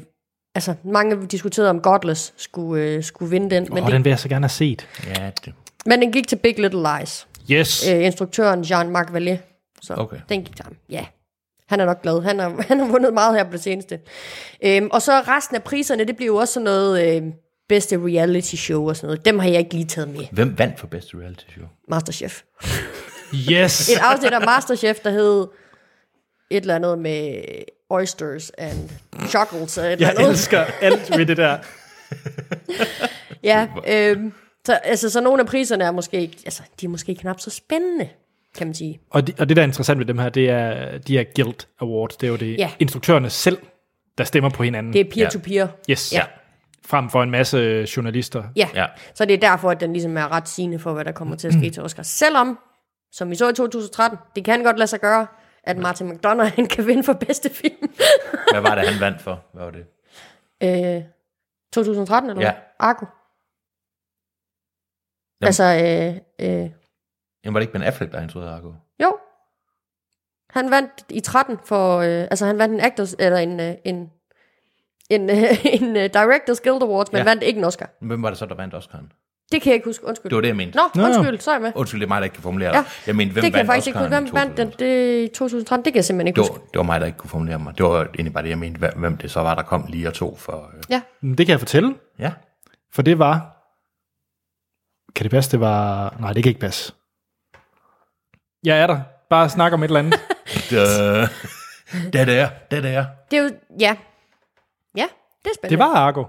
Speaker 2: altså, mange diskuterede, om Godless skulle, øh, skulle vinde den. Men,
Speaker 1: Åh,
Speaker 2: oh,
Speaker 1: den
Speaker 2: den...
Speaker 1: vil jeg så gerne have set.
Speaker 3: Ja, det,
Speaker 2: men den gik til Big Little Lies.
Speaker 1: Yes.
Speaker 2: øh, instruktøren Jean-Marc Vallée. Så okay.
Speaker 3: Okay.
Speaker 2: den gik til ham. Ja, han er nok glad. Han har, han har vundet meget her på det seneste. Øhm, og så resten af priserne, det bliver jo også sådan noget øh, bedste reality show og sådan noget. Dem har jeg ikke lige taget med.
Speaker 3: hvem vandt for bedste reality show?
Speaker 2: Masterchef.
Speaker 1: Yes.
Speaker 2: Et afsnit af Masterchef, der hed et eller andet med oysters and chocolates. eller et
Speaker 1: Jeg
Speaker 2: eller andet.
Speaker 1: elsker alt ved det der.
Speaker 2: Ja, øhm, så, altså, så nogle af priserne er måske, ikke- altså, de er måske knap så spændende, kan man sige.
Speaker 1: Og, de, og det, der er interessant ved dem her, det er de her Guild Awards. Det er jo det
Speaker 2: Ja.
Speaker 1: instruktørerne selv, der stemmer på hinanden.
Speaker 2: Det er peer-to-peer.
Speaker 1: Yes.
Speaker 2: Ja.
Speaker 1: Frem for en masse journalister.
Speaker 2: Ja. ja,
Speaker 3: Ja.
Speaker 2: så det er derfor, at den ligesom er ret sigende for, hvad der kommer til at ske til Oscar. Selvom, som vi så i 2013, det kan godt lade sig gøre, at Martin McDonough han kan vinde for bedste film.
Speaker 3: Hvad var det, han vandt for? Hvad var det?
Speaker 2: øh, 2013 eller
Speaker 3: Ja.
Speaker 2: hvad? Argo. Altså, øh, øh,
Speaker 3: Jamen, var det ikke Ben Affleck, der instruerede Argo?
Speaker 2: jo. Han vandt i 13 for, øh, altså han vandt en actors, eller en, øh, en, en, øh, en øh, Directors Guild Awards, men ja.
Speaker 3: Ja.
Speaker 2: vandt ikke en Oscar.
Speaker 3: Men Hvem var det så, der vandt Oscar'en?
Speaker 2: Det kan jeg ikke huske, undskyld.
Speaker 3: Det var det, jeg mente.
Speaker 2: Nå, undskyld, så er jeg med.
Speaker 3: Undskyld, det er mig, der ikke kan formulere
Speaker 2: Ja,
Speaker 3: ja. Jeg mente, hvem
Speaker 2: det kan jeg
Speaker 3: vandt
Speaker 2: faktisk ikke huske.
Speaker 3: Oscar'en i
Speaker 2: Hvem vandt den
Speaker 3: 2000?
Speaker 2: det i 2013? Det kan jeg simpelthen ikke
Speaker 3: Det
Speaker 2: huske.
Speaker 3: var, det var mig, der ikke kunne formulere mig. Det var egentlig bare det, jeg mente, hvem- hvem det så var, der kom lige og tog for... Øh.
Speaker 2: Ja.
Speaker 1: Men Det kan jeg fortælle,
Speaker 3: Ja,
Speaker 1: for det var... Kan det passe, det var... Nej, det kan ikke passe. Jeg er der. Bare snak om et eller andet.
Speaker 3: det, øh, det er det, er, det er det. er.
Speaker 2: Det er jo, ja. Ja, det er spændende.
Speaker 1: det var Argo.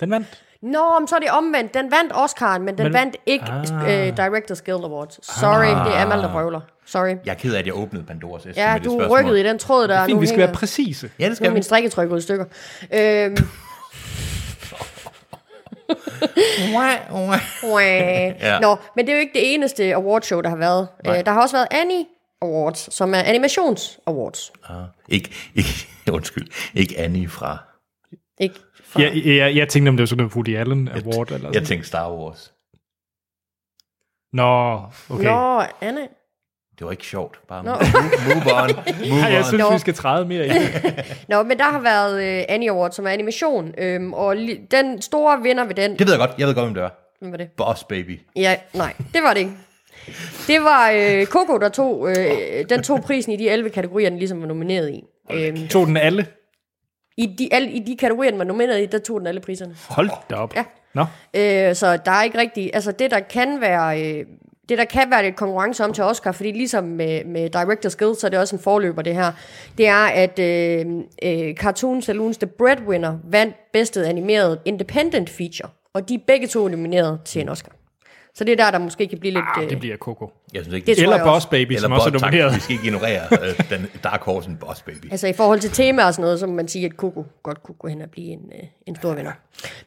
Speaker 1: Den vandt.
Speaker 2: Nå, men så er det omvendt. Den vandt Oscar'en, men den men...
Speaker 1: Men-
Speaker 2: vandt ikke ah.
Speaker 1: Ah.
Speaker 2: uh, Directors Guild Awards. Sorry, ah. det er Amal, der røvler. Sorry.
Speaker 3: Jeg er ked af, at jeg åbnede Pandoras æske
Speaker 2: Ja,
Speaker 3: med det
Speaker 2: du
Speaker 3: spørgsmål.
Speaker 2: rykkede i den tråd, der
Speaker 1: Fint,
Speaker 2: nu
Speaker 1: vi skal
Speaker 2: hænger.
Speaker 1: være præcise.
Speaker 3: Ja, det
Speaker 2: Nu er
Speaker 3: skal vi.
Speaker 2: min strikketøj gået i stykker. Øhm, ja. Nå, men det er jo ikke det eneste awardshow, der har været. Øh, der har også været Annie Awards, som er Animations Awards.
Speaker 3: Ah, ikke, ikke, undskyld, ikke Annie fra...
Speaker 2: Ikke?
Speaker 1: Jeg, jeg, jeg tænkte, om det var sådan en Woody Allen Award. Eller
Speaker 3: Jeg
Speaker 1: sådan.
Speaker 3: tænkte Star Wars.
Speaker 1: Nå, okay.
Speaker 2: Nå, Anne.
Speaker 3: Det var ikke sjovt. Bare
Speaker 2: Nå.
Speaker 3: move, move on. Move
Speaker 1: Ej, jeg
Speaker 3: on.
Speaker 1: synes,
Speaker 2: Nå.
Speaker 1: vi skal træde mere i det.
Speaker 2: Nå, men der har været øh, Annie Award, som er animation. Øhm, og li- den store vinder ved den...
Speaker 3: Det ved jeg godt. Jeg ved godt, hvem det var.
Speaker 2: Hvem var det?
Speaker 3: Boss Baby.
Speaker 2: Ja, nej, det var det ikke. Det var øh, Coco, der tog, øh, den tog prisen i de 11 kategorier, den ligesom var nomineret i. Øhm,
Speaker 1: Tog den alle?
Speaker 2: i, de, alle, I de kategorier, den var nomineret i, der tog den alle priserne.
Speaker 1: Hold da op.
Speaker 2: Ja.
Speaker 1: Nå,
Speaker 2: Øh, så der er ikke rigtig... Altså, det der kan være... Øh, det, der kan være lidt konkurrence om til Oscar, fordi ligesom med, med Director's Guild, så er det også en forløber, det her, det er, at øh, øh, Cartoon Saloons The Breadwinner vandt bedste animeret independent feature, og de er begge to nomineret til en Oscar. Så det er der, der måske kan blive lidt...
Speaker 1: Arh,
Speaker 2: øh,
Speaker 1: Ah, det bliver Coco.
Speaker 3: Jeg synes ikke,
Speaker 2: Det tror
Speaker 1: Eller
Speaker 2: jeg
Speaker 1: Boss Baby, som også er
Speaker 3: Boss- tak,
Speaker 1: nomineret.
Speaker 3: Vi skal ikke ignorere øh, den Dark Horse and Boss Baby.
Speaker 2: Altså i forhold til tema og sådan noget, så må man sige, at Coco godt kunne gå hen og blive en, øh, en stor vinder.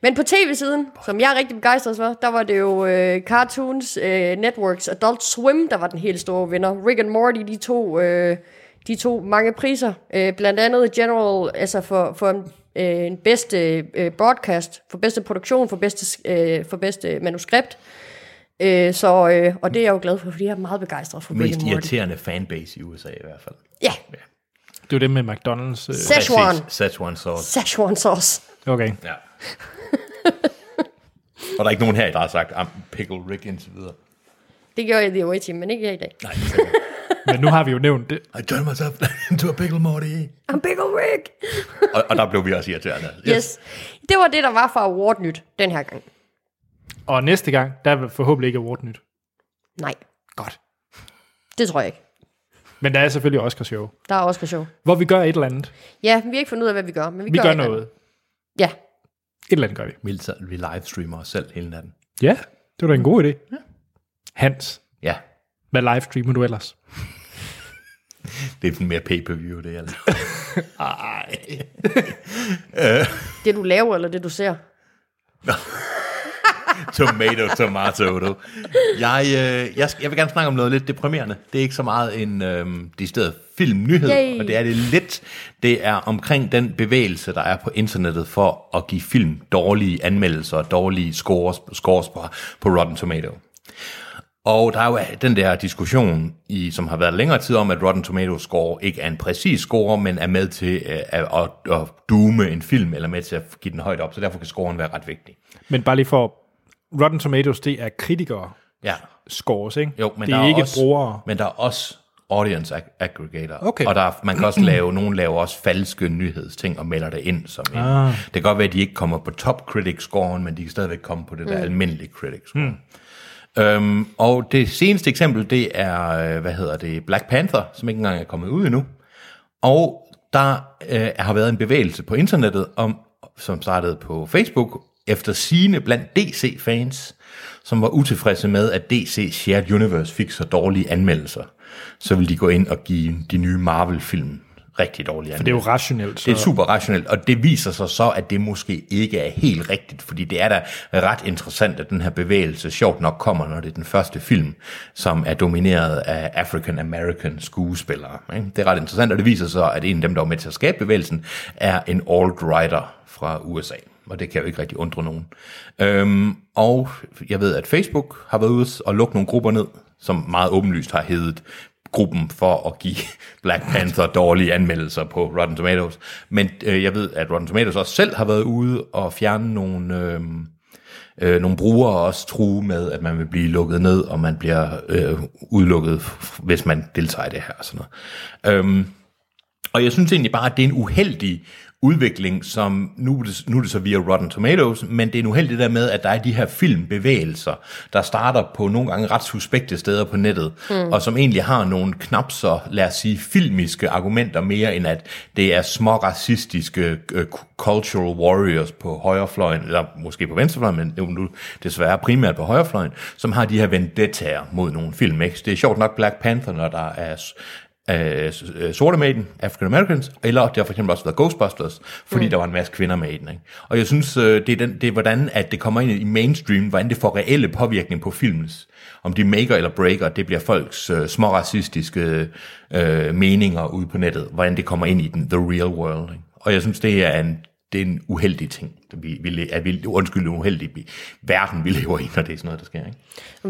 Speaker 2: Men på tv-siden, som jeg er rigtig begejstret for, der var det jo øh, Cartoons øh, Networks Adult Swim, der var den helt store vinder. Rick and Morty, de to, øh, de to mange priser. Øh, blandt andet General, altså for, for en, øh, en bedste øh, broadcast, for bedste produktion, for bedste, øh, for bedste manuskript. Øh, så, øh, og det er jeg jo glad for, fordi jeg er meget begejstret for Rick
Speaker 3: Mest
Speaker 2: and Morty.
Speaker 3: irriterende fanbase i USA i hvert fald.
Speaker 2: Ja,
Speaker 1: Det er jo det med McDonald's. øh.
Speaker 2: Szechuan.
Speaker 3: Præcis. Szechuan sauce.
Speaker 2: Szechuan sauce.
Speaker 1: Okay.
Speaker 3: Ja. Og der er ikke nogen her, der har sagt, I'm pickle Rick indtil videre.
Speaker 2: Det gjorde jeg i The Away Team, men ikke her i dag.
Speaker 3: Nej, det er ikke.
Speaker 1: Men nu har vi jo nævnt det.
Speaker 3: I turned myself into a pickle Morty.
Speaker 2: I'm Pickle Rick!
Speaker 3: Og, og der blev vi også irriterende.
Speaker 2: Yes. yes. Det var det, der var for award nyt den her gang.
Speaker 1: Og næste gang, der er forhåbentlig ikke award nyt.
Speaker 2: Nej,
Speaker 1: Godt.
Speaker 2: det tror jeg ikke.
Speaker 1: Men der er selvfølgelig Oscar show,
Speaker 2: Der er Oscar show.
Speaker 1: hvor vi gør et eller andet.
Speaker 2: Ja, vi har ikke fundet ud af, hvad vi gør, men vi,
Speaker 1: Vi gør
Speaker 2: et eller
Speaker 1: noget. Et
Speaker 2: andet. Ja,
Speaker 1: eller andet gør vi.
Speaker 3: Vi, vi livestreamer os selv hele natten.
Speaker 1: Ja, det var da en god idé. Hans,
Speaker 3: Ja,
Speaker 1: hvad livestreamer du ellers?
Speaker 3: det er sådan mere pay-per-view, det jeg laver.
Speaker 2: det du laver eller det du ser.
Speaker 3: Tomato, tomato. du. Jeg, øh, jeg, skal- jeg vil gerne snakke om noget lidt deprimerende. Det er ikke så meget en øh, decideret filmnyhed,
Speaker 2: Yay.
Speaker 3: og det er det lidt. Det er omkring den bevægelse, der er på internettet for at give film dårlige anmeldelser og dårlige scores, scores på, på Rotten Tomato. Og der er jo øh, den der diskussion, i, som har været længere tid om, at Rotten Tomatoes score ikke er en præcis score, men er med til øh, at, at, at dume en film, eller med til at give den højt op, så derfor kan scoren være ret vigtig.
Speaker 1: Men bare lige for, Rotten Tomatoes, det er kritikere
Speaker 3: Ja.
Speaker 1: scores, ikke?
Speaker 3: Jo, men
Speaker 1: det er
Speaker 3: der
Speaker 1: ikke
Speaker 3: er også,
Speaker 1: brugere.
Speaker 3: Men der er også audience ag- aggregator.
Speaker 1: Okay.
Speaker 3: Og der er, man kan også lave, nogen laver også falske nyhedsting og melder det ind som ah. en. Det kan godt være, at de ikke kommer på top critic scoren, men de kan stadigvæk komme på det
Speaker 1: Hmm.
Speaker 3: der mm. almindelige critic score. Mm. Øhm, og det seneste eksempel, det er, øh, hvad hedder det, Black Panther, som ikke engang er kommet ud endnu. Og der øh, har været en bevægelse på internettet, om, som startede på Facebook, efter sigende blandt DC-fans, som var utilfredse med, at DC Shared Universe fik så dårlige anmeldelser. Så ville de gå ind og give de nye Marvel-film rigtig dårlige anmeldelser.
Speaker 1: Det er jo rationelt. Så.
Speaker 3: Det er super rationelt, og det viser sig så, at det måske ikke er helt rigtigt, fordi det er da ret interessant, at den her bevægelse sjovt nok kommer, når det er den første film, som er domineret af African American skuespillere. Ikke? Det er ret interessant, og det viser sig, at en af dem, der var med til at skabe bevægelsen, er en alt-writer fra USA. Og det kan jo ikke rigtig undre nogen. Øhm, og jeg ved, at Facebook har været ude og lukke nogle grupper ned, som meget åbenlyst har heddet gruppen for at give Black Panther dårlige anmeldelser på Rotten Tomatoes. Men øh, jeg ved, at Rotten Tomatoes også selv har været ude og fjerne nogle, øh, øh, nogle brugere og også true med, at man vil blive lukket ned, og man bliver øh, udelukket, f- hvis man deltager i det her og sådan noget. Øhm, og jeg synes egentlig bare, at det er en uheldig udvikling, som nu er det, nu er det så via Rotten Tomatoes, men det er en uheldig det der med, at der er de her filmbevægelser, der starter på nogle gange ret suspekte steder på nettet, mm. og som egentlig har nogle knap så, lad os sige, filmiske argumenter mere, end at det er små racistiske øh, cultural warriors på højrefløjen, eller måske på venstrefløjen, men nu- nu desværre primært på højrefløjen, som har de her vendettaer mod nogle film. Ikke? Så Det er sjovt nok Black Panther, når der er øh, s- øh, sorte med i den, African Americans, eller det har for eksempel også været Ghostbusters, fordi mm. der var en masse kvinder med i den. Ikke? Og jeg synes, øh, det, er den, det er hvordan, at det kommer ind i mainstream, hvordan det får reelle påvirkning på filmens, om de maker eller breaker, det bliver folks øh, små racistiske øh, meninger ude på nettet, hvordan det kommer ind i den, the real world. Ikke? Og jeg synes, det her er en det er en uheldig ting, at vi, vi, le- at vi undskyld, en uheldig bi- verden, vi lever i, når det er sådan noget, der sker. Ikke?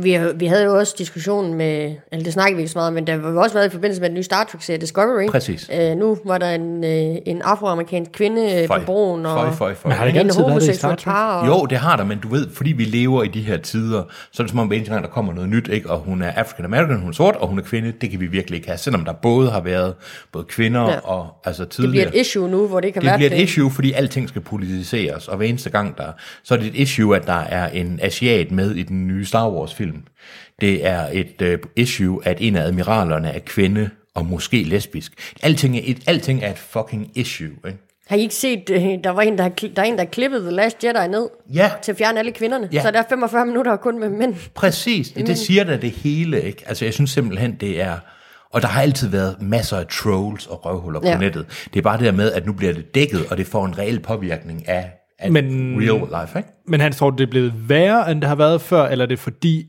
Speaker 2: Vi, har- vi havde jo også diskussionen med, eller det snakkede vi ikke så meget om, men der var jo også været i forbindelse med den nye Star Trek-serie Discovery.
Speaker 3: Præcis.
Speaker 2: Øh, nu var der en, øh, en afroamerikansk kvinde føj.
Speaker 3: Føj.
Speaker 2: på broen, og
Speaker 3: Føj, føj, føj.
Speaker 1: Men har det ikke
Speaker 2: en
Speaker 1: altid været det i Star
Speaker 2: homoseksuel
Speaker 1: Trek?
Speaker 2: par. Og,
Speaker 3: Jo, det har der, men du ved, fordi vi lever i de her tider, så er det som om, hver eneste gang, der kommer noget nyt, ikke? og hun er African American, hun er sort, og hun er kvinde, det kan vi virkelig ikke have, selvom der både har været både kvinder
Speaker 2: Ja.
Speaker 3: ja. og altså
Speaker 2: det bliver
Speaker 3: tidligere.
Speaker 2: et issue nu, hvor det kan
Speaker 3: det
Speaker 2: være
Speaker 3: bliver et issue, fordi alting skal politiseres, og hver eneste gang, der, så er det et issue, at der er en asiat med i den nye Star Wars-film. Det er et øh, issue, at en af admiralerne er kvinde, og måske lesbisk. Alting er et, alting er et fucking issue, ikke?
Speaker 2: Har I ikke set, øh, der var en, der, kli- der, er en, der klippede The Last Jedi ned
Speaker 3: Ja.
Speaker 2: til at fjerne alle kvinderne?
Speaker 3: Ja.
Speaker 2: Så der er 45 minutter kun med mænd.
Speaker 3: Præcis, det, det siger da det hele, ikke? Altså, jeg synes simpelthen, det er... Og der har altid været masser af trolls og røvhuller på
Speaker 2: Ja.
Speaker 3: ja. nettet. Det er bare det der med, at nu bliver det dækket, og det får en reel påvirkning af, af
Speaker 1: Men-
Speaker 3: real life, ikke?
Speaker 1: Men han tror, det er blevet værre, end det har været før, eller er det fordi,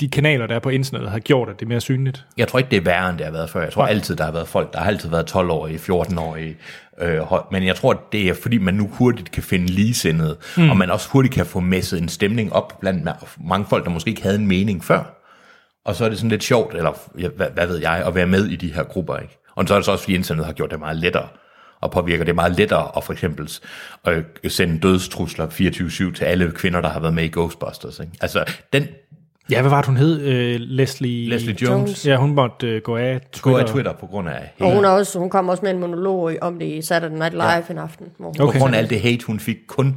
Speaker 1: de kanaler, der er på internettet, har gjort, at det er mere synligt?
Speaker 3: Jeg tror ikke, det er værre, end det har været før. Jeg tror altid, der har været folk, der har altid været 12-årige, 14-årige. Øh, høj- men jeg tror, det er, fordi man nu hurtigt kan finde ligesindede, mm. og man også hurtigt kan få messet en stemning op blandt ma- mange folk, der måske ikke havde en mening før. Og så er det sådan lidt sjovt, eller ja, hvad, hvad ved jeg, at være med i de her grupper, ikke? Og så er det så også, fordi internettet har gjort det meget lettere og påvirker det meget lettere at for eksempel øh, sende dødstrusler 24-7 til alle kvinder, der har været med i Ghostbusters. Ikke? Altså, den
Speaker 1: Ja, hvad var det, hun hed? Øh, Leslie...
Speaker 3: Leslie Jones, Jones.
Speaker 1: Ja, hun måtte øh, gå af Twitter.
Speaker 3: går af Twitter på grund af
Speaker 2: Og hun, er også, hun kom også med en monolog om det i Saturday Night Live ja. en aften. Hvor hun
Speaker 1: Okay.
Speaker 3: okay. på grund af alt det hate, hun fik kun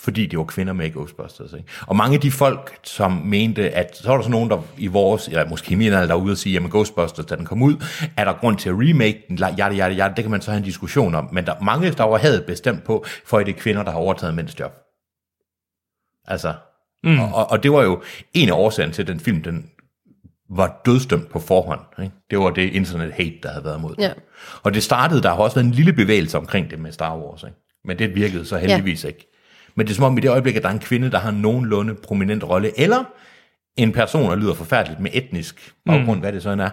Speaker 3: fordi det var kvinder med i Ghostbusters. Ikke? Og mange af de folk, som mente, at så var der sådan nogen, der i vores, eller måske i min alder, der var ude og sige, jamen Ghostbusters, da den kom ud, er der grund til at remake den, la- yada, yada, yada, det kan man så have en diskussion om, men der er mange, der var havde bestemt på, for at det er kvinder, der har overtaget mænds job. Altså, mm. og, og, og, det var jo en af årsagen til, at den film, den var dødstømt på forhånd. Ikke? Det var det internet-hate, der havde været mod den.
Speaker 2: Ja.
Speaker 3: Og det startede, der har også været en lille bevægelse omkring det med Star Wars, ikke? men det virkede så heldigvis ja. ikke. Men det er som om i det øjeblik, at der er en kvinde, der har en nogenlunde prominent rolle, eller en person, der lyder forfærdeligt med etnisk baggrund, mm. hvad det sådan er,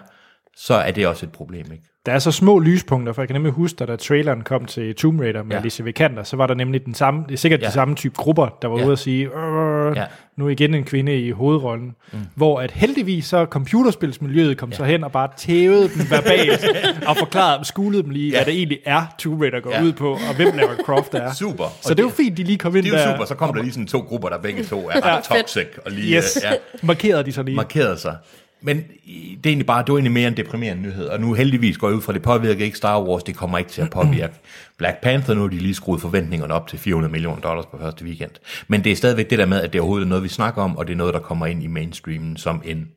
Speaker 3: så er det også et problem. Ikke?
Speaker 1: Der er så små lyspunkter, for jeg kan nemlig huske, da, da traileren kom til Tomb Raider med ja.
Speaker 3: Ja.
Speaker 1: Alicia Vikander, så var der nemlig den samme, det er sikkert ja. de
Speaker 3: Ja.
Speaker 1: samme type grupper, der var ja.
Speaker 3: Ja.
Speaker 1: ude at sige, ja.
Speaker 3: Ja.
Speaker 1: nu igen en kvinde i hovedrollen. Mm. Hvor at heldigvis så computerspilsmiljøet kom ja. så hen og bare tævede dem verbalt, og forklarede dem, skulede dem lige, ja. hvad det egentlig er, Tomb Raider går ja.
Speaker 3: Ja.
Speaker 1: ud på, og hvem Lara Croft er.
Speaker 3: Super.
Speaker 1: Så
Speaker 3: Og
Speaker 1: det er jo
Speaker 3: det-
Speaker 1: fint, øh, de lige kom ind
Speaker 3: Det er jo
Speaker 1: der.
Speaker 3: super, så kom der lige sådan to grupper, der begge to er ret toxic, og lige
Speaker 1: Yes,
Speaker 3: øh, ja,
Speaker 1: markerede de så lige.
Speaker 3: markerede sig. Men i- det er egentlig bare, det var egentlig mere en deprimerende nyhed, og nu heldigvis går jeg ud fra, at det påvirker ikke Star Wars, det kommer ikke til at påvirke Black Panther, nu har de lige skruet forventningerne op til 400 millioner dollars på første weekend. Men det er stadigvæk det der med, at det overhovedet er noget, vi snakker om, og det er noget, der kommer ind i mainstreamen som en...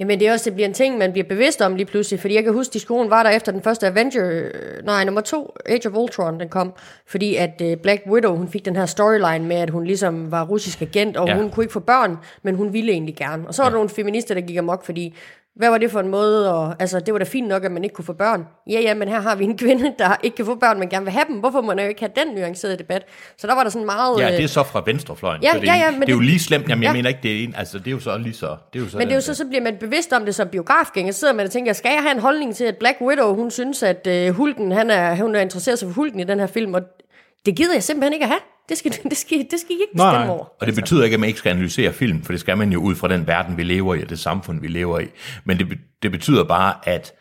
Speaker 2: Jamen det er også, det bliver en ting, man bliver bevidst om lige pludselig, fordi jeg kan huske, diskussionen var der efter den første Avenger, øh, nej, nummer to, Age of Ultron, den kom, fordi at øh, Black Widow, hun fik den her storyline med, at hun ligesom var russisk agent, og ja.
Speaker 3: Ja.
Speaker 2: hun kunne ikke få børn, men hun ville egentlig gerne. Og så var der nogle feminister, der gik amok, fordi hvad var det for en måde, og, altså det var da fint nok, at man ikke kunne få børn. Ja, ja, men her har vi en kvinde, der ikke kan få børn, men gerne vil have dem. Hvorfor må man jo ikke have den nuancerede debat? Så der var der sådan meget...
Speaker 3: Ja,
Speaker 2: øh,
Speaker 3: det er så fra venstrefløjen.
Speaker 2: Ja,
Speaker 3: så det, er,
Speaker 2: ja, ja, men
Speaker 3: det er jo
Speaker 2: det-
Speaker 3: lige slemt, jamen jeg
Speaker 2: ja.
Speaker 3: mener ikke, det er en, altså det er jo så lige så... Det er jo så
Speaker 2: Men det er jo
Speaker 3: den-
Speaker 2: så, så bliver man bevidst om det som biografgænger. Så sidder man og tænker, skal jeg have en holdning til, at Black Widow, hun synes, at øh, Hulken, han er, hun er interesseret sig for Hulken i den her film, og det gider jeg simpelthen ikke at have. Det skal, det skal, det skal I ikke
Speaker 1: Nej,
Speaker 2: bestemme
Speaker 1: nej.
Speaker 2: over.
Speaker 3: Og det betyder ikke, at man ikke skal analysere film, for det skal man jo ud fra den verden, vi lever i, og det samfund, vi lever i. Men det, be- det betyder bare, at,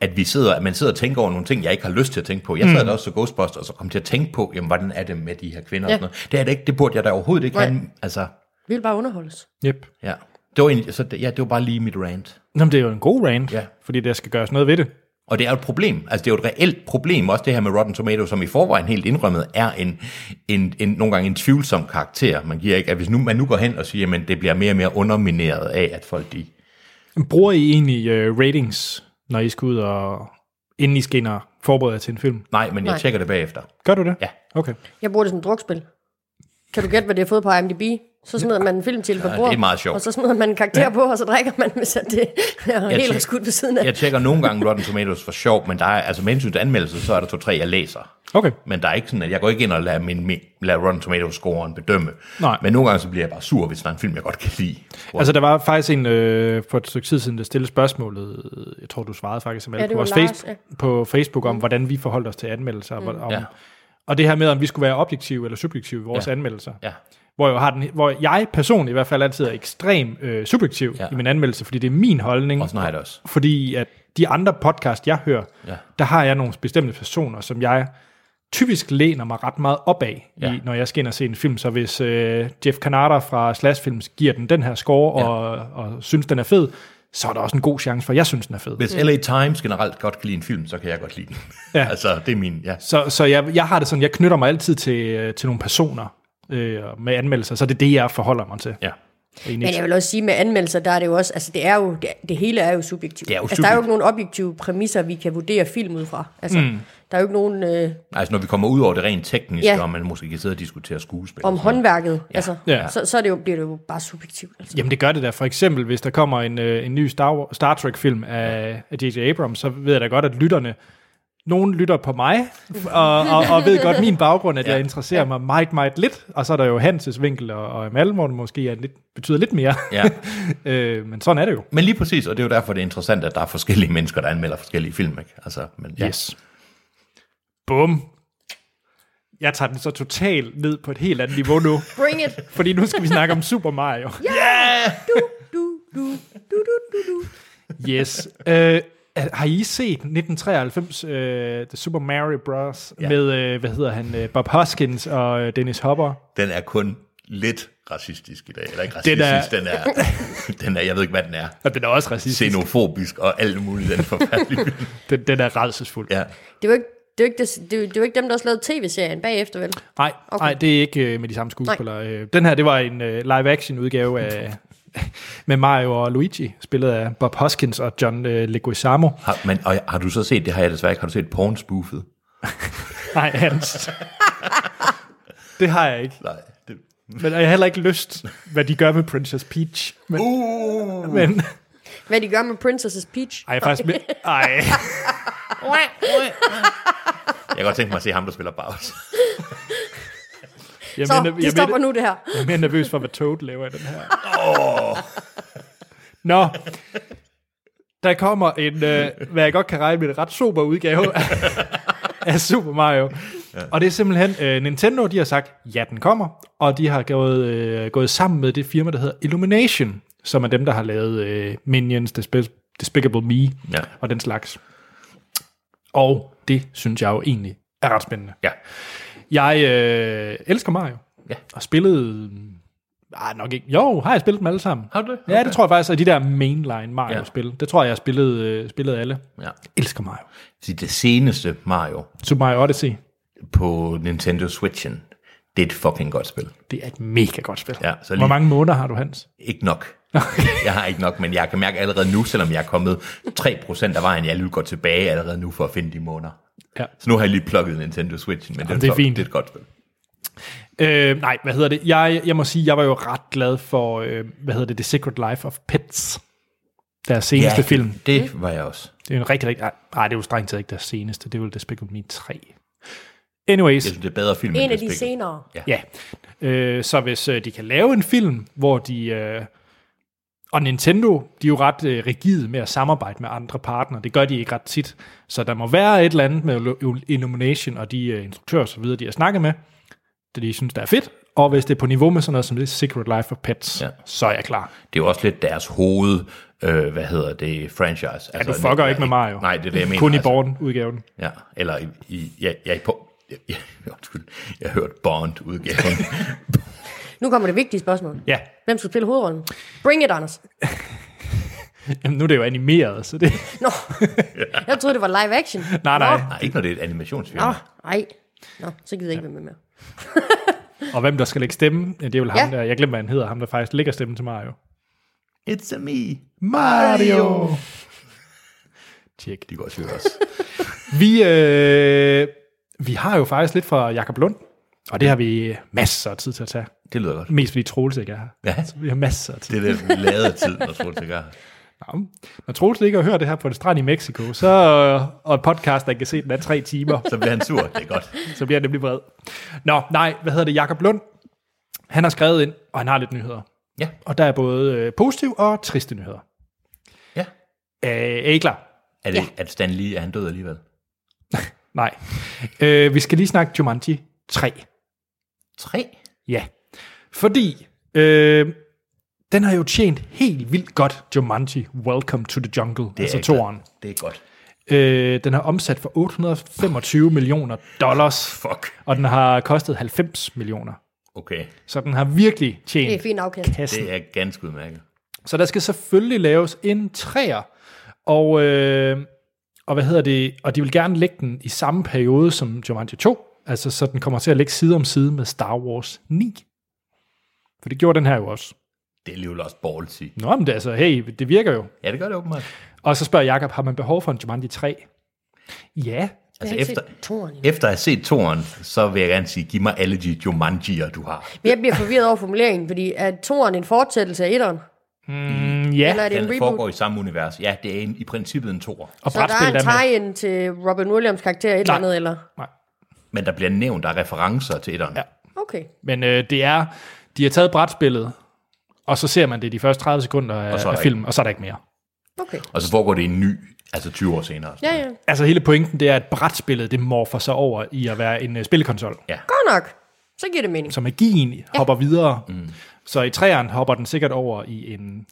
Speaker 3: at, vi sidder, at man sidder og tænker over nogle ting, jeg ikke har lyst til at tænke på.
Speaker 2: Mm.
Speaker 3: Jeg sad da også til Ghostbusters og kom til at tænke på, jamen, hvordan er det med de her kvinder ja.
Speaker 2: Ja.
Speaker 3: og sådan noget. Det, er det, ikke, det burde jeg da overhovedet ikke
Speaker 2: Nej.
Speaker 3: have. en- Altså,
Speaker 2: Vi vil bare underholdes.
Speaker 1: Yep.
Speaker 3: ja. Det var, egentlig, så det, ja, det var bare lige mit rant.
Speaker 1: Jamen, det er jo en god rant, ja.
Speaker 3: Ja.
Speaker 1: fordi der skal gøres noget ved det.
Speaker 3: Og det er jo et problem. Altså, det er jo et reelt problem, også det her med Rotten Tomatoes, som i forvejen helt indrømmet er en, en, en nogle gange en tvivlsom karakter. Man giver ikke, at hvis nu, man nu går hen og siger, jamen, det bliver mere og mere undermineret af, at folk de
Speaker 1: Bruger I egentlig uh, ratings, når I skal ud og inden I skal ind og forberede jer til en film?
Speaker 3: Nej, men jeg
Speaker 2: Nej.
Speaker 3: tjekker det bagefter.
Speaker 1: Gør du det?
Speaker 3: Ja.
Speaker 1: Okay.
Speaker 2: Jeg bruger det som drukspil. Kan du gætte, hvad det har fået på IMDb? Så smider man en filmtitel på
Speaker 3: Ja, det er
Speaker 2: bordet,
Speaker 3: meget sjovt.
Speaker 2: og så smider man en karakter ja. på, og så drikker man, hvis at det er helt
Speaker 3: tjek-
Speaker 2: er skudt ved siden af.
Speaker 3: Jeg tjekker nogle gange Rotten Tomatoes for sjov, men der er, altså med hensyn til anmeldelse, så er der to-tre, jeg læser.
Speaker 1: Okay.
Speaker 3: Men der er ikke sådan, at jeg går ikke ind og lader, min, min, lader Rotten Tomatoes-scoren bedømme.
Speaker 1: Nej.
Speaker 3: Men nogle gange så bliver jeg bare sur, hvis der er en film, jeg godt kan lide. Hvor-
Speaker 1: Altså, der var faktisk en øh, for et stykke tid siden, der stillede spørgsmålet, øh, jeg tror, du svarede faktisk som
Speaker 2: Ja, Mm.
Speaker 1: alt,
Speaker 2: det
Speaker 1: på,
Speaker 2: var
Speaker 1: vores
Speaker 2: Lars,
Speaker 1: Facebook, på Facebook om, hvordan vi forholdt os til anmeldelser. Mm. Om,
Speaker 3: Ja.
Speaker 1: Og det her med, om vi skulle være objektive eller subjektive i vores
Speaker 3: Ja.
Speaker 1: ja. anmeldelser.
Speaker 3: Ja.
Speaker 1: Hvor, jeg har den, hvor jeg personligt i hvert fald altid er ekstrem øh, subjektiv
Speaker 3: Ja.
Speaker 1: ja. i min anmeldelse, fordi det er min holdning.
Speaker 3: Og sådan har jeg det også.
Speaker 1: Fordi at de andre podcast, jeg hører,
Speaker 3: Ja.
Speaker 1: ja. der har jeg nogle bestemte personer, som jeg typisk læner mig ret meget op af, ja.
Speaker 3: Ja.
Speaker 1: i, når jeg skal ind og se en film. Så hvis øh, Jeff Kanata fra Slash Films giver den den her score,
Speaker 3: Ja.
Speaker 1: ja. og, og synes, den er fed, så er der også en god chance for, at jeg synes, den er fed.
Speaker 3: Hvis LA Times generelt godt kan lide en film, så kan jeg godt lide den. Ja.
Speaker 1: Ja.
Speaker 3: altså, det er min, ja.
Speaker 1: Så, så jeg, jeg har det sådan, jeg knytter mig altid til, øh, til nogle personer øh, med anmeldelser, så det er det, jeg forholder mig til.
Speaker 3: ja.
Speaker 1: Egentlig
Speaker 2: Men
Speaker 1: ikke-
Speaker 2: jeg vil også sige, med anmeldelser, der er det jo også, altså det, er jo, det, det hele er jo subjektivt.
Speaker 3: Det er jo
Speaker 2: altså, der er jo
Speaker 3: subjektivt.
Speaker 2: ikke nogen objektive præmisser, vi kan vurdere film ud fra. Altså, mm. Der er jo ikke nogen øh,
Speaker 3: Altså, når vi kommer ud over det rent tekniske, ja.
Speaker 2: Ja.
Speaker 3: og man måske kan sidde og diskutere skuespil.
Speaker 2: om
Speaker 3: og sådan noget.
Speaker 2: håndværket. Ja. Altså,
Speaker 1: Ja.
Speaker 2: ja. Så, så er det jo, bliver det jo bare subjektivt. Altså.
Speaker 1: Jamen det gør det da. For eksempel, hvis der kommer en, øh, en ny Star, War- Star Trek-film af af J.J. Abrams, så ved jeg da godt, at lytterne, nogen lytter på mig, og, og, og ved godt min baggrund, at
Speaker 3: Ja.
Speaker 1: jeg interesserer mig meget, meget lidt. Og så er der jo Hanses vinkel, og, og Malmorn måske er lidt, betyder lidt mere.
Speaker 3: Ja.
Speaker 1: øh, men sådan er det jo.
Speaker 3: Men lige præcis, og det er jo derfor, det er interessant, at der er forskellige mennesker, der anmelder forskellige film, ikke? Altså, men, ja.
Speaker 1: Bum. Jeg tager den så totalt ned på et helt andet niveau nu,
Speaker 2: Bring it!
Speaker 1: fordi nu skal vi snakke om Super Mario.
Speaker 2: Du, du, du, du, du, du.
Speaker 1: Yes. Øh, har I set 1993 øh, The Super Mario Bros.
Speaker 3: Ja.
Speaker 1: Ja. med, øh, hvad hedder han, øh, Bob Hoskins og øh, Dennis Hopper?
Speaker 3: Den er kun lidt racistisk i dag. Eller ikke
Speaker 1: Den er-
Speaker 3: racistisk, den er, den er, jeg ved ikke, hvad den er.
Speaker 1: Og den er også racistisk.
Speaker 3: Xenofobisk og alt muligt, den er forfærdelig.
Speaker 1: Den, den er redselsfuld.
Speaker 3: ja.
Speaker 2: Det var ikke, det var ikke, det, det, var- det var ikke dem, der også lavede tv-serien bagefter, vel?
Speaker 1: Nej,
Speaker 2: Okay.
Speaker 1: okay. nej, det er ikke øh, med de samme skuespillere. Øh, den her, det var en øh, live-action udgave af, med Mario og Luigi, spillet af Bob Hoskins og John øh, Leguizamo.
Speaker 3: Har, men, og har du så set, det har jeg desværre ikke, har du set porn spoofet?
Speaker 1: Nej, Hans. det har jeg ikke.
Speaker 3: Nej. Det,
Speaker 1: Men jeg har heller ikke lyst, hvad de gør med Princess Peach. Men, uh. men
Speaker 2: Hvad de gør med Princesses Peach.
Speaker 1: Ej, faktisk... Med, ej.
Speaker 3: jeg kan godt tænke mig at se ham, der spiller Bowser.
Speaker 1: Jeg
Speaker 2: Så,
Speaker 1: er mere nerv-
Speaker 2: det
Speaker 1: jeg, er
Speaker 2: stopper
Speaker 1: mere,
Speaker 2: nu det her.
Speaker 1: jeg er mere nervøs for, hvad Toad laver i den her. Oh. Nå. Der kommer en, øh, hvad jeg godt kan regne med, en ret sober udgave af, af Super Mario. Ja. Og det er simpelthen, øh, Nintendo de har sagt, ja, den kommer. Og de har gået, øh, gået sammen med det firma, der hedder Illumination, som er dem, der har lavet øh, Minions, Desp- Despicable Me
Speaker 3: Ja.
Speaker 1: og den slags. Og det synes jeg jo egentlig er ret spændende.
Speaker 3: Ja.
Speaker 1: Jeg øh, elsker Mario.
Speaker 3: Ja.
Speaker 1: Og spillede... mm, Ah, nok ikke. Jo, har jeg spillet dem alle sammen?
Speaker 3: Har du det?
Speaker 1: Ja, det tror jeg faktisk, at de der mainline Mario-spil,
Speaker 3: Ja.
Speaker 1: det tror jeg, jeg har spillet, øh, spillet alle.
Speaker 3: Ja.
Speaker 1: Elsker Mario.
Speaker 3: Så Det seneste Mario
Speaker 1: Super Mario Odyssey,
Speaker 3: på Nintendo Switch'en, det er et fucking godt spil.
Speaker 1: det er et mega godt spil.
Speaker 3: Ja, så lige-
Speaker 1: Hvor mange måneder har du, Hans?
Speaker 3: Ikke nok. jeg har ikke nok, men jeg kan mærke allerede nu, selvom jeg er kommet 3% af vejen, jeg lige går tilbage allerede nu for at finde de måneder.
Speaker 1: Ja.
Speaker 3: Så nu har jeg lige plukket Nintendo Switch'en, men
Speaker 1: Jamen,
Speaker 3: det,
Speaker 1: det
Speaker 3: er
Speaker 1: er fint.
Speaker 3: det er et godt spil.
Speaker 1: Øh, nej, hvad hedder det? Jeg, jeg må sige, jeg var jo ret glad for, øh, hvad hedder det, The Secret Life of Pets. Deres seneste film.
Speaker 3: det var jeg også.
Speaker 1: Det er en rigtig, rigtig... Nej, det er jo strengt taget ikke deres seneste. Det er jo Despicable Me 3. Anyways.
Speaker 3: Jeg synes, det er bedre film
Speaker 2: En af
Speaker 3: end
Speaker 2: de
Speaker 3: Despicable.
Speaker 2: senere.
Speaker 1: Ja. Øh, så hvis øh, de kan lave en film, hvor de... Øh, og Nintendo, de er jo ret øh, rigide med at samarbejde med andre partnere. Det gør de ikke ret tit. Så der må være et eller andet med Illu- Illumination og de øh, instruktører og så videre, de har snakket med, det de synes, der er fedt. Og hvis det er på niveau med sådan noget som det Secret Life of Pets,
Speaker 3: Ja.
Speaker 1: ja. så er jeg klar.
Speaker 3: Det er jo også lidt deres hoved, øh, hvad hedder det, franchise. Altså,
Speaker 1: Ja, du fucker ikke med Mario.
Speaker 3: Nej, det er det, jeg mener.
Speaker 1: Kun i
Speaker 3: altså.
Speaker 1: Born-udgaven.
Speaker 3: Ja, eller i, i ja, jeg er på... Jeg, jeg, undskyld, jeg hørte Bond-udgaven.
Speaker 2: Nu kommer det vigtige spørgsmål.
Speaker 1: Ja.
Speaker 2: Hvem skal spille hovedrollen? Bring it, Anders.
Speaker 1: Jamen, nu er det jo animeret, så det...
Speaker 2: Nå, jeg troede, det var live action.
Speaker 1: Nej, nej.
Speaker 3: Nej, ikke når det er et animationsfilm.
Speaker 2: Nå, nej. Nå, så gider jeg ikke være med mere.
Speaker 1: Og hvem der skal lægge stemme, ja, det er vel ham
Speaker 2: Ja.
Speaker 1: der, jeg glemmer, hvad han hedder, ham der faktisk lægger stemmen til Mario.
Speaker 3: It's a me.
Speaker 1: Mario! Tjek.
Speaker 3: De går også høre os.
Speaker 1: Vi, øh, vi har jo faktisk lidt fra Jakob Lund, Og det har vi masser af tid til at tage.
Speaker 3: Det lyder godt.
Speaker 1: Mest fordi Troels ikke er her.
Speaker 3: Ja.
Speaker 1: Så vi har masser af tid.
Speaker 3: Det er det, vi lavede tid, når Troels ikke er her.
Speaker 1: Nå, når Troels ligger og hører det her på en strand i Mexico, så, øh, og et podcast, der kan se den er tre timer,
Speaker 3: Så bliver han sur, det er godt.
Speaker 1: så bliver jeg nemlig vred. Nå, nej, hvad hedder det? Jakob Lund, han har skrevet ind, og han har lidt nyheder.
Speaker 3: Ja.
Speaker 1: Og der er både øh, positive og triste nyheder.
Speaker 3: Ja.
Speaker 1: Øh, er I klar?
Speaker 3: Er det, ja. at Stan Lee, er han død alligevel?
Speaker 1: Nej. Øh, vi skal lige snakke Jumanji 3.
Speaker 3: Tre?
Speaker 1: Ja. Fordi øh, den har jo tjent helt vildt godt, Jumanji Welcome to the Jungle, det altså
Speaker 3: jeg glad.
Speaker 1: toeren.
Speaker 3: Det er godt.
Speaker 1: Øh, den har omsat for 825 millioner dollars,
Speaker 3: Fuck.
Speaker 1: og den har kostet 90 millioner.
Speaker 3: Okay,
Speaker 1: Så den har virkelig
Speaker 2: Det er
Speaker 1: tjent
Speaker 2: fint afkast.
Speaker 1: kassen.
Speaker 3: det er ganske udmærket.
Speaker 1: Så der skal selvfølgelig laves en træer. Og, øh, og hvad hedder det? Og de vil gerne lægge den i samme periode som Jumanji 2. Altså, så den kommer til at ligge side om side med Star Wars 9. For det gjorde den her jo også.
Speaker 3: Det er alligevel også ballsy.
Speaker 1: Nå, men det, er altså, hey, det virker jo.
Speaker 3: Ja, det gør det åbenbart.
Speaker 1: Og så spørger Jakob, har man behov for en Jumanji 3? Ja,
Speaker 3: Altså
Speaker 2: Jeg har ikke
Speaker 3: efter,
Speaker 2: set toeren endnu.
Speaker 3: efter at have set toren, så vil jeg gerne sige, giv mig alle de Jumanji'er, du har.
Speaker 2: Men jeg bliver forvirret over formuleringen, fordi er toeren en fortsættelse af etteren?
Speaker 1: mm, ja.
Speaker 2: Eller er det en
Speaker 3: Den
Speaker 2: reboot?
Speaker 3: foregår i samme univers. Ja, det er en, i princippet en toer.
Speaker 1: Og
Speaker 2: Så der er
Speaker 1: brætspil
Speaker 2: en
Speaker 1: der med.
Speaker 2: tie-in til Robin Williams karakter et eller
Speaker 1: Nej.
Speaker 2: andet, eller?
Speaker 1: Nej.
Speaker 3: Men der bliver nævnt, der er referencer til etteren. Ja.
Speaker 2: Okay.
Speaker 1: Men øh, det er, de har taget brætspillet, og så ser man det i de første 30 sekunder af,
Speaker 3: så er
Speaker 1: af
Speaker 3: der
Speaker 1: filmen, og så er der ikke mere.
Speaker 2: Okay.
Speaker 3: Og så foregår det i en ny, altså 20 år senere.
Speaker 2: Ja, ja.
Speaker 1: Altså hele pointen, det er, at brætspillet, det morfer sig over i at være en uh, spillekonsol.
Speaker 2: Godt nok. Så giver det mening.
Speaker 1: Så magien hopper videre. Mm. Så i træerne hopper den sikkert over i en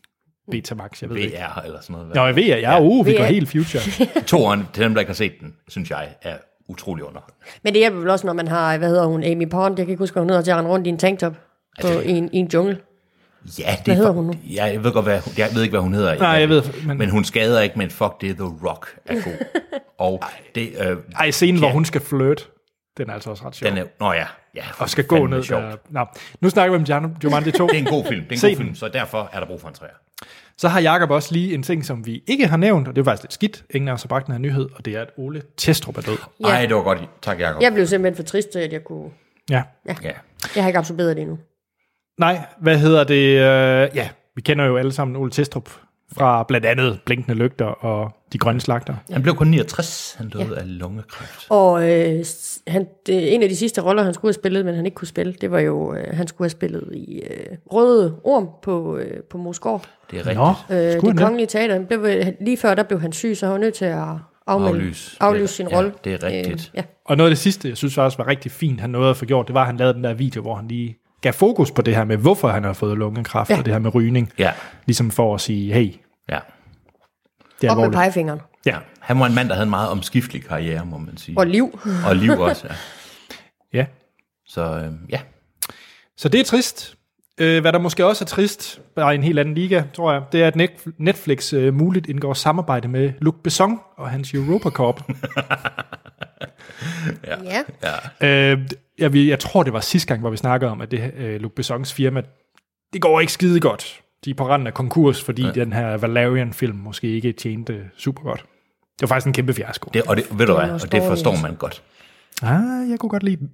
Speaker 1: Betamax, jeg ved ikke.
Speaker 3: VR eller sådan noget.
Speaker 1: Nå, jeg ved, ja, ja, uh, vi
Speaker 2: VR.
Speaker 1: går helt future.
Speaker 3: Toren, til dem, der ikke har set den, synes jeg, er utrolig underholdende.
Speaker 2: Men det hjælper vel også, når man har, hvad hedder hun, Amy Pond, jeg kan ikke huske, hvad hun hedder, til at rende rundt i en tanktop på, i, en, i en jungle.
Speaker 3: Ja, det
Speaker 2: Hvad
Speaker 3: er
Speaker 2: hedder
Speaker 3: for-
Speaker 2: hun nu?
Speaker 3: Ja, jeg ved godt, hvad hun, jeg ved ikke, hvad hun hedder.
Speaker 1: Nej, jeg ved,
Speaker 3: Men,
Speaker 1: men-
Speaker 3: men hun skader ikke, men fuck, det er The Rock er god. Og det, øh,
Speaker 1: Ej, scenen, hvor hun skal flirte, den er altså også ret sjov.
Speaker 3: den er, nå ja, ja
Speaker 1: og skal
Speaker 3: fandme
Speaker 1: gå ned.
Speaker 3: sjovt.
Speaker 1: Der. Nå, nu snakker vi om Gian- Jumanji 2.
Speaker 3: Det er en god film, det er en
Speaker 1: Se
Speaker 3: god
Speaker 1: den.
Speaker 3: film, så derfor er der brug for en træer.
Speaker 1: Så har Jakob også lige en ting, som vi ikke har nævnt, og det er faktisk lidt skidt. Ingen af os har bragt den her nyhed, og det er, at Ole Testrup er død.
Speaker 2: Ja.
Speaker 3: Ej, det var godt. Tak, Jacob.
Speaker 2: Jeg blev simpelthen for trist til, at jeg kunne...
Speaker 1: Ja.
Speaker 3: Ja.
Speaker 2: Jeg har ikke absorberet det endnu.
Speaker 1: Nej, hvad hedder det? Øh, ja, vi kender jo alle sammen Ole Testrup fra blandt andet Blinkende Lygter og De Grønne Slagter.
Speaker 3: Han blev kun 69. Han døde ja. af lungekræft.
Speaker 2: Og øh, s- han, det, en af de sidste roller, han skulle have spillet, men han ikke kunne spille, det var jo, øh, han skulle have spillet i øh, Røde Orm på, øh, på Mosgård.
Speaker 3: Det er rigtigt.
Speaker 1: Nå,
Speaker 2: Øh, det
Speaker 1: skulle han det?
Speaker 2: kongelige teater. Han blev, han- lige før der blev han syg, så han var nødt til at afmelde,
Speaker 3: Aflyse.
Speaker 2: aflyse sin
Speaker 3: Ja,
Speaker 2: rolle. Øhm,
Speaker 3: det er rigtigt.
Speaker 2: ja.
Speaker 1: Og noget af det sidste, jeg synes også var rigtig fint, han nåede at få gjort, det var, at han lavede den der video, hvor han lige gav fokus på det her med, hvorfor han har fået lungekræft, ja. og det her med rygning.
Speaker 3: Ja.
Speaker 1: Ligesom for at sige, hey,
Speaker 3: Ja.
Speaker 1: det er
Speaker 2: Op med
Speaker 1: alvorligt.
Speaker 2: pegefingeren.
Speaker 1: Ja.
Speaker 3: Han var en mand, der havde en meget omskiftelig karriere, må man sige.
Speaker 2: Og liv.
Speaker 3: Og liv også, ja.
Speaker 1: ja.
Speaker 3: Så øh, ja,
Speaker 1: Så det er trist. Øh, hvad der måske også er trist, bare i en helt anden liga, tror jeg, det er, at Net- Netflix øh, muligt indgår samarbejde med Luc Besson og hans Europacorp.
Speaker 2: Ja.
Speaker 1: øh, jeg, vi- jeg tror, det var sidste gang, hvor vi snakkede om, at det, øh, Luc Bessons firma, det går ikke skide godt. De er på randen af konkurs, fordi ja. den her Valerian-film måske ikke tjente super godt. Det var faktisk en kæmpe fiasko.
Speaker 3: det, og det, ved du
Speaker 2: Det er
Speaker 3: hvad,
Speaker 2: også
Speaker 3: og det forstår
Speaker 2: dårligt.
Speaker 3: man godt.
Speaker 1: Ah, jeg kunne godt lide den.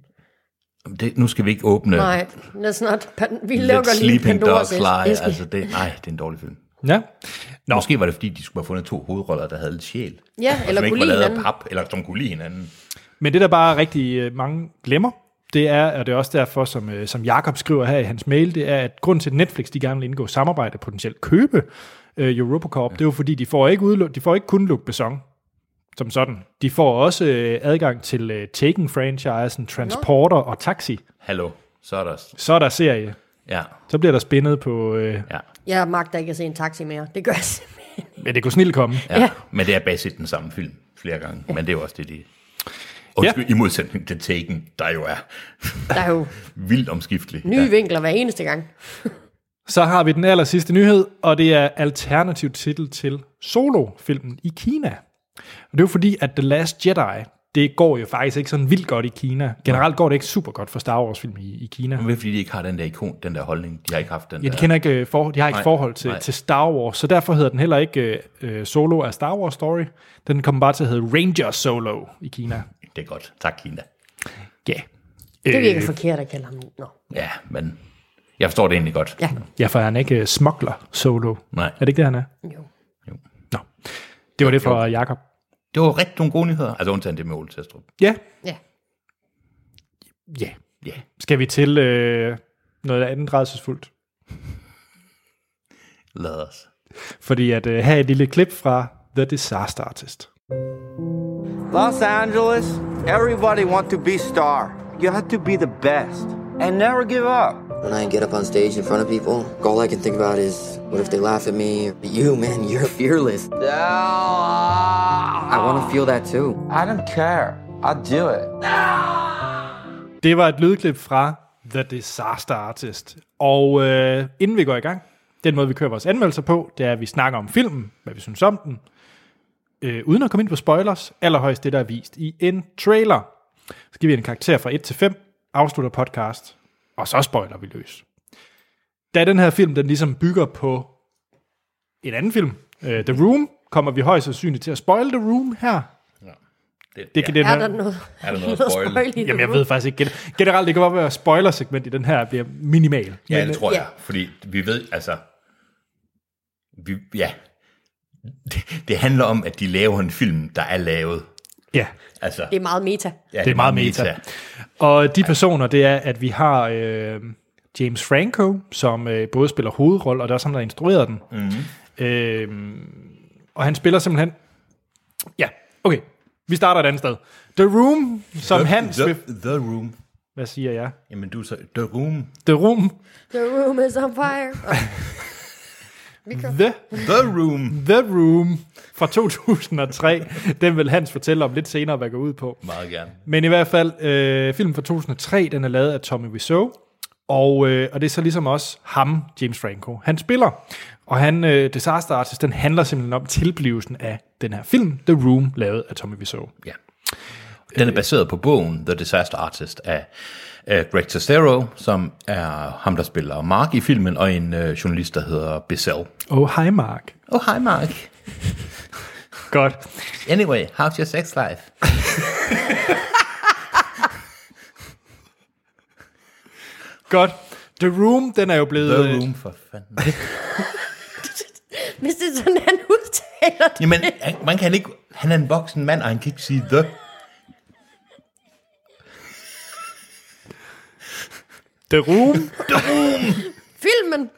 Speaker 3: Det, nu skal vi ikke åbne
Speaker 2: Nej, let's not. pan- Vi
Speaker 3: Let
Speaker 2: lukker lige
Speaker 3: Sleeping
Speaker 2: Pandoras
Speaker 3: Dogs
Speaker 2: æske.
Speaker 3: Lie.
Speaker 2: æske.
Speaker 3: Altså, det, nej, det er en dårlig film.
Speaker 1: Ja.
Speaker 3: Nå. Måske var det, fordi de skulle have fundet to hovedroller, der havde lidt sjæl.
Speaker 2: Ja,
Speaker 3: Og
Speaker 2: eller
Speaker 3: som ikke
Speaker 2: kunne
Speaker 3: var
Speaker 2: lide
Speaker 3: lavet af
Speaker 2: hinanden.
Speaker 3: pap, eller som kunne lide hinanden.
Speaker 1: Men det, der bare rigtig øh, mange glemmer, det er, og det er også derfor, som, øh, som Jakob skriver her i hans mail, det er, at grund til, at Netflix de gerne vil indgå samarbejde, potentielt købe øh, Europacorp, ja. det er jo fordi, de får ikke, udlu- de får ikke kun Luc Besson som sådan. De får også øh, adgang til øh, Taken-franchisen, Transporter og Taxi.
Speaker 3: Hallo, så er der...
Speaker 1: Så er der serie.
Speaker 3: Ja,
Speaker 1: Så bliver der spændet på... Øh,
Speaker 3: ja.
Speaker 2: Jeg magter ikke at se en taxi mere. Det gør jeg simpelthen.
Speaker 1: men det kunne snilt komme.
Speaker 3: Ja. ja. Men det er basisk den samme film flere gange. Men det er jo også det, de... Undskyld, ja. i modsætning til Taken, der jo er
Speaker 2: Der er jo
Speaker 3: vildt omskiftelig.
Speaker 2: nye ja. vinkler hver eneste gang.
Speaker 1: Så har vi den aller sidste nyhed, og det er alternativ titel til Solo-filmen i Kina. Og det er jo fordi, at The Last Jedi, det går jo faktisk ikke sådan vildt godt i Kina. Generelt går det ikke super godt for Star Wars-film i, i Kina.
Speaker 3: Men det er fordi, de ikke har den der ikon, den der holdning. De har ikke haft den
Speaker 1: Ja, de,
Speaker 3: der...
Speaker 1: kender ikke, øh, for, de har ikke
Speaker 3: Nej,
Speaker 1: forhold til,
Speaker 3: nej.
Speaker 1: til Star Wars, så derfor hedder den heller ikke øh, øh, Solo af Star Wars Story. Den kommer bare til at hedde Ranger Solo i Kina.
Speaker 3: Det er godt. Tak, Kina.
Speaker 1: Ja. Øh,
Speaker 2: Det virker forkert at kalde ham. Nå.
Speaker 3: Ja, men jeg forstår det egentlig godt.
Speaker 2: Ja.
Speaker 1: Ja, for han er ikke øh, smuggler solo.
Speaker 3: Nej.
Speaker 1: Er det ikke det, han er?
Speaker 2: Jo.
Speaker 3: Jo.
Speaker 1: Nå. Det var det fra Jakob.
Speaker 3: Det var rigtig nogle gode nyheder. Altså undtagen det med Ole Testrup.
Speaker 1: Ja.
Speaker 2: Ja.
Speaker 1: Ja.
Speaker 3: Ja.
Speaker 1: Skal vi til øh, noget andet rædselsfuldt?
Speaker 3: Lad os.
Speaker 1: Fordi at øh, her er et lille klip fra The Disaster Artist.
Speaker 11: Los Angeles, everybody want to be star. You have to be the best and never give up.
Speaker 12: When I get up on stage in front of people, all I can think about is what if they laugh at me? You, man, you're fearless. I want to feel that too.
Speaker 11: I don't care. I'll do it.
Speaker 1: Det var et lydklip fra The Disaster Artist. Og øh, inden vi går i gang, den måde vi kører vores anmeldelser på, det er, at vi snakker om filmen, hvad vi synes om den, øh, uden at komme ind på spoilers, allerhøjst det, der er vist i en trailer. Så giver vi en karakter fra 1 til 5, afslutter podcast, og så spoiler vi løs. Da den her film, den ligesom bygger på en anden film, øh, The Room, kommer vi højst sandsynligt til at spoil The Room her.
Speaker 3: Det,
Speaker 1: Det kan det
Speaker 2: Er
Speaker 1: være-
Speaker 2: der noget,
Speaker 3: Er der noget at spoil?
Speaker 2: i det
Speaker 1: Jamen, jeg
Speaker 2: nu?
Speaker 1: ved faktisk ikke. Gen- Generelt, det kan godt være, at spoilersegment i den her bliver minimal.
Speaker 3: Ja,
Speaker 1: Men,
Speaker 3: det
Speaker 1: øh,
Speaker 3: tror
Speaker 2: ja.
Speaker 3: jeg. Fordi vi ved, altså... Vi, ja. Det, det handler om, at de laver en film, der er lavet.
Speaker 1: Ja,
Speaker 3: Altså,
Speaker 2: Det er meget meta.
Speaker 3: ja,
Speaker 1: det er meget meta. Og de personer, det er, at vi har øh, James Franco, som øh, både spiller hovedrolle, og der er også ham, der har instrueret den.
Speaker 3: Mhm.
Speaker 1: Mm-hmm. Øh, og han spiller simpelthen... Ja, okay. Vi starter et andet sted. The Room, som
Speaker 3: The,
Speaker 1: han...
Speaker 3: the,
Speaker 1: spil-
Speaker 3: the Room.
Speaker 1: Hvad siger jeg?
Speaker 3: Jamen, du så... The Room.
Speaker 1: The Room.
Speaker 2: The room is on fire. Og
Speaker 1: The
Speaker 3: The Room.
Speaker 1: The Room fra 2003. Den vil Hans fortælle om lidt senere, hvad går ud på.
Speaker 3: Meget gerne.
Speaker 1: Men i hvert fald, øh, filmen fra 2003, den er lavet af Tommy Wiseau, og, øh, og det er så ligesom også ham, James Franco, han spiller. Og han, øh, Disaster Artist, den handler simpelthen om tilblivelsen af den her film, The Room, lavet af Tommy Wiseau.
Speaker 3: Ja. Den er baseret på bogen The Disaster Artist af øh, Greg Sestero, som er ham, der spiller Mark i filmen, og en øh, journalist, der hedder Bissell.
Speaker 1: Oh, hej Mark.
Speaker 3: Oh, hi Mark.
Speaker 1: Godt.
Speaker 3: Anyway, how's your sex life?
Speaker 1: Godt. The Room, den er jo blevet...
Speaker 3: The Room, for fanden.
Speaker 2: Hvis det er sådan, han udtaler det.
Speaker 3: Jamen, han- man kan ikke... Han er en voksen mand, og han kan ikke sige the.
Speaker 1: The Room.
Speaker 2: Filmen,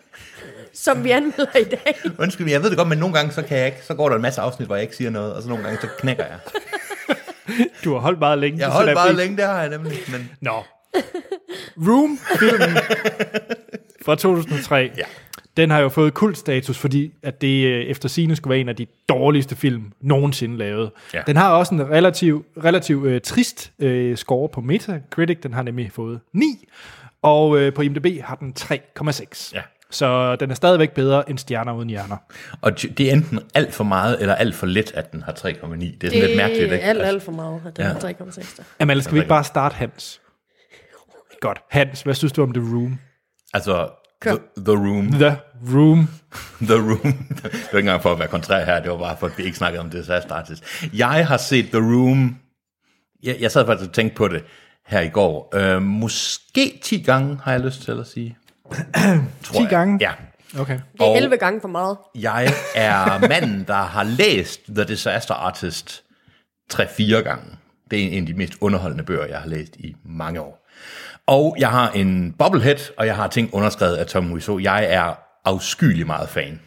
Speaker 2: som vi anmelder i dag.
Speaker 3: Undskyld, jeg ved det godt, men nogle gange, så kan jeg ikke. Så går der en masse afsnit, hvor jeg ikke siger noget, og så nogle gange, så knækker jeg.
Speaker 1: Du har holdt meget længe.
Speaker 3: Jeg
Speaker 1: Det
Speaker 3: holdt
Speaker 1: sætter
Speaker 3: meget
Speaker 1: pris-
Speaker 3: længe, det har jeg nemlig. Men
Speaker 1: Nå. Room, filmen fra 2003.
Speaker 3: Ja.
Speaker 1: Den har jo fået kultstatus, fordi at det øh, efter sine skulle være en af de dårligste film nogensinde lavet.
Speaker 3: Ja.
Speaker 1: Den har også en relativ, relativ øh, trist øh, score på Metacritic. Den har nemlig fået 9, og øh, på IMDb har den 3,6.
Speaker 3: Ja.
Speaker 1: Så den er stadigvæk bedre end Stjerner uden hjerner.
Speaker 3: Og det det er enten alt for meget, eller alt for lidt, at den har 3,9. Det er sådan lidt mærkeligt, ikke?
Speaker 2: alt,
Speaker 3: Altså,
Speaker 2: alt for meget. at Den
Speaker 3: Ja.
Speaker 2: ja. 3,6. der.
Speaker 1: Jamen, skal vi ikke bare starte Hans? Godt. Hans, hvad synes du om The Room?
Speaker 3: Altså, the, the Room.
Speaker 1: The Room.
Speaker 3: The Room. det var ikke engang for at være kontrær her, det var bare for, at vi ikke snakkede om det, så jeg startede. Jeg har set The Room. Jeg, jeg sad faktisk og tænkte på det her i går. Øh, måske 10 gange, har jeg lyst til at sige. Tror
Speaker 1: 10
Speaker 3: jeg.
Speaker 1: gange?
Speaker 3: Ja.
Speaker 1: Okay.
Speaker 2: Det er
Speaker 3: Og-
Speaker 2: 11 gange for meget.
Speaker 3: Jeg er manden, der har læst The Disaster Artist 3-4 gange. Det er en af de mest underholdende bøger, jeg har læst i mange år. Og jeg har en bobblehead, og jeg har ting underskrevet af Tom Wiseau. Jeg er afskyelig meget fan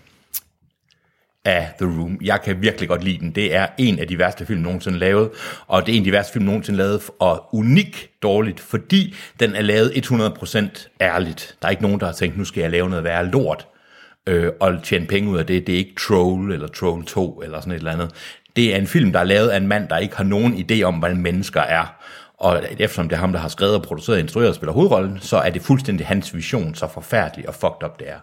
Speaker 3: af The Room. Jeg kan virkelig godt lide den. Det er en af de værste film nogensinde lavet, og det er en af de værste film nogensinde lavet, og unik dårligt, fordi den er lavet 100% ærligt. Der er ikke nogen, der har tænkt, nu skal jeg lave noget værre lort, øh, og tjene penge ud af det. Det er ikke Troll eller Troll 2 eller sådan et eller andet. Det er en film, der er lavet af en mand, der ikke har nogen idé om, hvordan mennesker er. Og eftersom det er ham, der har skrevet og produceret og instrueret og spiller hovedrollen, så er det fuldstændig hans vision, så forfærdelig og fucked up det er.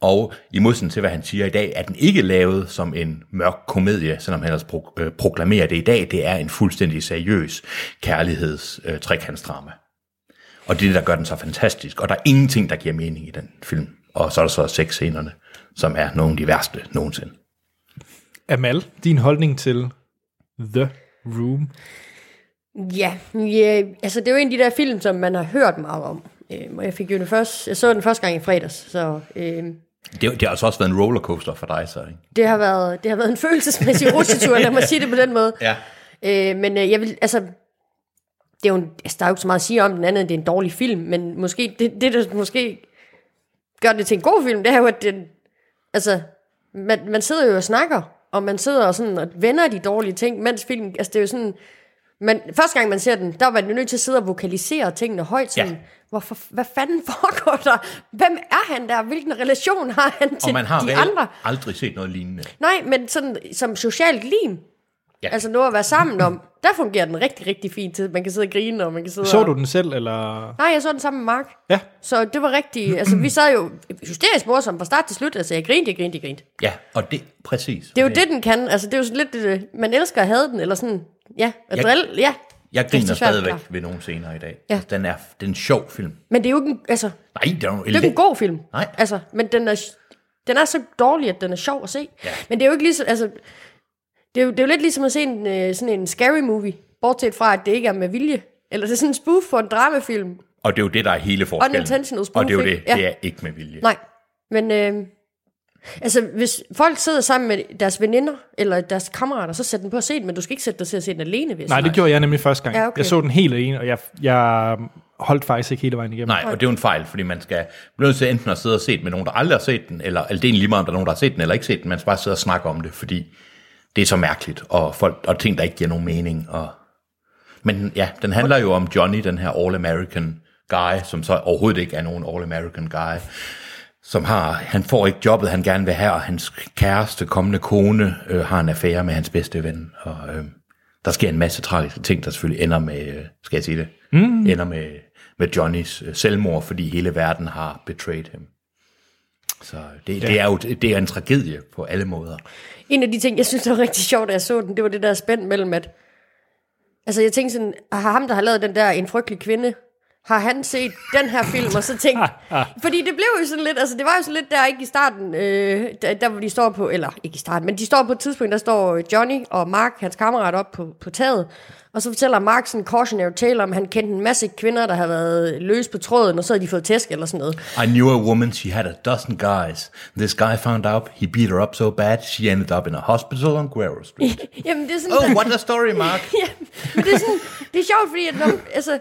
Speaker 3: Og i modsætning til, hvad han siger i dag, er den ikke lavet som en mørk komedie, selvom han ellers pro- øh, proklamerer det i dag. Det er en fuldstændig seriøs øh, kærligheds-trekantsdrama. Og det er det, der gør den så fantastisk. Og der er ingenting, der giver mening i den film. Og så er der så sexscenerne, som er nogle af de værste nogensinde.
Speaker 1: Amal, din holdning til The Room.
Speaker 2: Ja, ja, altså det er jo en af de der film, som man har hørt meget om. Øhm, og jeg fik jo den først, jeg så den første gang i fredags, så øhm,
Speaker 3: Det, det har altså også været en rollercoaster for dig, så ikke?
Speaker 2: det, har været, det har været en følelsesmæssig rutsjetur, lad mig sige det på den måde.
Speaker 3: Ja.
Speaker 2: Øh, men øh, jeg vil, altså, det er jo en, altså, der er jo ikke så meget at sige om den anden, end det er en dårlig film, men måske, det, det der måske gør det til en god film, det er jo, at den, altså, man, man sidder jo og snakker, og man sidder og, sådan, og vender de dårlige ting, mens filmen, altså det er jo sådan, man, første gang man ser den, der var man jo nødt til at sidde og vokalisere tingene højt, sådan,
Speaker 3: Ja.
Speaker 2: ja. Hvorfor, hvad fanden foregår der? Hvem er han der? Hvilken relation har han til
Speaker 3: Og man har
Speaker 2: de
Speaker 3: reelt
Speaker 2: andre?
Speaker 3: aldrig set noget lignende.
Speaker 2: Nej, men sådan som socialt lim.
Speaker 3: Ja.
Speaker 2: Ja. Altså noget at være sammen om. Der fungerer den rigtig, rigtig fint til. Man kan sidde og grine, og man kan sidde
Speaker 1: Så
Speaker 2: og...
Speaker 1: du den selv, eller...
Speaker 2: Nej, jeg så den sammen med Mark.
Speaker 1: Ja.
Speaker 2: Så det var rigtig... Altså, vi sad jo hysterisk morsomt fra start til slut. Altså, jeg grinte, jeg grinte, jeg grinte.
Speaker 3: Ja, og det, præcis.
Speaker 2: Det er jo det, den kan. Altså, det er jo sådan lidt... øh, Man elsker at have den, eller sådan... Ja, at
Speaker 3: Jeg-
Speaker 2: drille, ja.
Speaker 3: Jeg
Speaker 2: Det er
Speaker 3: griner
Speaker 2: så svært at
Speaker 3: stadigvæk
Speaker 2: forklare.
Speaker 3: ved nogle scener i dag.
Speaker 2: Ja.
Speaker 3: Altså, Den er, den er en sjov film.
Speaker 2: Men det er jo ikke en, altså, det
Speaker 3: Nej, det er jo
Speaker 2: er jo ikke en god film.
Speaker 3: Nej.
Speaker 2: Altså, men den er, den er så dårlig, at den er sjov at se.
Speaker 3: Ja.
Speaker 2: Men det er jo ikke ligesom, altså, det er jo, det er jo lidt ligesom at se en, øh, sådan en scary movie, bortset fra, at det ikke er med vilje. Eller det er sådan en spoof for en dramafilm.
Speaker 3: Og det er jo det, der er hele forskellen.
Speaker 2: Unintentional spoof,
Speaker 3: Og det er jo
Speaker 2: ikke?
Speaker 3: det.
Speaker 2: Ja.
Speaker 3: Det er ikke med vilje.
Speaker 2: Nej, men øh, altså, hvis folk sidder sammen med deres veninder, eller deres kammerater, så sæt den på at se den, men du skal ikke sætte dig til at se den alene, hvis
Speaker 1: Nej, det gjorde jeg nemlig første gang.
Speaker 2: Ja, okay.
Speaker 1: Jeg så den helt alene, og jeg, jeg holdt faktisk ikke hele vejen igennem.
Speaker 3: Nej, og det er jo en fejl, fordi man skal blive nødt til enten at sidde og se den med nogen, der aldrig har set den, eller, eller det er egentlig lige meget, om der er nogen, der har set den eller ikke set den, man skal bare sidde og snakke om det, fordi det er så mærkeligt, og, folk, og ting, der ikke giver nogen mening. Og... Men ja, den handler jo om Johnny, den her All-American guy, som så overhovedet ikke er nogen All-American guy, som har, han får ikke jobbet, han gerne vil have, og hans kæreste, kommende kone, øh, har en affære med hans bedste ven, og øh, der sker en masse tragiske ting, der selvfølgelig ender med, øh, skal jeg sige det,
Speaker 1: Mm.
Speaker 3: ender med, med Johnnys øh, selvmord, fordi hele verden har betrayed ham. Så det, ja. det er jo det er en tragedie på alle måder.
Speaker 2: En af de ting, jeg synes, der var rigtig sjovt, da jeg så den, det var det der spænd mellem, at... Altså, jeg tænkte sådan, har ham, der har lavet den der En frygtelig kvinde, har han set den her film, og så tænkt... Fordi det blev jo sådan lidt, altså det var jo sådan lidt der, ikke i starten, øh, der, der hvor de står på, eller ikke i starten, men de står på et tidspunkt, der står øh, Johnny og Mark, hans kammerat, op på, på taget, og så fortæller Mark sådan en cautionary tale om, at han kendte en masse kvinder, der havde været løs på tråden, og så havde de fået tæsk eller sådan noget.
Speaker 3: I knew a woman, she had a dozen guys. This guy found out, he beat her up so bad, she ended up in a hospital on Guerrero Street.
Speaker 2: Jamen, det er sådan...
Speaker 3: Oh, what a story, Mark!
Speaker 2: Men det er sådan, det er sjovt, fordi at når, altså,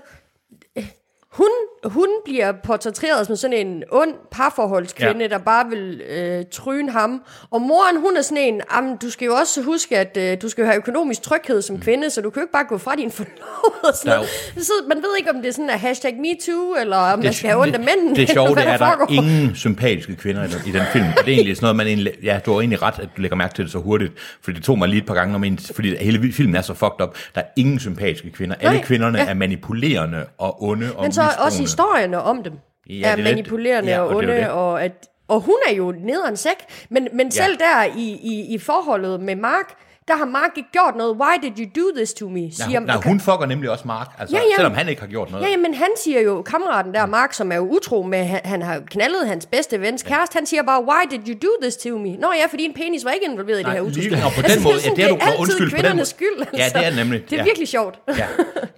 Speaker 2: hun, hun bliver portrætteret som sådan en ond parforholdskvinde,
Speaker 13: Ja.
Speaker 2: ja. der bare vil øh, tryne ham. Og moren, hun er sådan en, "Jamen, du skal jo også huske, at øh, du skal jo have økonomisk tryghed som kvinde, så du kan jo ikke bare gå fra din forlovede. og Sådan
Speaker 3: Mm. Der er
Speaker 2: noget. Så man ved ikke, om det er sådan en hashtag MeToo, eller om man skal have ondt af mændene.
Speaker 3: Det, det
Speaker 2: eller
Speaker 3: sjove,
Speaker 2: hvad
Speaker 3: det er, at der er
Speaker 2: foregår.
Speaker 3: ingen sympatiske kvinder i den, i den film. Og det er egentlig sådan noget, man egentlig... Ja, du har egentlig ret, at du lægger mærke til det så hurtigt. Fordi det tog mig lige et par gange om en... Fordi hele filmen er så fucked up. Der er ingen sympatiske kvinder. Nej, Alle
Speaker 2: Nej,
Speaker 3: kvinderne
Speaker 2: ja.
Speaker 3: er manipulerende og onde og
Speaker 2: Men så også
Speaker 3: mistroende.
Speaker 2: historierne om dem
Speaker 3: Ja,
Speaker 2: ja, er
Speaker 3: det er lidt-
Speaker 2: manipulerende
Speaker 3: ja,
Speaker 2: og
Speaker 3: og det
Speaker 2: onde,
Speaker 3: er jo det.
Speaker 2: og, at, og hun er jo nederen sæk, men, men
Speaker 3: Ja.
Speaker 2: selv der i, i, i forholdet med Mark, der har Mark ikke gjort noget. Why did you do this to me?
Speaker 3: Nej, hun, nej, hun fucker nemlig også Mark, altså,
Speaker 2: Ja, ja.
Speaker 3: selvom han ikke har gjort noget.
Speaker 2: Ja, ja, men han siger jo, kammeraten der, Mark, som er jo utro med, han, han har knaldet hans bedste vens kæreste, han siger bare, why did you do this to me? Nå ja, fordi en penis var ikke involveret i
Speaker 3: Nej,
Speaker 2: det her utroskab.
Speaker 3: lige- og på den måde, ja,
Speaker 2: sådan,
Speaker 3: det er du- og
Speaker 2: altid
Speaker 3: undskyld, på den
Speaker 2: kvindernes
Speaker 3: måde.
Speaker 2: skyld. altså.
Speaker 3: Ja, det er det nemlig,
Speaker 2: Det er
Speaker 3: ja.
Speaker 2: virkelig sjovt.
Speaker 3: Ja.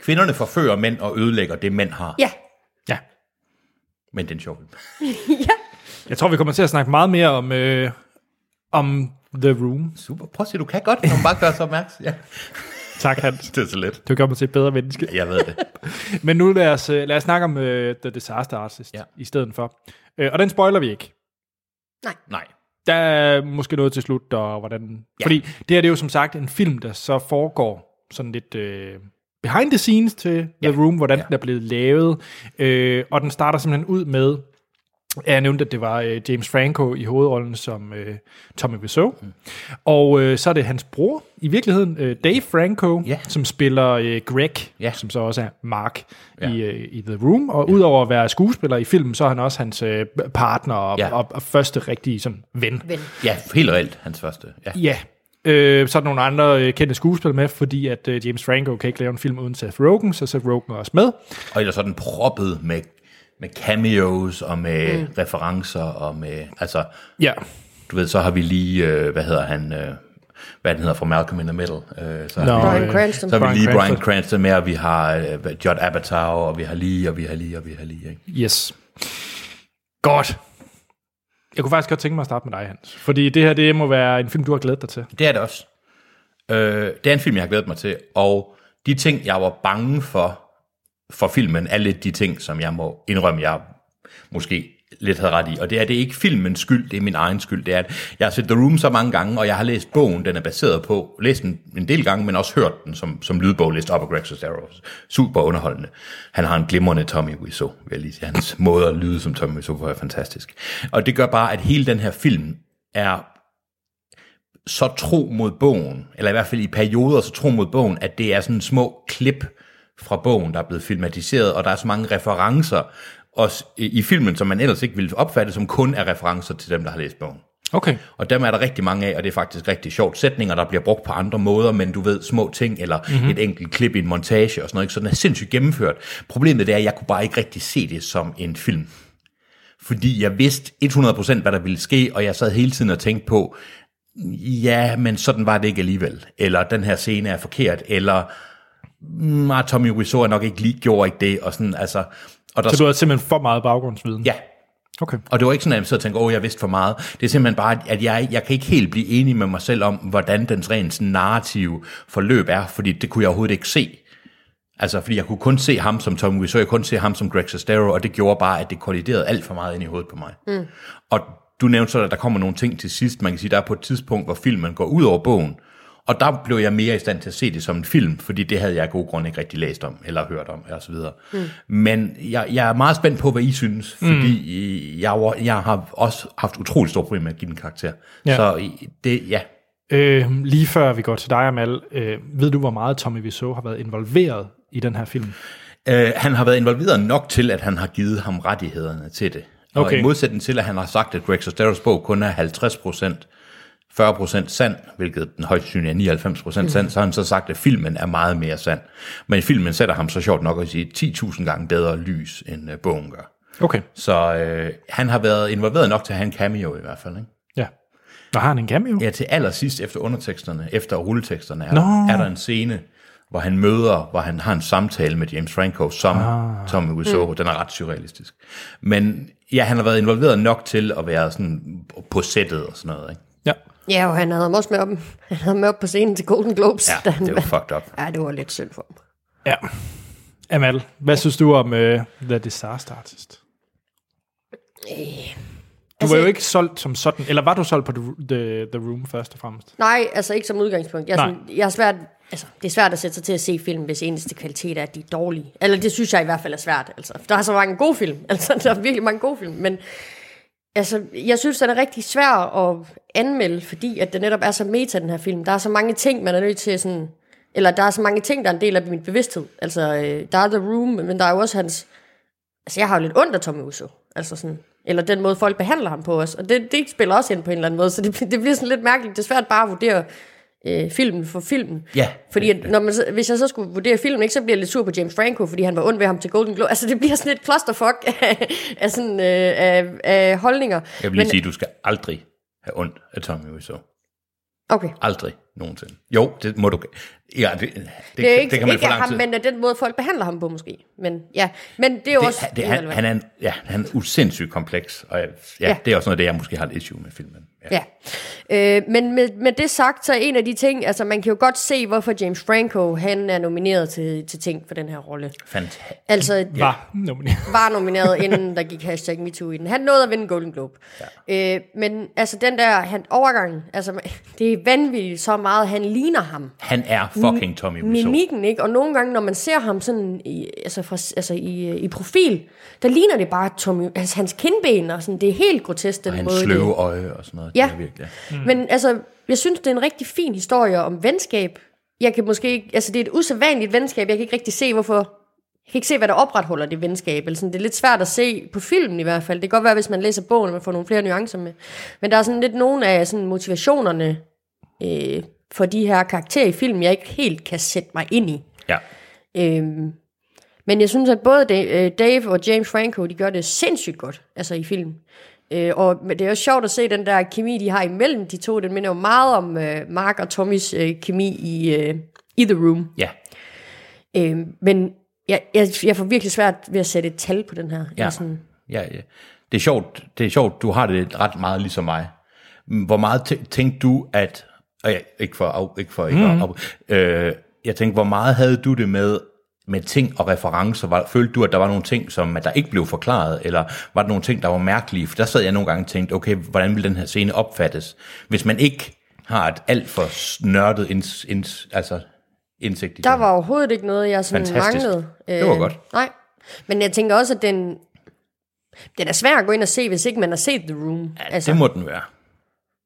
Speaker 3: Kvinderne forfører mænd og ødelægger det, mænd har.
Speaker 2: ja.
Speaker 3: Men den sjov film.
Speaker 1: Jeg tror, vi kommer til at snakke meget mere om, øh, om The Room.
Speaker 3: Super. Prøv at se, du kan godt, når man bare gør så opmærksom. Ja.
Speaker 1: Tak, Hans.
Speaker 3: det er så let.
Speaker 1: Du gør mig til et bedre menneske.
Speaker 3: Jeg ved det.
Speaker 1: Men nu lad os, øh, lad os snakke om uh, The Disaster Artist ja. i stedet for. Uh, og den spoiler vi ikke.
Speaker 2: Nej.
Speaker 3: Nej.
Speaker 1: Der er måske noget til slut, og hvordan... Ja. Fordi det her det er jo som sagt en film, der så foregår sådan lidt øh, behind the scenes til ja. The Room, hvordan ja. den er blevet lavet. Øh, og den starter simpelthen ud med... Ja, Jeg nævnte, at det var øh, James Franco i hovedrollen som øh, Tommy Wiseau. Mm. Og øh, så er det hans bror, i virkeligheden øh, Dave Franco, yeah. som spiller øh, Greg, yeah. som så også er Mark i, øh, i The Room. Og udover at være skuespiller i filmen, så er han også hans øh, partner og, yeah. og, og første rigtige sådan, ven.
Speaker 2: Ven.
Speaker 3: Ja, helt reelt, hans første. Ja.
Speaker 1: Ja. Øh, så er der nogle andre øh, kendte skuespillere med, fordi at øh, James Franco kan ikke lave en film uden Seth Rogen, så Seth Rogen er også med.
Speaker 3: Og ellers er den proppet med, med cameos og med
Speaker 1: Mm.
Speaker 3: mm. referencer og med, altså,
Speaker 1: Ja.
Speaker 3: du ved, så har vi lige, øh, hvad hedder han, øh, hvad den hedder, fra Malcolm in the Middle. Øh, så
Speaker 2: Nå,
Speaker 3: har vi-
Speaker 2: Bryan Cranston.
Speaker 3: Så har vi
Speaker 2: Bryan
Speaker 3: lige Brian
Speaker 2: Cranston.
Speaker 3: Cranston med, og vi har øh, Judd Apatow, og vi har lige, og vi har lige, og vi har lige. Ikke?
Speaker 1: Yes. Godt. Jeg kunne faktisk godt tænke mig at starte med dig, Hans. Fordi det her, det må være en film, du har glædet dig til.
Speaker 3: Det er det også. Øh, det er en film, jeg har glædet mig til, og de ting, jeg var bange for for filmen, er lidt de ting, som jeg må indrømme, jeg måske lidt havde ret i. Og det er det er ikke filmens skyld, det er min egen skyld. Det er, at jeg har set The Room så mange gange, og jeg har læst bogen, den er baseret på, læst den en del gange, men også hørt den som, som lydbog, læst op af Greg Sestero. Super underholdende. Han har en glimrende Tommy Wiseau, vil jeg lige sige. Hans måde at lyde som Tommy Wiseau på er fantastisk. Og det gør bare, at hele den her film er så tro mod bogen, eller i hvert fald i perioder så tro mod bogen, at det er sådan små klip fra bogen, der er blevet filmatiseret, og der er så mange referencer også i i filmen, som man ellers ikke ville opfatte, som kun er referencer til dem, der har læst bogen.
Speaker 1: Okay.
Speaker 3: Og dem er der rigtig mange af, og det er faktisk rigtig sjovt. Sætninger, der bliver brugt på andre måder, men du ved, små ting, eller
Speaker 1: Mhm.
Speaker 3: mm-hmm. et enkelt klip i en montage og sådan noget, ikke? så den er sindssygt gennemført. Problemet det er, at jeg kunne bare ikke rigtig se det som en film. Fordi jeg vidste 100% hvad der ville ske, og jeg sad hele tiden og tænkte på, ja, men sådan var det ikke alligevel. Eller den her scene er forkert, eller mm, ah, Tommy Wiseau er nok ikke lige gjorde ikke det, og sådan, altså... Og
Speaker 1: Så du havde simpelthen for meget baggrundsviden?
Speaker 3: Ja.
Speaker 1: Okay.
Speaker 3: Og det var ikke sådan, at jeg sad og tænkte, åh, jeg vidste for meget. Det er simpelthen bare, at jeg, jeg kan ikke helt blive enig med mig selv om, hvordan den rent sådan narrative forløb er, fordi det kunne jeg overhovedet ikke se. Altså, fordi jeg kunne kun se ham som Tom Wiseau, jeg kunne kun se ham som Greg Sestero, og det gjorde bare, at det kolliderede alt for meget ind i hovedet på mig.
Speaker 13: Mm.
Speaker 3: Og du nævnte så, at der kommer nogle ting til sidst. Man kan sige, der er på et tidspunkt, hvor filmen går ud over bogen, og der blev jeg mere i stand til at se det som en film, fordi det havde jeg af gode grunde ikke rigtig læst om, eller hørt om, og så videre. Mm. Men jeg, jeg er meget spændt på, hvad I synes,
Speaker 1: Mm.
Speaker 3: fordi mm. jeg, var- jeg har også haft utrolig store problemer med at give den karakter.
Speaker 1: Ja.
Speaker 3: Ja. Så i- det, ja.
Speaker 1: Øh, lige før vi går til dig, Amal, øh, ved du, hvor meget Tommy Wiseau har været involveret i den her film?
Speaker 3: Øh, han har været involveret nok til, at han har givet ham rettighederne til det. Og
Speaker 1: Okay.
Speaker 3: i modsætning til, at han har sagt, at Greg Sesteros bog kun er 50 procent, 40 procent sand, hvilket den højst sandsynligt er 99
Speaker 1: Mm.
Speaker 3: procent sand, så har han så sagt, at filmen er meget mere sand. Men filmen sætter ham så sjovt nok at sige 10.000 gange bedre lys, end øh, bogen gør.
Speaker 1: Okay.
Speaker 3: Så øh, han har været involveret nok til at have en cameo i hvert fald, ikke?
Speaker 1: Ja. Nå, har han en cameo?
Speaker 3: Ja, til allersidst efter underteksterne, efter rulleteksterne, er,
Speaker 1: Nå.
Speaker 3: der, er der en scene, hvor han møder, hvor han har en samtale med James Franco som
Speaker 1: Ah.
Speaker 3: ah. Tommy Wiseau.
Speaker 1: Mm.
Speaker 3: Mm. Den er ret surrealistisk. Men ja, han har været involveret nok til at være sådan på sættet og sådan noget, ikke?
Speaker 2: Ja, og han havde ham også med op, han havde ham med op på scenen til Golden Globes.
Speaker 3: Ja,
Speaker 2: da han
Speaker 3: det var fucked up.
Speaker 2: Ja, det var lidt synd for ham.
Speaker 1: Ja. Amal, hvad synes du om øh, The Disaster Artist?
Speaker 2: Øh.
Speaker 1: Du altså, var jo ikke solgt som sådan, eller var du solgt på The, the, the Room først og fremmest?
Speaker 2: Nej, altså ikke som udgangspunkt. Jeg er,
Speaker 1: Nej.
Speaker 2: sådan, jeg er svært, altså, det er svært at sætte sig til at se film, hvis eneste kvalitet er, at de er dårlige. Eller det synes jeg i hvert fald er svært. Altså. Der er så mange gode film. Altså, der er virkelig mange gode film. Men altså, jeg synes, den er rigtig svær at anmelde, fordi at den netop er så meta, den her film. Der er så mange ting, man er nødt til sådan... Eller der er så mange ting, der er en del af min bevidsthed. Altså, øh, der er The Room, men der er jo også hans... Altså, jeg har jo lidt ondt af Tommy Wiseau. Altså sådan, eller den måde, folk behandler ham på os. Og det, det spiller også ind på en eller anden måde, så det, det bliver sådan lidt mærkeligt. Det er svært bare at vurdere øh, filmen for filmen.
Speaker 3: Ja.
Speaker 2: Fordi at, når man, så- hvis jeg så skulle vurdere filmen, ikke, så bliver jeg lidt sur på James Franco, fordi han var ond ved ham til Golden Globe. Altså, det bliver sådan et clusterfuck af, af, sådan, øh, af, af holdninger.
Speaker 3: Jeg vil lige sige, at du skal aldrig have ondt af Tommy Wiseau.
Speaker 2: Okay.
Speaker 3: Aldrig nogensinde. Jo, det må du... Ja, det, det,
Speaker 2: Det, det, er ikke,
Speaker 3: det kan man
Speaker 2: ikke
Speaker 3: for
Speaker 2: af
Speaker 3: lang
Speaker 2: ham,
Speaker 3: tid.
Speaker 2: men af den måde, folk behandler ham på, måske. Men, ja. men det er jo
Speaker 3: det,
Speaker 2: også...
Speaker 3: det, han, han, er en, ja, han er usindssygt kompleks, og jeg, ja,
Speaker 2: Ja.
Speaker 3: ja. det er også noget af det, jeg måske har et issue med filmen.
Speaker 2: Ja. Øh, men med, med det sagt, så er en af de ting, altså man kan jo godt se, hvorfor James Franco, han er nomineret til, til ting for den her rolle.
Speaker 3: Fantastisk.
Speaker 2: Altså,
Speaker 1: Var nomineret.
Speaker 2: var nomineret, inden der gik hashtag MeToo i den. Han nåede at vinde Golden Globe. Ja. Øh, men altså den der han, overgang, altså man- det er vanvittigt så meget, han ligner ham.
Speaker 3: Han er fucking Tommy Wiseau.
Speaker 2: Mimikken, ikke? Og nogle gange, når man ser ham sådan i, altså fra, altså i, øh, i profil, der ligner det bare Tommy, altså hans kindben og sådan, det er helt grotesk den
Speaker 3: Og
Speaker 2: måde.
Speaker 3: hans
Speaker 2: det-
Speaker 3: sløve øje og sådan noget.
Speaker 2: Ja.
Speaker 3: Det er virkelig, ja.
Speaker 2: Mm. Men altså, jeg synes, det er en rigtig fin historie om venskab. Jeg kan måske ikke, altså det er et usædvanligt venskab, jeg kan ikke rigtig se, hvorfor... Jeg kan ikke se, hvad der opretholder det venskab. Eller sådan. Det er lidt svært at se på filmen i hvert fald. Det kan godt være, hvis man læser bogen, at man får nogle flere nuancer med. Men der er sådan lidt nogle af sådan motivationerne øh, for de her karakterer i filmen, jeg ikke helt kan sætte mig ind i.
Speaker 3: ja.
Speaker 2: Øhm, men jeg synes, at både Da- øh, Dave og James Franco, de gør det sindssygt godt, altså i film. Øh, og men det er også sjovt at se den der kemi, de har imellem de to. Den minder jo meget om øh, Mark og Tommys øh, kemi i, øh, i The Room.
Speaker 3: Ja.
Speaker 2: Øh, men jeg, jeg, jeg får virkelig svært ved at sætte et tal på den her.
Speaker 3: Ja.
Speaker 2: Jeg Sådan,
Speaker 3: Ja, ja. Det er sjovt, det er sjovt, du har det ret meget ligesom mig. Mm, Hvor meget tæ- tænkte du, at... Og jeg, ikke for, af- ikke for, ikke
Speaker 13: Mhm.
Speaker 2: Mm.
Speaker 3: for øh, jeg tænkte, hvor meget havde du det med med ting og referencer? Var, følte du, at der var nogle ting, som at der ikke blev forklaret, eller var der nogle ting, der var mærkelige? For der sad jeg nogle gange og tænkte, okay, hvordan ville den her scene opfattes, hvis man ikke har et alt for s- nørdet inds, inds, altså indsigt i
Speaker 2: der
Speaker 3: det?
Speaker 2: var overhovedet ikke noget, jeg sådan
Speaker 3: Fantastisk.
Speaker 2: manglede. Øh,
Speaker 3: Det var godt.
Speaker 2: Nej, men jeg tænker også, at den... Den er svær at gå ind og se, hvis ikke man har set The Room. Altså, Ja,
Speaker 3: Det må den være.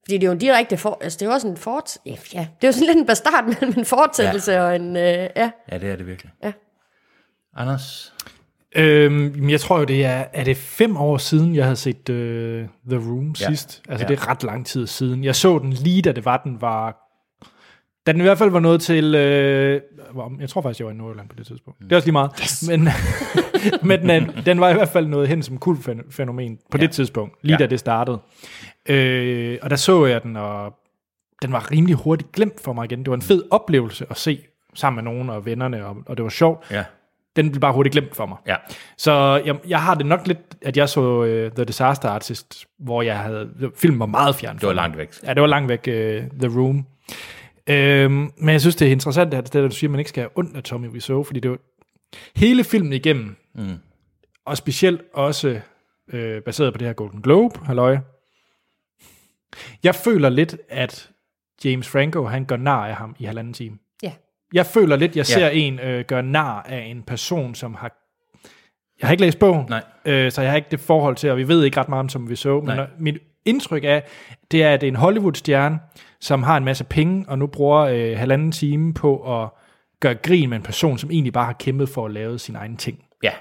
Speaker 2: Fordi det er jo en direkte for... Altså, det er jo også en fort... Ja, ja, det er jo sådan lidt en bastard mellem en fortsættelse ja. og en... Øh, ja.
Speaker 3: Ja, det er det virkelig.
Speaker 2: Ja.
Speaker 3: Anders?
Speaker 1: Øhm, jeg tror jo, det er, er det fem år siden, jeg havde set øh, The Room
Speaker 3: Ja.
Speaker 1: ja. sidst. Altså,
Speaker 3: Ja.
Speaker 1: ja. det er ret lang tid siden. Jeg så den lige, da det var, den var... Da den i hvert fald var nået til... Øh, hvor- jeg tror faktisk, jeg var i Nordjylland på det tidspunkt. Det er også lige meget. Yes. Men, men den, er- den var i hvert fald nået hen som kultfænomen på ja. det tidspunkt, lige ja. da det startede. Øh, og der så jeg den, og den var rimelig hurtigt glemt for mig igen. Det var en fed oplevelse at se sammen med nogen og vennerne, og, og det var sjovt
Speaker 3: Ja.
Speaker 1: den blev bare hurtigt glemt for mig.
Speaker 3: Ja.
Speaker 1: Så jeg, jeg har det nok lidt, at jeg så uh, The Disaster Artist, hvor jeg havde, filmen var meget fjern. Det var
Speaker 3: langt væk.
Speaker 1: Ja, det var langt væk, uh, The Room. Øhm, men jeg synes, det er interessant, at det der, du siger, at man ikke skal have ondt af Tommy Wiseau, fordi det var hele filmen igennem,
Speaker 3: Mm.
Speaker 1: og specielt også øh, baseret på det her Golden Globe, halløj. Jeg føler lidt, at James Franco, han gør nar af ham i halvanden time.
Speaker 2: Ja.
Speaker 1: Jeg føler lidt, jeg
Speaker 3: Ja.
Speaker 1: ser en øh, gøre nar af en person, som har... Jeg har ikke læst bogen,
Speaker 3: Nej.
Speaker 1: Øh, så jeg har ikke det forhold til, og vi ved ikke ret meget om, som vi så, men
Speaker 3: Nej.
Speaker 1: når, mit indtryk er, det er, at det er en Hollywood-stjerne, som har en masse penge, og nu bruger øh, halvanden time på at gøre grin med en person, som egentlig bare har kæmpet for at lave sin egen ting.
Speaker 3: Ja.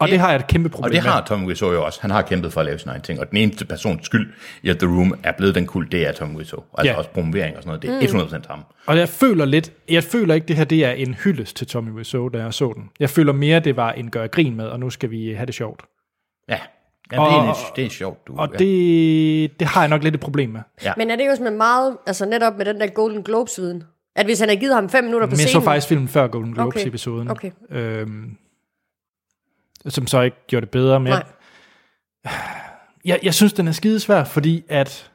Speaker 1: Og det har jeg et kæmpe problem
Speaker 3: Og det
Speaker 1: med.
Speaker 3: har Tom Wiseau jo også. Han har kæmpet for at lave sin egen ting. Og den eneste persons skyld i at The Room er blevet den kul, det er Tom Wiseau. Altså
Speaker 1: Ja.
Speaker 3: også promovering og sådan noget. Det
Speaker 1: Mm.
Speaker 3: er 100% ham.
Speaker 1: Og jeg føler lidt, jeg føler ikke, det her det er en hyldest til Tommy Wiseau, da jeg så den. Jeg føler mere, det var en gøre grin med, og nu skal vi have det sjovt.
Speaker 3: Ja. Jamen, det er egentlig- det er sjovt, du-
Speaker 1: Og
Speaker 3: ja.
Speaker 1: det, det har jeg nok lidt et problem med.
Speaker 3: Ja.
Speaker 2: Men er det også med meget... Altså netop med den der Golden Globes-viden? At hvis han havde givet ham fem minutter på
Speaker 1: Men jeg
Speaker 2: scenen...
Speaker 1: så faktisk filmen før Golden
Speaker 2: Okay.
Speaker 1: Globes-episoden.
Speaker 2: Okay.
Speaker 1: Øhm, som så ikke gjorde det bedre, men
Speaker 2: Nej.
Speaker 1: jeg, jeg synes, den er skidesvær, fordi at...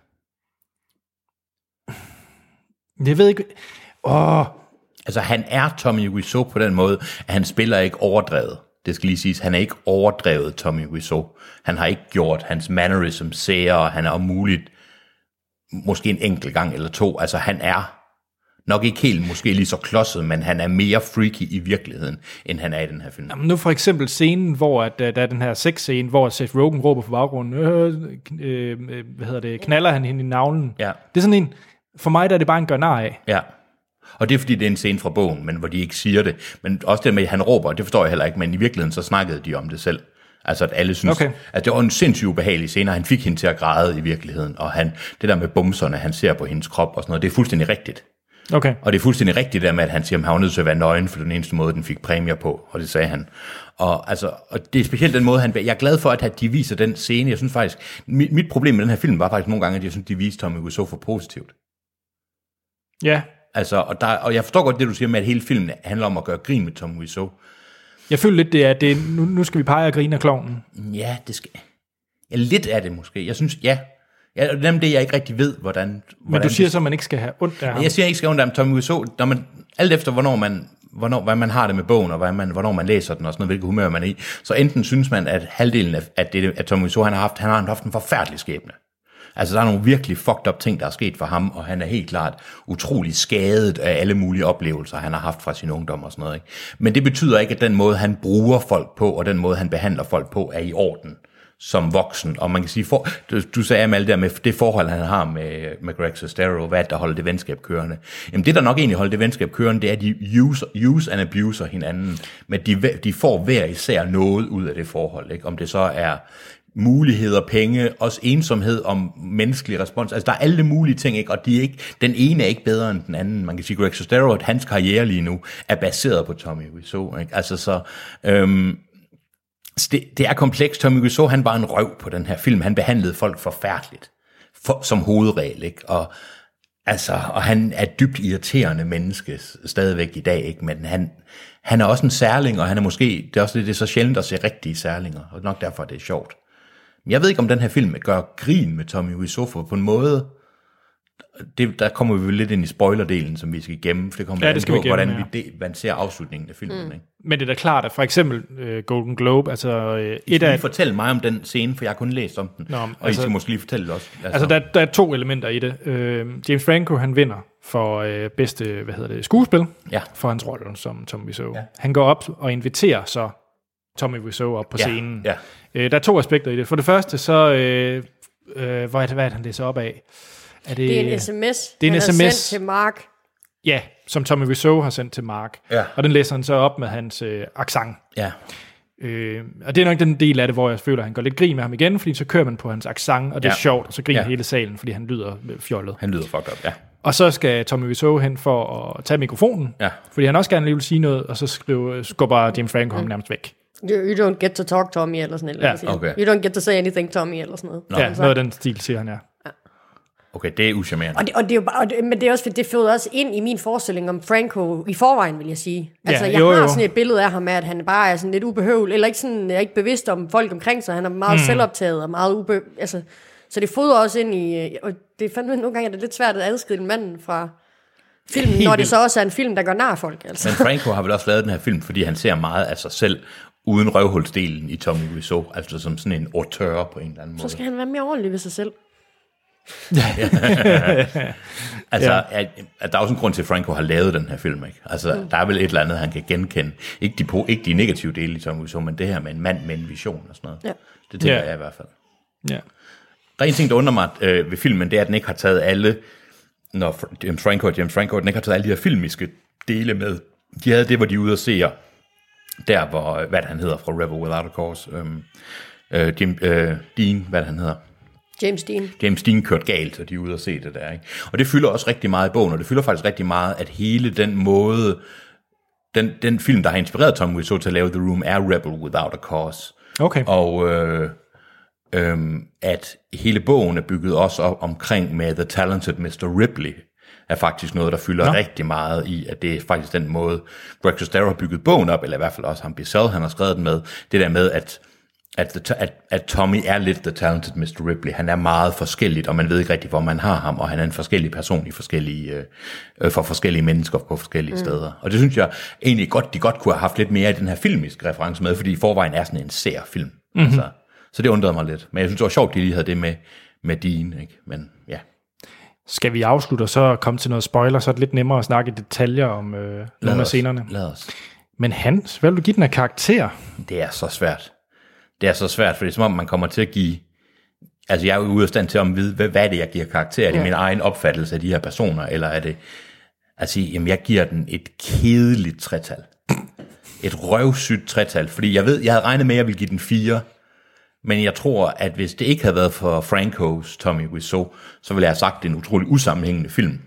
Speaker 1: Jeg ved ikke... Åh,
Speaker 3: Altså han er Tommy Wiseau på den måde, at han spiller ikke overdrevet. Det skal lige siges, han er ikke overdrevet Tommy Wiseau. Han har ikke gjort hans mannerism sære, og han er om muligt måske en enkelt gang eller to. Altså han er nok ikke helt måske lige så klodset, men han er mere freaky i virkeligheden, end han er i den her film.
Speaker 1: Jamen nu for eksempel scenen, hvor at, øh, der er den her sexscene, hvor Seth Rogen råber på baggrunden, øh, kn- øh, øh, hvad hedder det, knaller han hende i navlen.
Speaker 3: Ja.
Speaker 1: Det er sådan en, for mig der er det bare en gør nar af.
Speaker 3: Ja. Og det er fordi, det er en scene fra bogen, men hvor de ikke siger det. Men også det med, at han råber, det forstår jeg heller ikke, men i virkeligheden så snakkede de om det selv. Altså at alle synes,
Speaker 1: Okay.
Speaker 3: okay. at det var en sindssygt ubehagelig scene, og han fik hende til at græde i virkeligheden. Og han, det der med bumserne, han ser på hendes krop og sådan noget, det er fuldstændig rigtigt.
Speaker 1: Okay.
Speaker 3: Og det er fuldstændig rigtigt der med, at han siger, at han var nødt til at være nøgen, for den eneste måde, den fik præmier på, og det sagde han. Og, altså, og det er specielt den måde, han... Jeg er glad for, at de viser den scene. Jeg synes faktisk... Mit, mit problem med den her film var faktisk nogle gange, at jeg synes, de viste Tommy Wiseau for positivt.
Speaker 1: Ja.
Speaker 3: Altså, og, der, og jeg forstår godt det, du siger med, at hele filmen handler om at gøre grin med Tom Wiseau.
Speaker 1: Jeg føler lidt, det er, det er nu, nu skal vi pege og grine af klovnen.
Speaker 3: Ja, det skal... Ja, lidt af det måske. Jeg synes, ja. ja det er nemlig det, jeg ikke rigtig ved, hvordan...
Speaker 1: Men
Speaker 3: hvordan
Speaker 1: du siger
Speaker 3: det,
Speaker 1: så, at man ikke skal have ondt af ham.
Speaker 3: Jeg siger ikke, skal ondt om Tom Wiseau. Når man, alt efter, hvornår man, hvornår, hvad man har det med bogen, og hvad man, hvornår man læser den, og sådan noget, hvilket humør man er i, så enten synes man, at halvdelen af, at det, at Tom Wiseau, han har haft, han har haft en forfærdelig skæbne. Altså, der er nogle virkelig fucked up ting, der er sket for ham, og han er helt klart utrolig skadet af alle mulige oplevelser, han har haft fra sin ungdom og sådan noget. Ikke? Men det betyder ikke, at den måde, han bruger folk på, og den måde, han behandler folk på, er i orden som voksen. Og man kan sige, for, du, du sagde med alt det der med det forhold, han har med, med Greg Sestero, hvad er det, der holder det venskab kørende? Jamen det, der nok egentlig holder det venskab kørende, det er, at de use, use and abuser hinanden, men de, hver- de får hver især noget ud af det forhold. Ikke? Om det så er muligheder, penge, også ensomhed om menneskelig respons. Altså, der er alle mulige ting, ikke? og de er ikke, den ene er ikke bedre end den anden. Man kan sige, Greg Sestero, at hans karriere lige nu er baseret på Tommy Wiseau. Ikke? Altså, så, øhm, Så det, det er komplekst. Tommy Wiseau, han var en røv på den her film. Han behandlede folk forfærdeligt, for, som hovedregel, ikke? Og, altså, og han er et dybt irriterende menneske s- stadigvæk i dag, ikke? Men han, han er også en særling, og han er måske, det er også det, det er så sjældent at se rigtige særlinger, og nok derfor, det er sjovt. Men jeg ved ikke, om den her film gør grin med Tommy Wiseau, for på en måde, det, der kommer vi jo lidt ind i spoilerdelen, som vi skal gemme, for det kommer
Speaker 1: Ja,
Speaker 3: an
Speaker 1: det skal vi
Speaker 3: på,
Speaker 1: gemme,
Speaker 3: hvordan
Speaker 1: ja.
Speaker 3: vi del, man ser afslutningen af filmen.
Speaker 1: Mm.
Speaker 3: Ikke?
Speaker 1: Men det er da klart, at for eksempel øh, Golden Globe, altså øh,
Speaker 3: I
Speaker 1: et
Speaker 3: skal lige
Speaker 1: af...
Speaker 3: fortælle mig om den scene, for jeg har kun læst om den.
Speaker 1: Nå, men
Speaker 3: og
Speaker 1: altså-
Speaker 3: I skal måske lige fortælle det også.
Speaker 1: Altså, der, der er to elementer i det. Øh, James Franco, han vinder for øh, bedste, hvad hedder det, skuespil,
Speaker 3: Ja.
Speaker 1: for hans rolle som Tommy Wiseau. Ja. Han går op og inviterer så Tommy Wiseau op på
Speaker 3: Ja,
Speaker 1: scenen.
Speaker 3: ja.
Speaker 1: Øh, der er to aspekter i det. For det første, så... Øh, øh, hvor er det, hvad er det, han læser op af? Er
Speaker 2: Det er en sms,
Speaker 1: Det er en
Speaker 2: han har
Speaker 1: sms.
Speaker 2: sendt til Mark.
Speaker 1: Ja, som Tommy Wiseau har sendt til Mark.
Speaker 3: Ja.
Speaker 1: Og den læser han så op med hans øh, accent.
Speaker 3: Ja.
Speaker 1: Øh, og det er nok den del af det, hvor jeg føler, at han går lidt grin med ham igen, fordi så kører man på hans accent, og det er
Speaker 3: Ja.
Speaker 1: sjovt, og så griner
Speaker 3: Ja.
Speaker 1: ja. hele salen, fordi han lyder øh, fjollet.
Speaker 3: Han lyder fucked up, ja.
Speaker 1: Og så skal Tommy Wiseau hen for at tage mikrofonen,
Speaker 3: ja.
Speaker 1: fordi han også gerne lige vil sige noget, og så skrive, skubber James Franco ham nærmest væk.
Speaker 2: You, you don't get to talk, Tommy, eller sådan noget.
Speaker 1: Ja,
Speaker 2: eller sådan noget.
Speaker 3: okay.
Speaker 2: You don't get to say anything, Tommy, eller sådan noget.
Speaker 1: Nå. Ja,
Speaker 2: Altså,
Speaker 1: noget af den stil, siger han, ja.
Speaker 3: Okay, det er uschammerende.
Speaker 2: Og det, og det er jo bare, og det, men det er også, fordi det føder også ind i min forestilling om Franco i forvejen, vil jeg sige.
Speaker 1: Ja,
Speaker 2: Altså, jeg
Speaker 1: jo,
Speaker 2: har
Speaker 1: jo.
Speaker 2: sådan et billede af ham, af, at han bare er sådan lidt ubehøvlet, eller ikke sådan, er ikke bevidst om folk omkring sig. Han er meget
Speaker 1: Mm.
Speaker 2: mm. selvoptaget og meget ube, altså, så det fodrer også ind i, øh, og det er fandme nogle gange er det lidt svært at adskille manden fra filmen,
Speaker 3: Helt
Speaker 2: når det
Speaker 3: vildt.
Speaker 2: så også er en film, der gør nar af folk. Altså.
Speaker 3: Men Franco har vel også lavet den her film, fordi han ser meget af sig selv uden røvhulsdelen i Tommy Wiseau, altså som sådan en auteur på en eller anden
Speaker 2: Så
Speaker 3: måde.
Speaker 2: skal han være mere ordentlig ved sig selv.
Speaker 3: altså,
Speaker 2: Ja.
Speaker 3: ja. at, at der er også en grund til, at Franco har lavet den her film, ikke? Altså,
Speaker 2: Mm.
Speaker 3: mm. der er vel et eller andet, han kan genkende. Ikke de, po- ikke de negative dele i Tommy Wiseau, men det her med en mand med en vision og sådan noget.
Speaker 2: Ja.
Speaker 3: Det tænker
Speaker 1: Ja.
Speaker 3: ja. jeg i hvert fald.
Speaker 1: Ja.
Speaker 3: Der er en ting, der undrer mig øh, ved filmen, det er, at den ikke har taget alle, når Fr- James Franco og James Franco, den ikke har taget alle de her filmiske dele med. De havde det, hvor de er ude og ser, der hvor, øh, hvad er det, han hedder fra Rebel Without a Cause, øhm, øh, Jim, øh, Dean, hvad er det, han hedder,
Speaker 2: James Dean.
Speaker 3: James Dean kørte galt, og de er ude og se det der. Ikke? Og det fylder også rigtig meget i bogen, og det fylder faktisk rigtig meget, at hele den måde, den, den film, der har inspireret Tom Wiseau til at lave The Room, er Rebel Without a Cause.
Speaker 1: Okay.
Speaker 3: Og øh, øhm, at hele bogen er bygget også op omkring med The Talented Mr. Ripley, er faktisk noget, der fylder
Speaker 1: Nå.
Speaker 3: Nå. rigtig meget i, at det er faktisk den måde, Greg Sestero har bygget bogen op, eller i hvert fald også ham Bissell, han har skrevet den med, det der med, at at, the, at, at Tommy er lidt The Talented Mr. Ripley. Han er meget forskelligt, og man ved ikke rigtig, hvor man har ham, og han er en forskellig person i forskellige, øh, øh, for forskellige mennesker på forskellige
Speaker 1: Mm.
Speaker 3: mm. steder. Og det synes jeg egentlig godt, de godt kunne have haft lidt mere af den her filmiske reference med, fordi i forvejen er sådan en sær film.
Speaker 1: Mhm.
Speaker 3: Altså, så det undrede mig lidt. Men jeg synes, det var sjovt, de lige havde det med, med Dean. Ikke? Men ja,
Speaker 1: Skal vi afslutte og så komme til noget spoiler, så er det lidt nemmere at snakke i detaljer om øh, nogle af
Speaker 3: os.
Speaker 1: scenerne.
Speaker 3: Lad os.
Speaker 1: Men Hans, hvad vil du give den af karakter?
Speaker 3: det er så svært. Det er så svært, for det er som om, man kommer til at give... Altså, jeg er jo ude af stand til at vide, hvad, hvad er det, jeg giver karakter? Er det
Speaker 1: Ja.
Speaker 3: ja. min egen opfattelse af de her personer, eller er det... Altså, jamen, jeg giver den et kedeligt tretal. Et røvsygt tretal, fordi jeg ved, jeg havde regnet med, at jeg ville give den fire, men jeg tror, at hvis det ikke havde været for Francos Tommy Wiseau, så ville jeg have sagt, at det er en utrolig usammenhængende film.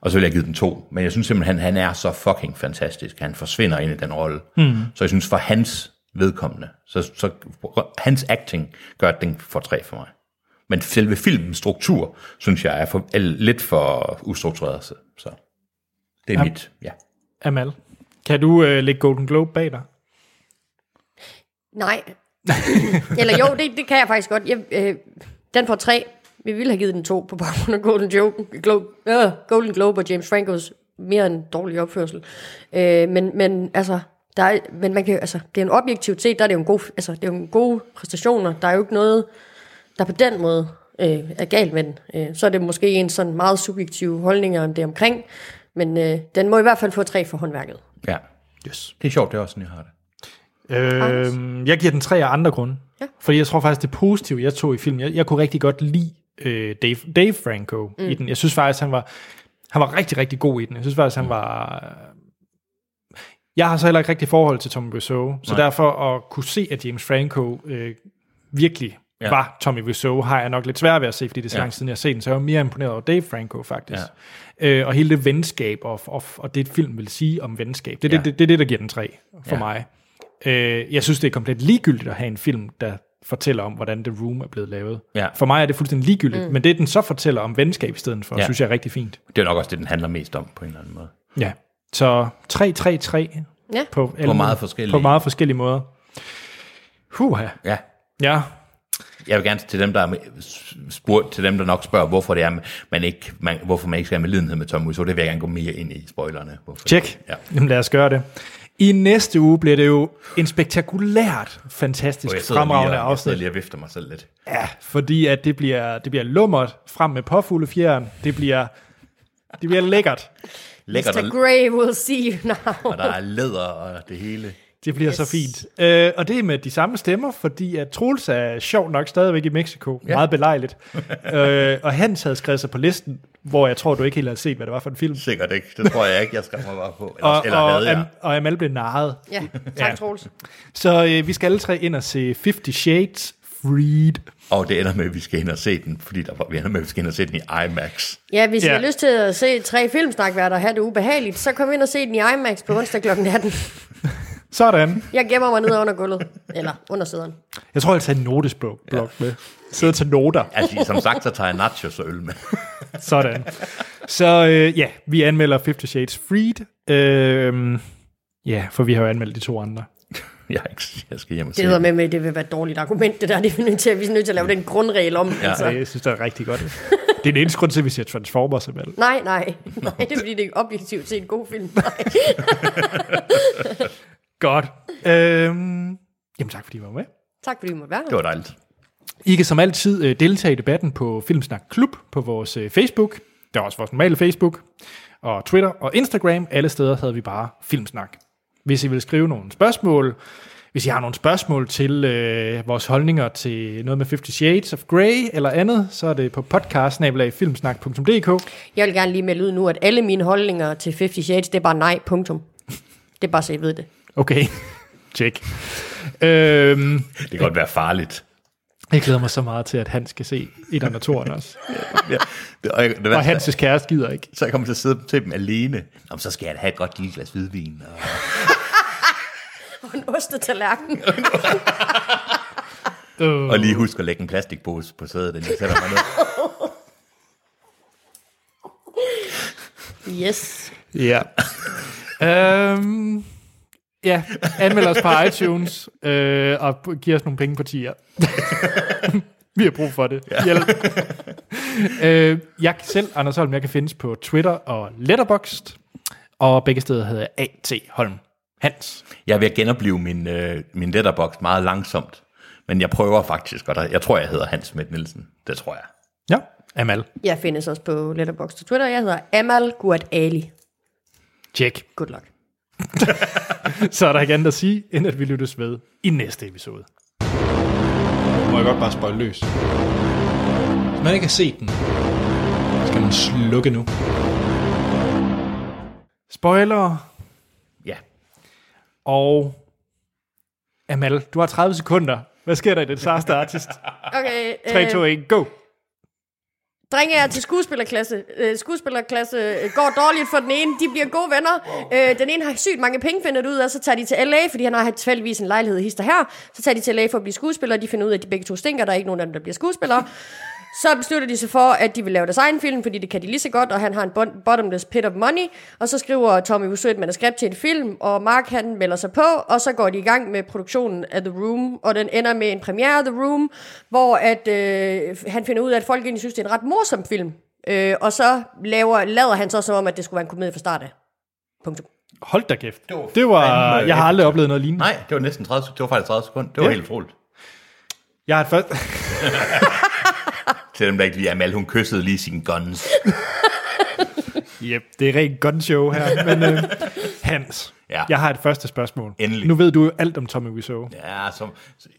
Speaker 3: Og så ville jeg have givet den to. Men jeg synes simpelthen, han er så fucking fantastisk. Han forsvinder ind i den rolle.
Speaker 1: Mm.
Speaker 3: Så jeg synes, for hans vedkommende, så, så hans acting gør, at den får tre for mig. Men selve filmens struktur, synes jeg, er for, er lidt for ustruktureret. Så, så det er
Speaker 1: Ja.
Speaker 3: ja. mit, ja.
Speaker 1: Amal, kan du øh, lægge Golden Globe bag dig?
Speaker 2: Nej. Eller jo, det, det kan jeg faktisk godt. Jeg, øh, den får tre. Vi ville have givet den to på baggrund af Golden, Globe, Globe, øh, Golden Globe og James Francos mere end dårlig opførsel. Øh, men, men altså, der er, men man kan, altså, det er en objektiv set, der er det jo en god, altså, det er jo en god præstationer. Der er jo ikke noget, der på den måde øh, er galt med den. Øh, så er det måske en sådan meget subjektiv holdning om det omkring, men øh, den må i hvert fald få tre for håndværket.
Speaker 3: ja. Yes. Det er sjovt, det er også sådan, jeg har det.
Speaker 1: Øh, jeg giver den tre af andre grunde. Ja. Fordi jeg tror faktisk, det positive, jeg tog i filmen, jeg, jeg kunne rigtig godt lide øh, Dave, Dave Franco mm.
Speaker 13: Mm.
Speaker 1: i den. Jeg synes faktisk, han var, han var rigtig, rigtig god i den. Jeg synes faktisk, han var... øh, Jeg har så heller ikke rigtig forhold til Tommy Wiseau, så
Speaker 13: Nej.
Speaker 1: derfor at kunne se, at James Franco øh, virkelig ja.
Speaker 13: Ja.
Speaker 1: var Tommy Wiseau, har jeg nok lidt svært ved at se, fordi det er så
Speaker 13: Ja.
Speaker 1: lang siden, jeg har set den, så jeg var mere imponeret over Dave Franco faktisk. Ja. Øh, og hele det venskab, og, og, og det film vil sige om venskab, det
Speaker 13: Ja.
Speaker 1: er det, det, det, er det, der giver den tre for ja.
Speaker 13: Ja.
Speaker 1: mig. Øh, jeg synes, det er komplet ligegyldigt at have en film, der fortæller om, hvordan The Room er blevet lavet.
Speaker 3: Ja.
Speaker 1: For mig er det fuldstændig ligegyldigt,
Speaker 3: Mm.
Speaker 1: mm. men det, den så fortæller om venskab i stedet for,
Speaker 3: Ja.
Speaker 1: ja. synes jeg er rigtig fint.
Speaker 3: Det er nok også det, den handler mest om, på en eller anden måde.
Speaker 1: Ja. Så 3-3-3
Speaker 2: Ja.
Speaker 1: på, alle-
Speaker 3: meget forskellige-
Speaker 1: på meget forskellige måder. Huha.
Speaker 3: Ja.
Speaker 1: Ja.
Speaker 3: Jeg vil gerne til dem, der er med- spurgt, til dem, der nok spørger, hvorfor det er, man ikke, man, hvorfor man ikke skal have medlidenhed med Tom Wiseau. Det vil jeg gerne gå mere ind i spoilerne. Hvorfor.
Speaker 1: Tjek.
Speaker 3: Ja.
Speaker 1: Jamen lad os gøre det. I næste uge bliver det jo en spektakulært, fantastisk,
Speaker 3: Og jeg sidder
Speaker 1: fremragende
Speaker 3: lige og- Jeg sidder
Speaker 1: afsnit.
Speaker 3: lige og vifter mig selv lidt.
Speaker 1: Ja, fordi at det bliver, det bliver lummert frem med påfuglefjeren. Det bliver, det bliver lækkert.
Speaker 3: Lækkert
Speaker 2: Mr. Grey will see you now.
Speaker 3: Og der er læder og det hele.
Speaker 1: Det bliver yes. så fint. Øh, og det er med de samme stemmer, fordi at Troels er sjov nok stadigvæk i Mexico.
Speaker 3: Ja.
Speaker 1: Ja. Meget belejligt. øh, og Hans havde skrevet sig på listen, hvor jeg tror, du ikke helt havde set, hvad det var for en film.
Speaker 3: Sikkert ikke. Det tror jeg ikke, jeg skrev mig bare på. Ellers,
Speaker 1: og,
Speaker 3: eller
Speaker 1: og,
Speaker 3: havde jeg.
Speaker 1: Am- og Amal blev narret.
Speaker 2: Ja, tak ja. Troels.
Speaker 1: Så øh, vi skal alle tre ind og se 50 Shades Freed.
Speaker 3: Og det ender med, at vi skal ind og se den, fordi der, vi ender med, at vi skal ind og se den i IMAX.
Speaker 2: Ja, hvis ja. I
Speaker 3: Ja.
Speaker 2: har lyst til at se tre filmsnakværter og have det ubehageligt, så kom ind og se den i IMAX på onsdag kl. 18.
Speaker 1: Sådan.
Speaker 2: Jeg gemmer mig ned under gulvet. Eller under sæderen.
Speaker 1: Jeg tror, jeg tager en notesblok ja. med. Sidde til noter.
Speaker 3: Altså, som sagt, så tager jeg nachos og øl med.
Speaker 1: Sådan. Så øh, ja, vi anmelder 50 Shades Freed. Øh, ja, for vi har jo anmeldt de to andre.
Speaker 3: jeg, har ikke, jeg skal hjem og
Speaker 2: Det hedder med, med, det vil være et dårligt argument, det der. Det er vi nødt til, vi er nødt til at lave den grundregel om.
Speaker 1: Ja. Altså. Jeg synes, det er rigtig godt. Det er den eneste grund til, at vi ser Transformers imellem.
Speaker 2: Nej, nej. Nej, det er fordi, det er objektivt set en god film. Nej.
Speaker 1: Godt. Øhm, jamen tak, fordi I var med.
Speaker 2: tak fordi I måtte være her.
Speaker 3: dejligt.
Speaker 1: I kan som altid øh, deltage i debatten på Filmsnak Klub på vores øh, Facebook. Der er også vores normale Facebook og Twitter og Instagram. Alle steder havde vi bare Filmsnak. Hvis I vil skrive nogle spørgsmål, hvis I har nogle spørgsmål til øh, vores holdninger til noget med 50 Shades of Grey eller andet, så er det på podcast-filmsnak.dk.
Speaker 2: Jeg vil gerne lige melde ud nu, at alle mine holdninger til 50 Shades, det er bare nej, punktum. Det er bare så, I ved det.
Speaker 1: Okay, tjek. Øhm,
Speaker 3: det kan godt være farligt.
Speaker 1: Jeg glæder mig så meget til, at han skal se et og toeren også.
Speaker 3: ja, det, og, jeg, det,
Speaker 1: Og Hans' kæreste gider ikke.
Speaker 3: Så jeg kommer til at sidde til dem alene. Nå, men så skal jeg da have et godt lille glas hvidvin. Og...
Speaker 2: Og en ostetallerken.
Speaker 1: Uh.
Speaker 3: Og lige husk at lægge en plastikpose på sædet, den jeg sætter mig ned.
Speaker 2: Yes.
Speaker 1: Ja. øhm, ja, anmeld os på iTunes øh, og p- giv os nogle penge på tier. Vi har brug for det. Ja. Hjælp. øh, jeg selv, Anders Holm, jeg kan findes på Twitter og Letterboxd, og begge steder hedder jeg A.T. Holm Hans.
Speaker 3: Jeg er ved at genopleve min, øh, min letterbox meget langsomt. Men jeg prøver faktisk, og der, jeg tror, jeg hedder Hans Mette Nielsen. Det tror jeg.
Speaker 1: Ja, Amal.
Speaker 2: Jeg findes også på Letterboxd og Twitter. Jeg hedder Amal Gurt Ali.
Speaker 1: Tjek.
Speaker 2: Good luck.
Speaker 1: Så er der ikke andet at sige, end at vi lyttes ved i næste episode.
Speaker 13: Må jeg godt bare spøjle løs. Hvis man ikke har set den, skal man slukke nu.
Speaker 1: Spoiler.
Speaker 3: Ja.
Speaker 1: Og Amal, du har 30 sekunder. Hvad sker der i den sarste artist?
Speaker 2: Okay.
Speaker 1: 3, 2, 1, go!
Speaker 2: Drenge er til skuespillerklasse. Øh, skuespillerklasse øh, går dårligt for den ene. De bliver gode venner. Øh, den ene har sygt mange penge, finder det ud af, så tager de til LA, fordi han har tilfældigvis en lejlighed hister her. Så tager de til LA for at blive skuespillere. De finder ud af, at de begge to stinker. Der er ikke nogen af dem, der bliver skuespillere. Så beslutter de sig for, at de vil lave deres egen film, fordi det kan de lige så godt, og han har en bun- bottomless pit of money. Og så skriver Tommy Wiseau et manuskript til en film, og Mark han melder sig på, og så går de i gang med produktionen af The Room, og den ender med en premiere af The Room, hvor at, øh, han finder ud af, at folk egentlig synes, det er en ret morsom film. Øh, og så laver, lader han så som om, at det skulle være en komedie fra start af. Punktum.
Speaker 1: Hold da kæft. Det var, det var
Speaker 3: fandme
Speaker 1: jeg har aldrig oplevet noget lignende.
Speaker 3: Nej, det var næsten 30 sekunder. Det var faktisk 30 sekunder. Det var
Speaker 1: Ja.
Speaker 3: helt utroligt.
Speaker 1: Jeg har et først...
Speaker 3: Til dem, der ikke lige er med, hun kyssede lige sine guns.
Speaker 1: Yep, det er rent gun show her. Men øh, Hans,
Speaker 3: Ja.
Speaker 1: jeg har et første spørgsmål.
Speaker 3: Endelig.
Speaker 1: Nu ved du jo alt om Tommy Wiseau.
Speaker 3: Ja, som,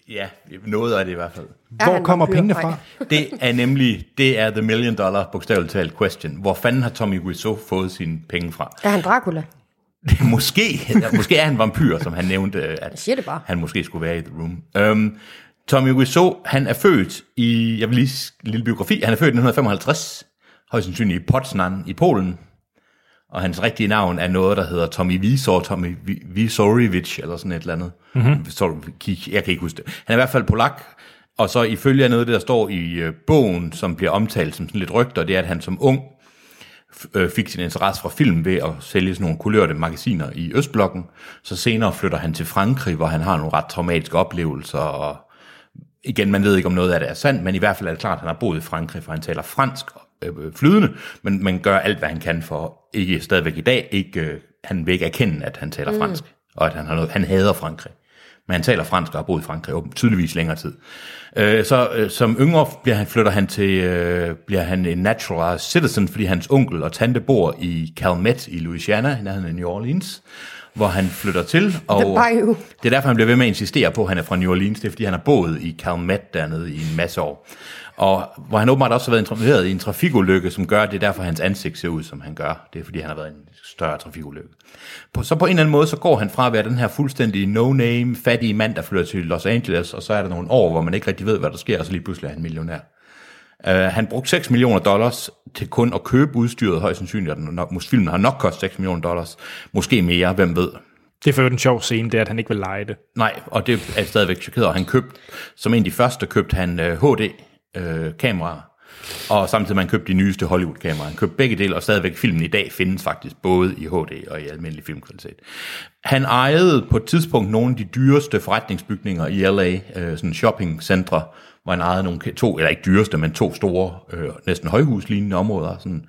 Speaker 3: ja, noget af det i hvert fald.
Speaker 1: Hvor kommer pengene fra?
Speaker 3: Det er nemlig, det er the million dollar bogstaveligt talt question. Hvor fanden har Tommy Wiseau fået sine penge fra?
Speaker 2: Er han Dracula?
Speaker 3: Måske, måske er han vampyr, som han nævnte, øh, at
Speaker 2: Jeg siger det bare.
Speaker 3: han måske skulle være i The Room. Um, Tommy Wiseau, han er født i, jeg vil lige s- en lille biografi, han er født i 1955, højst sandsynligt i Poznań i Polen. Og hans rigtige navn er noget, der hedder Tommy Visor, Tommy Vi- Visorievich, eller sådan et eller andet.
Speaker 1: Mhm.
Speaker 3: Så, jeg kan ikke huske det. Han er i hvert fald polak, og så ifølge af noget, af det, der står i øh, bogen, som bliver omtalt som sådan lidt rygter, det er, at han som ung f- øh, fik sin interesse fra film ved at sælge sådan nogle kulørte magasiner i Østblokken. Så senere flytter han til Frankrig, hvor han har nogle ret traumatiske oplevelser, og igen, man ved ikke, om noget af det er sandt, men i hvert fald er det klart, at han har boet i Frankrig, for han taler fransk øh, flydende, men man gør alt, hvad han kan for ikke stadigvæk i dag, ikke, øh, han vil ikke erkende, at han taler
Speaker 14: Mm.
Speaker 3: mm. fransk, og at han, har noget, han hader Frankrig. Men han taler fransk og har boet i Frankrig åben- tydeligvis længere tid. Øh, så øh, som yngre bliver han, flytter han til, øh, bliver han en naturalized citizen, fordi hans onkel og tante bor i Calmet i Louisiana, i nærheden af New Orleans, hvor han flytter til. Og,
Speaker 2: The Bayou.
Speaker 3: det er derfor, han bliver ved med at insistere på, at han er fra New Orleans. Det er, fordi han har boet i Calmet dernede i en masse år. Og hvor han åbenbart også har været involveret i en trafikulykke, som gør, at det er derfor, hans ansigt ser ud, som han gør. Det er, fordi han har været i en større trafikulykke. På, så på en eller anden måde, så går han fra at være den her fuldstændig no-name, fattige mand, der flytter til Los Angeles, og så er der nogle år, hvor man ikke rigtig ved, hvad der sker, og så lige pludselig er han millionær. Uh, han brugte 6 millioner dollars til kun at købe udstyret, højst sandsynligt, og den nok, mås- filmen har nok kostet 6 millioner dollars, måske mere, hvem ved.
Speaker 1: Det er for øvrigt en sjov scene, det er, at han ikke vil lege det.
Speaker 3: Nej, og det er jeg stadigvæk chokeret. Og han købte, som en af de første, købte han øh, HD-kameraer, og samtidig man købte de nyeste Hollywood-kameraer. Han købte begge dele, og stadigvæk filmen i dag findes faktisk både i HD og i almindelig filmkvalitet. Han ejede på et tidspunkt nogle af de dyreste forretningsbygninger i LA, øh, sådan shoppingcentre, hvor han ejede nogle to, eller ikke dyreste, men to store, øh, næsten højhuslignende områder, sådan,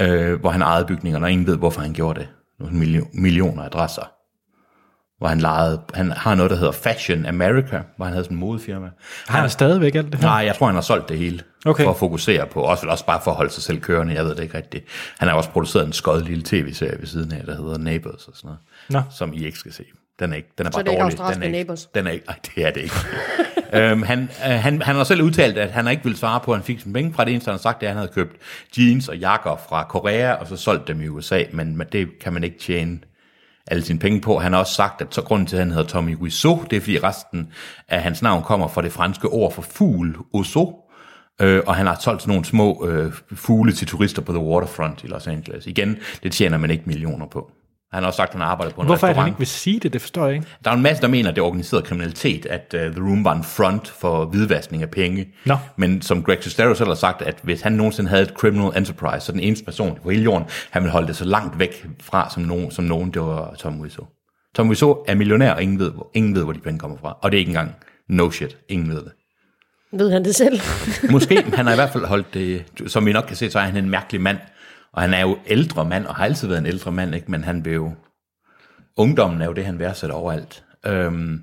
Speaker 3: øh, hvor han ejede bygningerne, og ingen ved, hvorfor han gjorde det. Nogle milio- millioner adresser hvor han lejede, han har noget, der hedder Fashion America, hvor han havde sådan en modefirma.
Speaker 1: Han er stadigvæk alt det her.
Speaker 3: Nej, jeg tror, han har solgt det hele.
Speaker 1: Okay.
Speaker 3: For at fokusere på, også, også bare for at holde sig selv kørende, jeg ved det ikke rigtigt. Han har også produceret en skød lille tv-serie ved siden af, der hedder Neighbors og sådan noget.
Speaker 1: Nå.
Speaker 3: Som I ikke skal se. Den er, ikke, den er
Speaker 2: Så
Speaker 3: bare
Speaker 2: det er ikke
Speaker 3: dårlig.
Speaker 2: australske
Speaker 3: den er ikke,
Speaker 2: Neighbours?
Speaker 3: Den er ikke, nej, det er det ikke. øhm, han, øh, han, han har selv udtalt, at han ikke ville svare på, at han fik sine penge fra det eneste, han har sagt, det er, at han havde købt jeans og jakker fra Korea, og så solgt dem i USA, men, men det kan man ikke tjene alle sine penge på. Han har også sagt, at så grunden til, at han hedder Tommy Wiseau, det er fordi resten af hans navn kommer fra det franske ord for fugl, oiseau, Øh, og han har solgt sådan nogle små øh, fugle til turister på The Waterfront i Los Angeles. Igen, det tjener man ikke millioner på. Han har også sagt, at han arbejder på en
Speaker 1: Hvorfor er det, han
Speaker 3: restaurant.
Speaker 1: ikke vil sige det? Det forstår jeg ikke.
Speaker 3: Der er en masse, der mener, at det er organiseret kriminalitet, at uh, The Room var en front for hvidvaskning af penge.
Speaker 1: Nå.
Speaker 3: Men som Greg Sestero selv har sagt, at hvis han nogensinde havde et criminal enterprise, så den eneste person på hele jorden, han ville holde det så langt væk fra som nogen, som nogen det var Tom Wiseau. Tom Wiseau er millionær, og ingen ved, hvor, ingen ved, hvor de penge kommer fra. Og det er ikke engang no shit. Ingen ved det.
Speaker 2: Ved han det selv?
Speaker 3: Måske, men han har i hvert fald holdt det, som vi nok kan se, så er han en mærkelig mand. Og han er jo ældre mand, og har altid været en ældre mand, ikke? men han vil jo... Ungdommen er jo det, han værdsætter overalt. Øhm,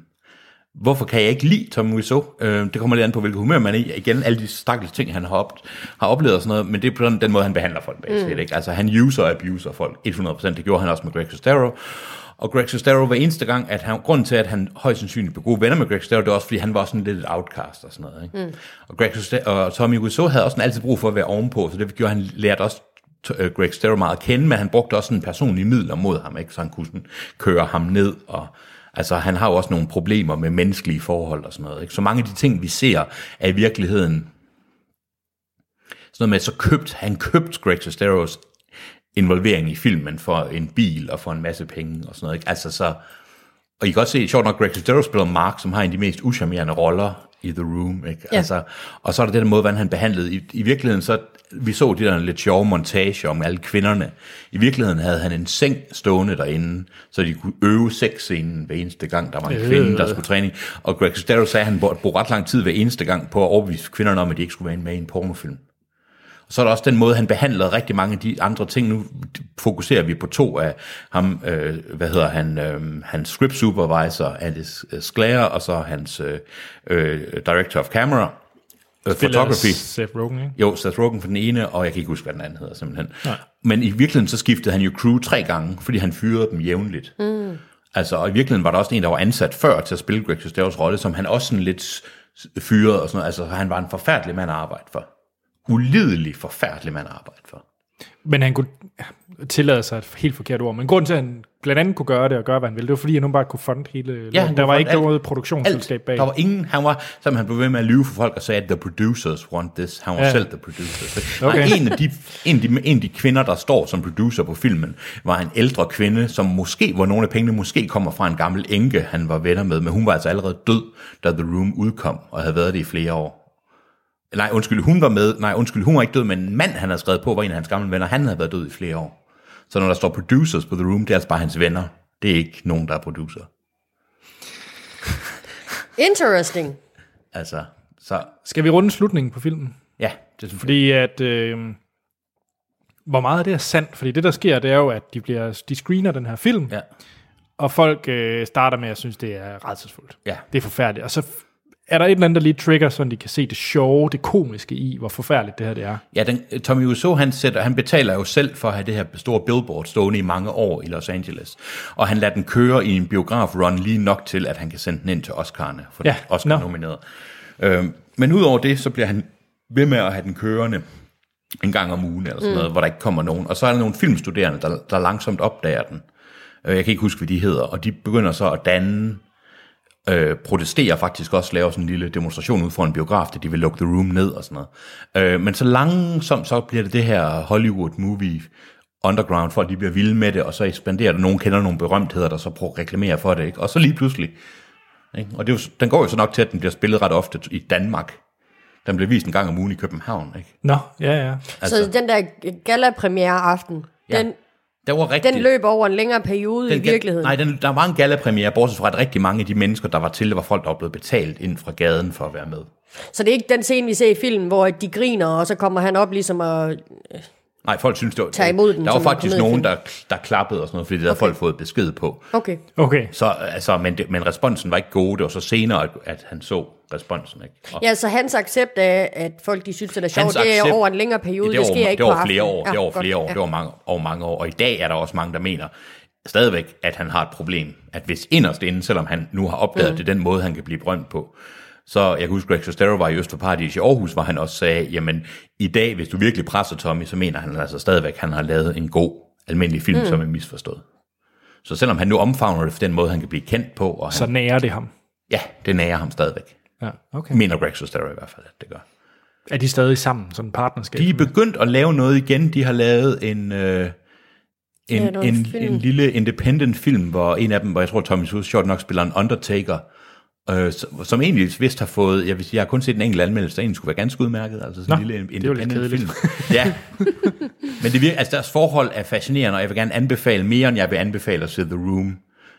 Speaker 3: hvorfor kan jeg ikke lide Tom Wiseau? Øhm, det kommer lidt an på, hvilket humør man er i. Igen, alle de stakkels ting, han har, op, har oplevet og sådan noget, men det er på den, den måde, han behandler folk basalt.
Speaker 14: Mm.
Speaker 3: Mm. Ikke? Altså, han user og abuser folk 100%. Det gjorde han også med Greg Sestero. Og Greg Sestero var eneste gang, at han, grunden til, at han højst sandsynligt blev gode venner med Greg Sestero, det var også, fordi han var sådan lidt et outcast og sådan noget. Ikke?
Speaker 14: Mm.
Speaker 3: Og, Greg Sestero, og Tommy Wiseau havde også sådan altid brug for at være ovenpå, så det gjorde, at han lærte også t- øh, Greg Sestero meget at kende, men han brugte også sådan personlige midler mod ham, ikke? så han kunne sådan køre ham ned. Og, altså, han har jo også nogle problemer med menneskelige forhold og sådan noget. Ikke? Så mange af de ting, vi ser, er i virkeligheden sådan noget med, så købt, han købte Greg Sesteros involvering i filmen for en bil og for en masse penge og sådan noget. Ikke? Altså så, og I kan godt se, sjovt nok, Greg Sestero spiller Mark, som har en af de mest uschammerende roller i The Room. Ikke?
Speaker 14: Ja.
Speaker 3: Altså, og så er der den måde, hvordan han behandlede. I, I virkeligheden så, vi så de der lidt sjove montage om alle kvinderne. I virkeligheden havde han en seng stående derinde, så de kunne øve sexscenen hver eneste gang, der var en
Speaker 14: Øh.
Speaker 3: kvinde, der skulle træning. Og Greg Sestero sagde, at han brugte ret lang tid hver eneste gang på at overbevise kvinderne om, at de ikke skulle være med i en pornofilm. Og så er der også den måde, han behandlede rigtig mange af de andre ting. Nu fokuserer vi på to af ham, øh, hvad hedder han, øh, hans script supervisor, Alice Sclare, og så hans øh, øh, director of camera, øh,
Speaker 1: Spiller
Speaker 3: photography.
Speaker 1: Seth Rogen, ikke?
Speaker 3: Jo, Seth Rogen for den ene, og jeg kan ikke huske, hvad den anden hedder simpelthen.
Speaker 1: Nej.
Speaker 3: Men i virkeligheden så skiftede han jo crew tre gange, fordi han fyrede dem jævnligt.
Speaker 14: Mm.
Speaker 3: Altså, og i virkeligheden var der også en, der var ansat før til at spille Greg Sesteros rolle, som han også sådan lidt s- fyrede og sådan noget. Altså, han var en forfærdelig mand at arbejde for. Ulidelig forfærdelig mand at arbejde for.
Speaker 1: Men han kunne tillade sig et helt forkert ord. Men grunden til, at han blandt andet kunne gøre det og gøre, hvad han ville, det var, fordi han nu bare kunne fonde hele... Ja, der var ikke alt, noget produktionsselskab bag.
Speaker 3: Der var ingen... Han var, som han blev ved med at lyve for folk og sagde, at the producers want this. Han var ja. selv the producers. Okay. Nej, en, af de, en, af de, en af de kvinder, der står som producer på filmen, var en ældre kvinde, som måske, hvor nogle af pengene måske kommer fra en gammel enke, han var venner med, men hun var altså allerede død, da The Room udkom, og havde været det i flere år. Nej, undskyld, hun var med. Nej, undskyld, hun var ikke død, men en mand, han havde skrevet på, var en af hans gamle venner. Han havde været død i flere år. Så når der står producers på The Room, det er altså bare hans venner. Det er ikke nogen, der er producer.
Speaker 2: Interesting.
Speaker 3: Altså, så...
Speaker 1: Skal vi runde slutningen på filmen?
Speaker 3: Ja,
Speaker 1: det er Fordi at... Øh, hvor meget af det er sandt? Fordi det, der sker, det er jo, at de, bliver, de screener den her film,
Speaker 3: ja.
Speaker 1: og folk øh, starter med at synes, det er redselsfuldt.
Speaker 3: Ja.
Speaker 1: Det er forfærdeligt. Og så er der et eller andet, der lige trigger, så de kan se det sjove, det komiske i, hvor forfærdeligt det her det er?
Speaker 3: Ja, den, Tommy Wiseau, han, sætter, han betaler jo selv for at have det her store billboard stående i mange år i Los Angeles. Og han lader den køre i en biograf-run lige nok til, at han kan sende den ind til Oscar'erne, for ja, Oscar nomineret. No. Øhm, men udover det, så bliver han ved med at have den kørende en gang om ugen eller sådan mm. noget, hvor der ikke kommer nogen. Og så er der nogle filmstuderende, der, der langsomt opdager den. Øh, jeg kan ikke huske, hvad de hedder. Og de begynder så at danne øh, protesterer faktisk også, laver sådan en lille demonstration ud for en biograf, da de vil lukke The Room ned og sådan noget. Øh, men så langsomt så bliver det det her Hollywood-movie underground, for at de bliver vilde med det, og så ekspanderer det. Nogen kender nogle berømtheder, der så prøver at reklamere for det, ikke? og så lige pludselig. Ikke? Og det er jo, den går jo så nok til, at den bliver spillet ret ofte i Danmark. Den blev vist en gang om ugen i København, ikke?
Speaker 1: Nå, ja, ja.
Speaker 2: Altså, så den der gala-premiere-aften, ja. den,
Speaker 3: der var rigtig,
Speaker 2: den løb over en længere periode den, i virkeligheden.
Speaker 3: Nej, den, der var en gallapremiere, bortset fra, at rigtig mange af de mennesker, der var til, det var folk, der var blevet betalt ind fra gaden for at være med.
Speaker 2: Så det er ikke den scene, vi ser i filmen, hvor de griner, og så kommer han op ligesom og...
Speaker 3: Nej, folk synes, det var,
Speaker 2: tage imod den,
Speaker 3: der var faktisk nogen, der, der klappede og sådan noget, fordi det havde okay. folk fået besked på.
Speaker 2: Okay.
Speaker 1: okay.
Speaker 3: Så, altså, men, det, men responsen var ikke god, det var så senere, at han så responsen. Ikke?
Speaker 2: Og ja, så hans accept af, at folk de synes, det er sjovt, det er over en længere periode, ja, det, over, det sker ikke
Speaker 3: det over
Speaker 2: på
Speaker 3: flere
Speaker 2: aften.
Speaker 3: år, ja, Det var flere godt, år, ja. det var mange, over mange år, og i dag er der også mange, der mener stadigvæk, at han har et problem, at hvis inderst inden, selvom han nu har opdaget mm. det, den måde, han kan blive berømt på, så jeg kan huske, Greg Sestero var i Øst for Paradis i Aarhus, hvor han også sagde, jamen i dag, hvis du virkelig presser Tommy, så mener han altså stadigvæk, at han har lavet en god, almindelig film, mm. som er misforstået. Så selvom han nu omfavner det på den måde, han kan blive kendt på. Og han,
Speaker 1: så nærer det ham?
Speaker 3: Ja, det nærer ham stadigvæk.
Speaker 1: Ja, okay.
Speaker 3: Mener Greg Sestero i hvert fald, at det gør.
Speaker 1: Er de stadig sammen, sådan en partnerskab?
Speaker 3: De er begyndt at lave noget igen. De har lavet en... Øh, en, ja, en, en, en lille independent film, hvor en af dem, hvor jeg tror, Tommy Wiseau sjovt nok spiller en Undertaker, øh, som, som egentlig vist har fået, jeg vil sige, jeg har kun set en enkelt anmeldelse, der egentlig skulle være ganske udmærket, altså sådan Nå, en lille independent film. ja. Men det virker, altså deres forhold er fascinerende, og jeg vil gerne anbefale mere, end jeg vil anbefale at se The Room.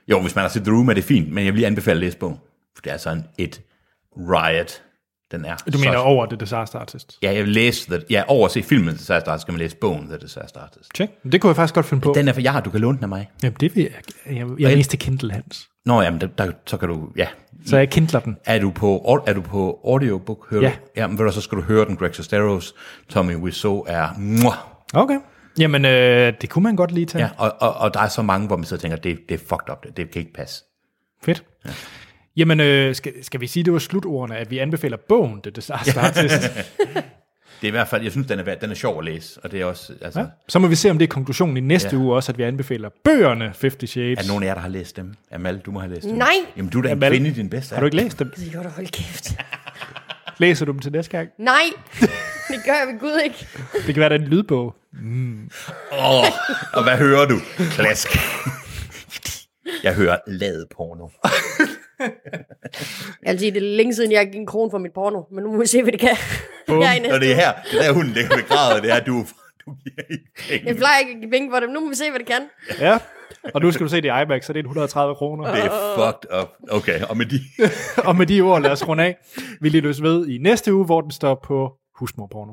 Speaker 3: Jo, hvis man har set The Room, er det fint, men jeg vil lige anbefale at læse bogen. For det er altså en, et riot, den er.
Speaker 1: Du mener så, over The Disaster Artist?
Speaker 3: Ja, jeg vil læse, the, ja, over at se filmen The Disaster Artist, skal man læse bogen The Disaster Artist.
Speaker 1: Check. Det kunne jeg faktisk godt finde på.
Speaker 3: Den er for jer, ja, du kan låne den af mig.
Speaker 1: Jamen det vil jeg. Jeg, jeg, jeg læste Kindle Hans.
Speaker 3: Nå, jamen, der, der, så kan du, ja.
Speaker 1: Så jeg kindler den.
Speaker 3: Er du på, er du på audiobook? Hører
Speaker 1: ja.
Speaker 3: Du? Jamen, ved du, så skal du høre den. Greg Sesteros Tommy Wiseau er... Mwah.
Speaker 1: Okay. Jamen, øh, det kunne man godt lige tage.
Speaker 3: Ja, og, og, og der er så mange, hvor man sidder og tænker, det, det er fucked up, det, det kan ikke passe.
Speaker 1: Fedt. Ja. Jamen, øh, skal, skal vi sige, det var slutordene, at vi anbefaler bogen, det Disaster Artist?
Speaker 3: Det er i hvert fald, jeg synes, den er, værd, den er sjov at læse, og det er også... Altså, ja.
Speaker 1: Så må vi se, om det er konklusionen i næste ja. uge også, at vi anbefaler bøgerne 50 Shades.
Speaker 3: Er der nogen af jer, der har læst dem? Amal, du må have læst dem.
Speaker 2: Nej!
Speaker 3: Jamen, du er da Amal, en kvinde din bedste.
Speaker 1: Har du ikke læst dem?
Speaker 2: Jo, da hold kæft.
Speaker 1: Læser du dem til næste gang?
Speaker 2: Nej, det gør jeg ved Gud ikke.
Speaker 1: det kan være, der er en lydbog. Mm.
Speaker 3: Oh, og hvad hører du? Klask. jeg hører lavet porno.
Speaker 2: jeg vil sige, det er længe siden, jeg gik en krone for mit porno, men nu må vi se, hvad det kan.
Speaker 3: Boom. Jeg er næste. Og det er her, det er der, hunden ligger begravet, det er du. du
Speaker 2: jeg plejer ikke at give penge for dem, nu må vi se, hvad det kan.
Speaker 1: Ja, og nu skal du se det i IMAX, så det er 130 kroner.
Speaker 3: Det er fucked up. Okay, og med de,
Speaker 1: og med de ord, lad os runde af. Vi lyttes ved i næste uge, hvor den står på husmorporno.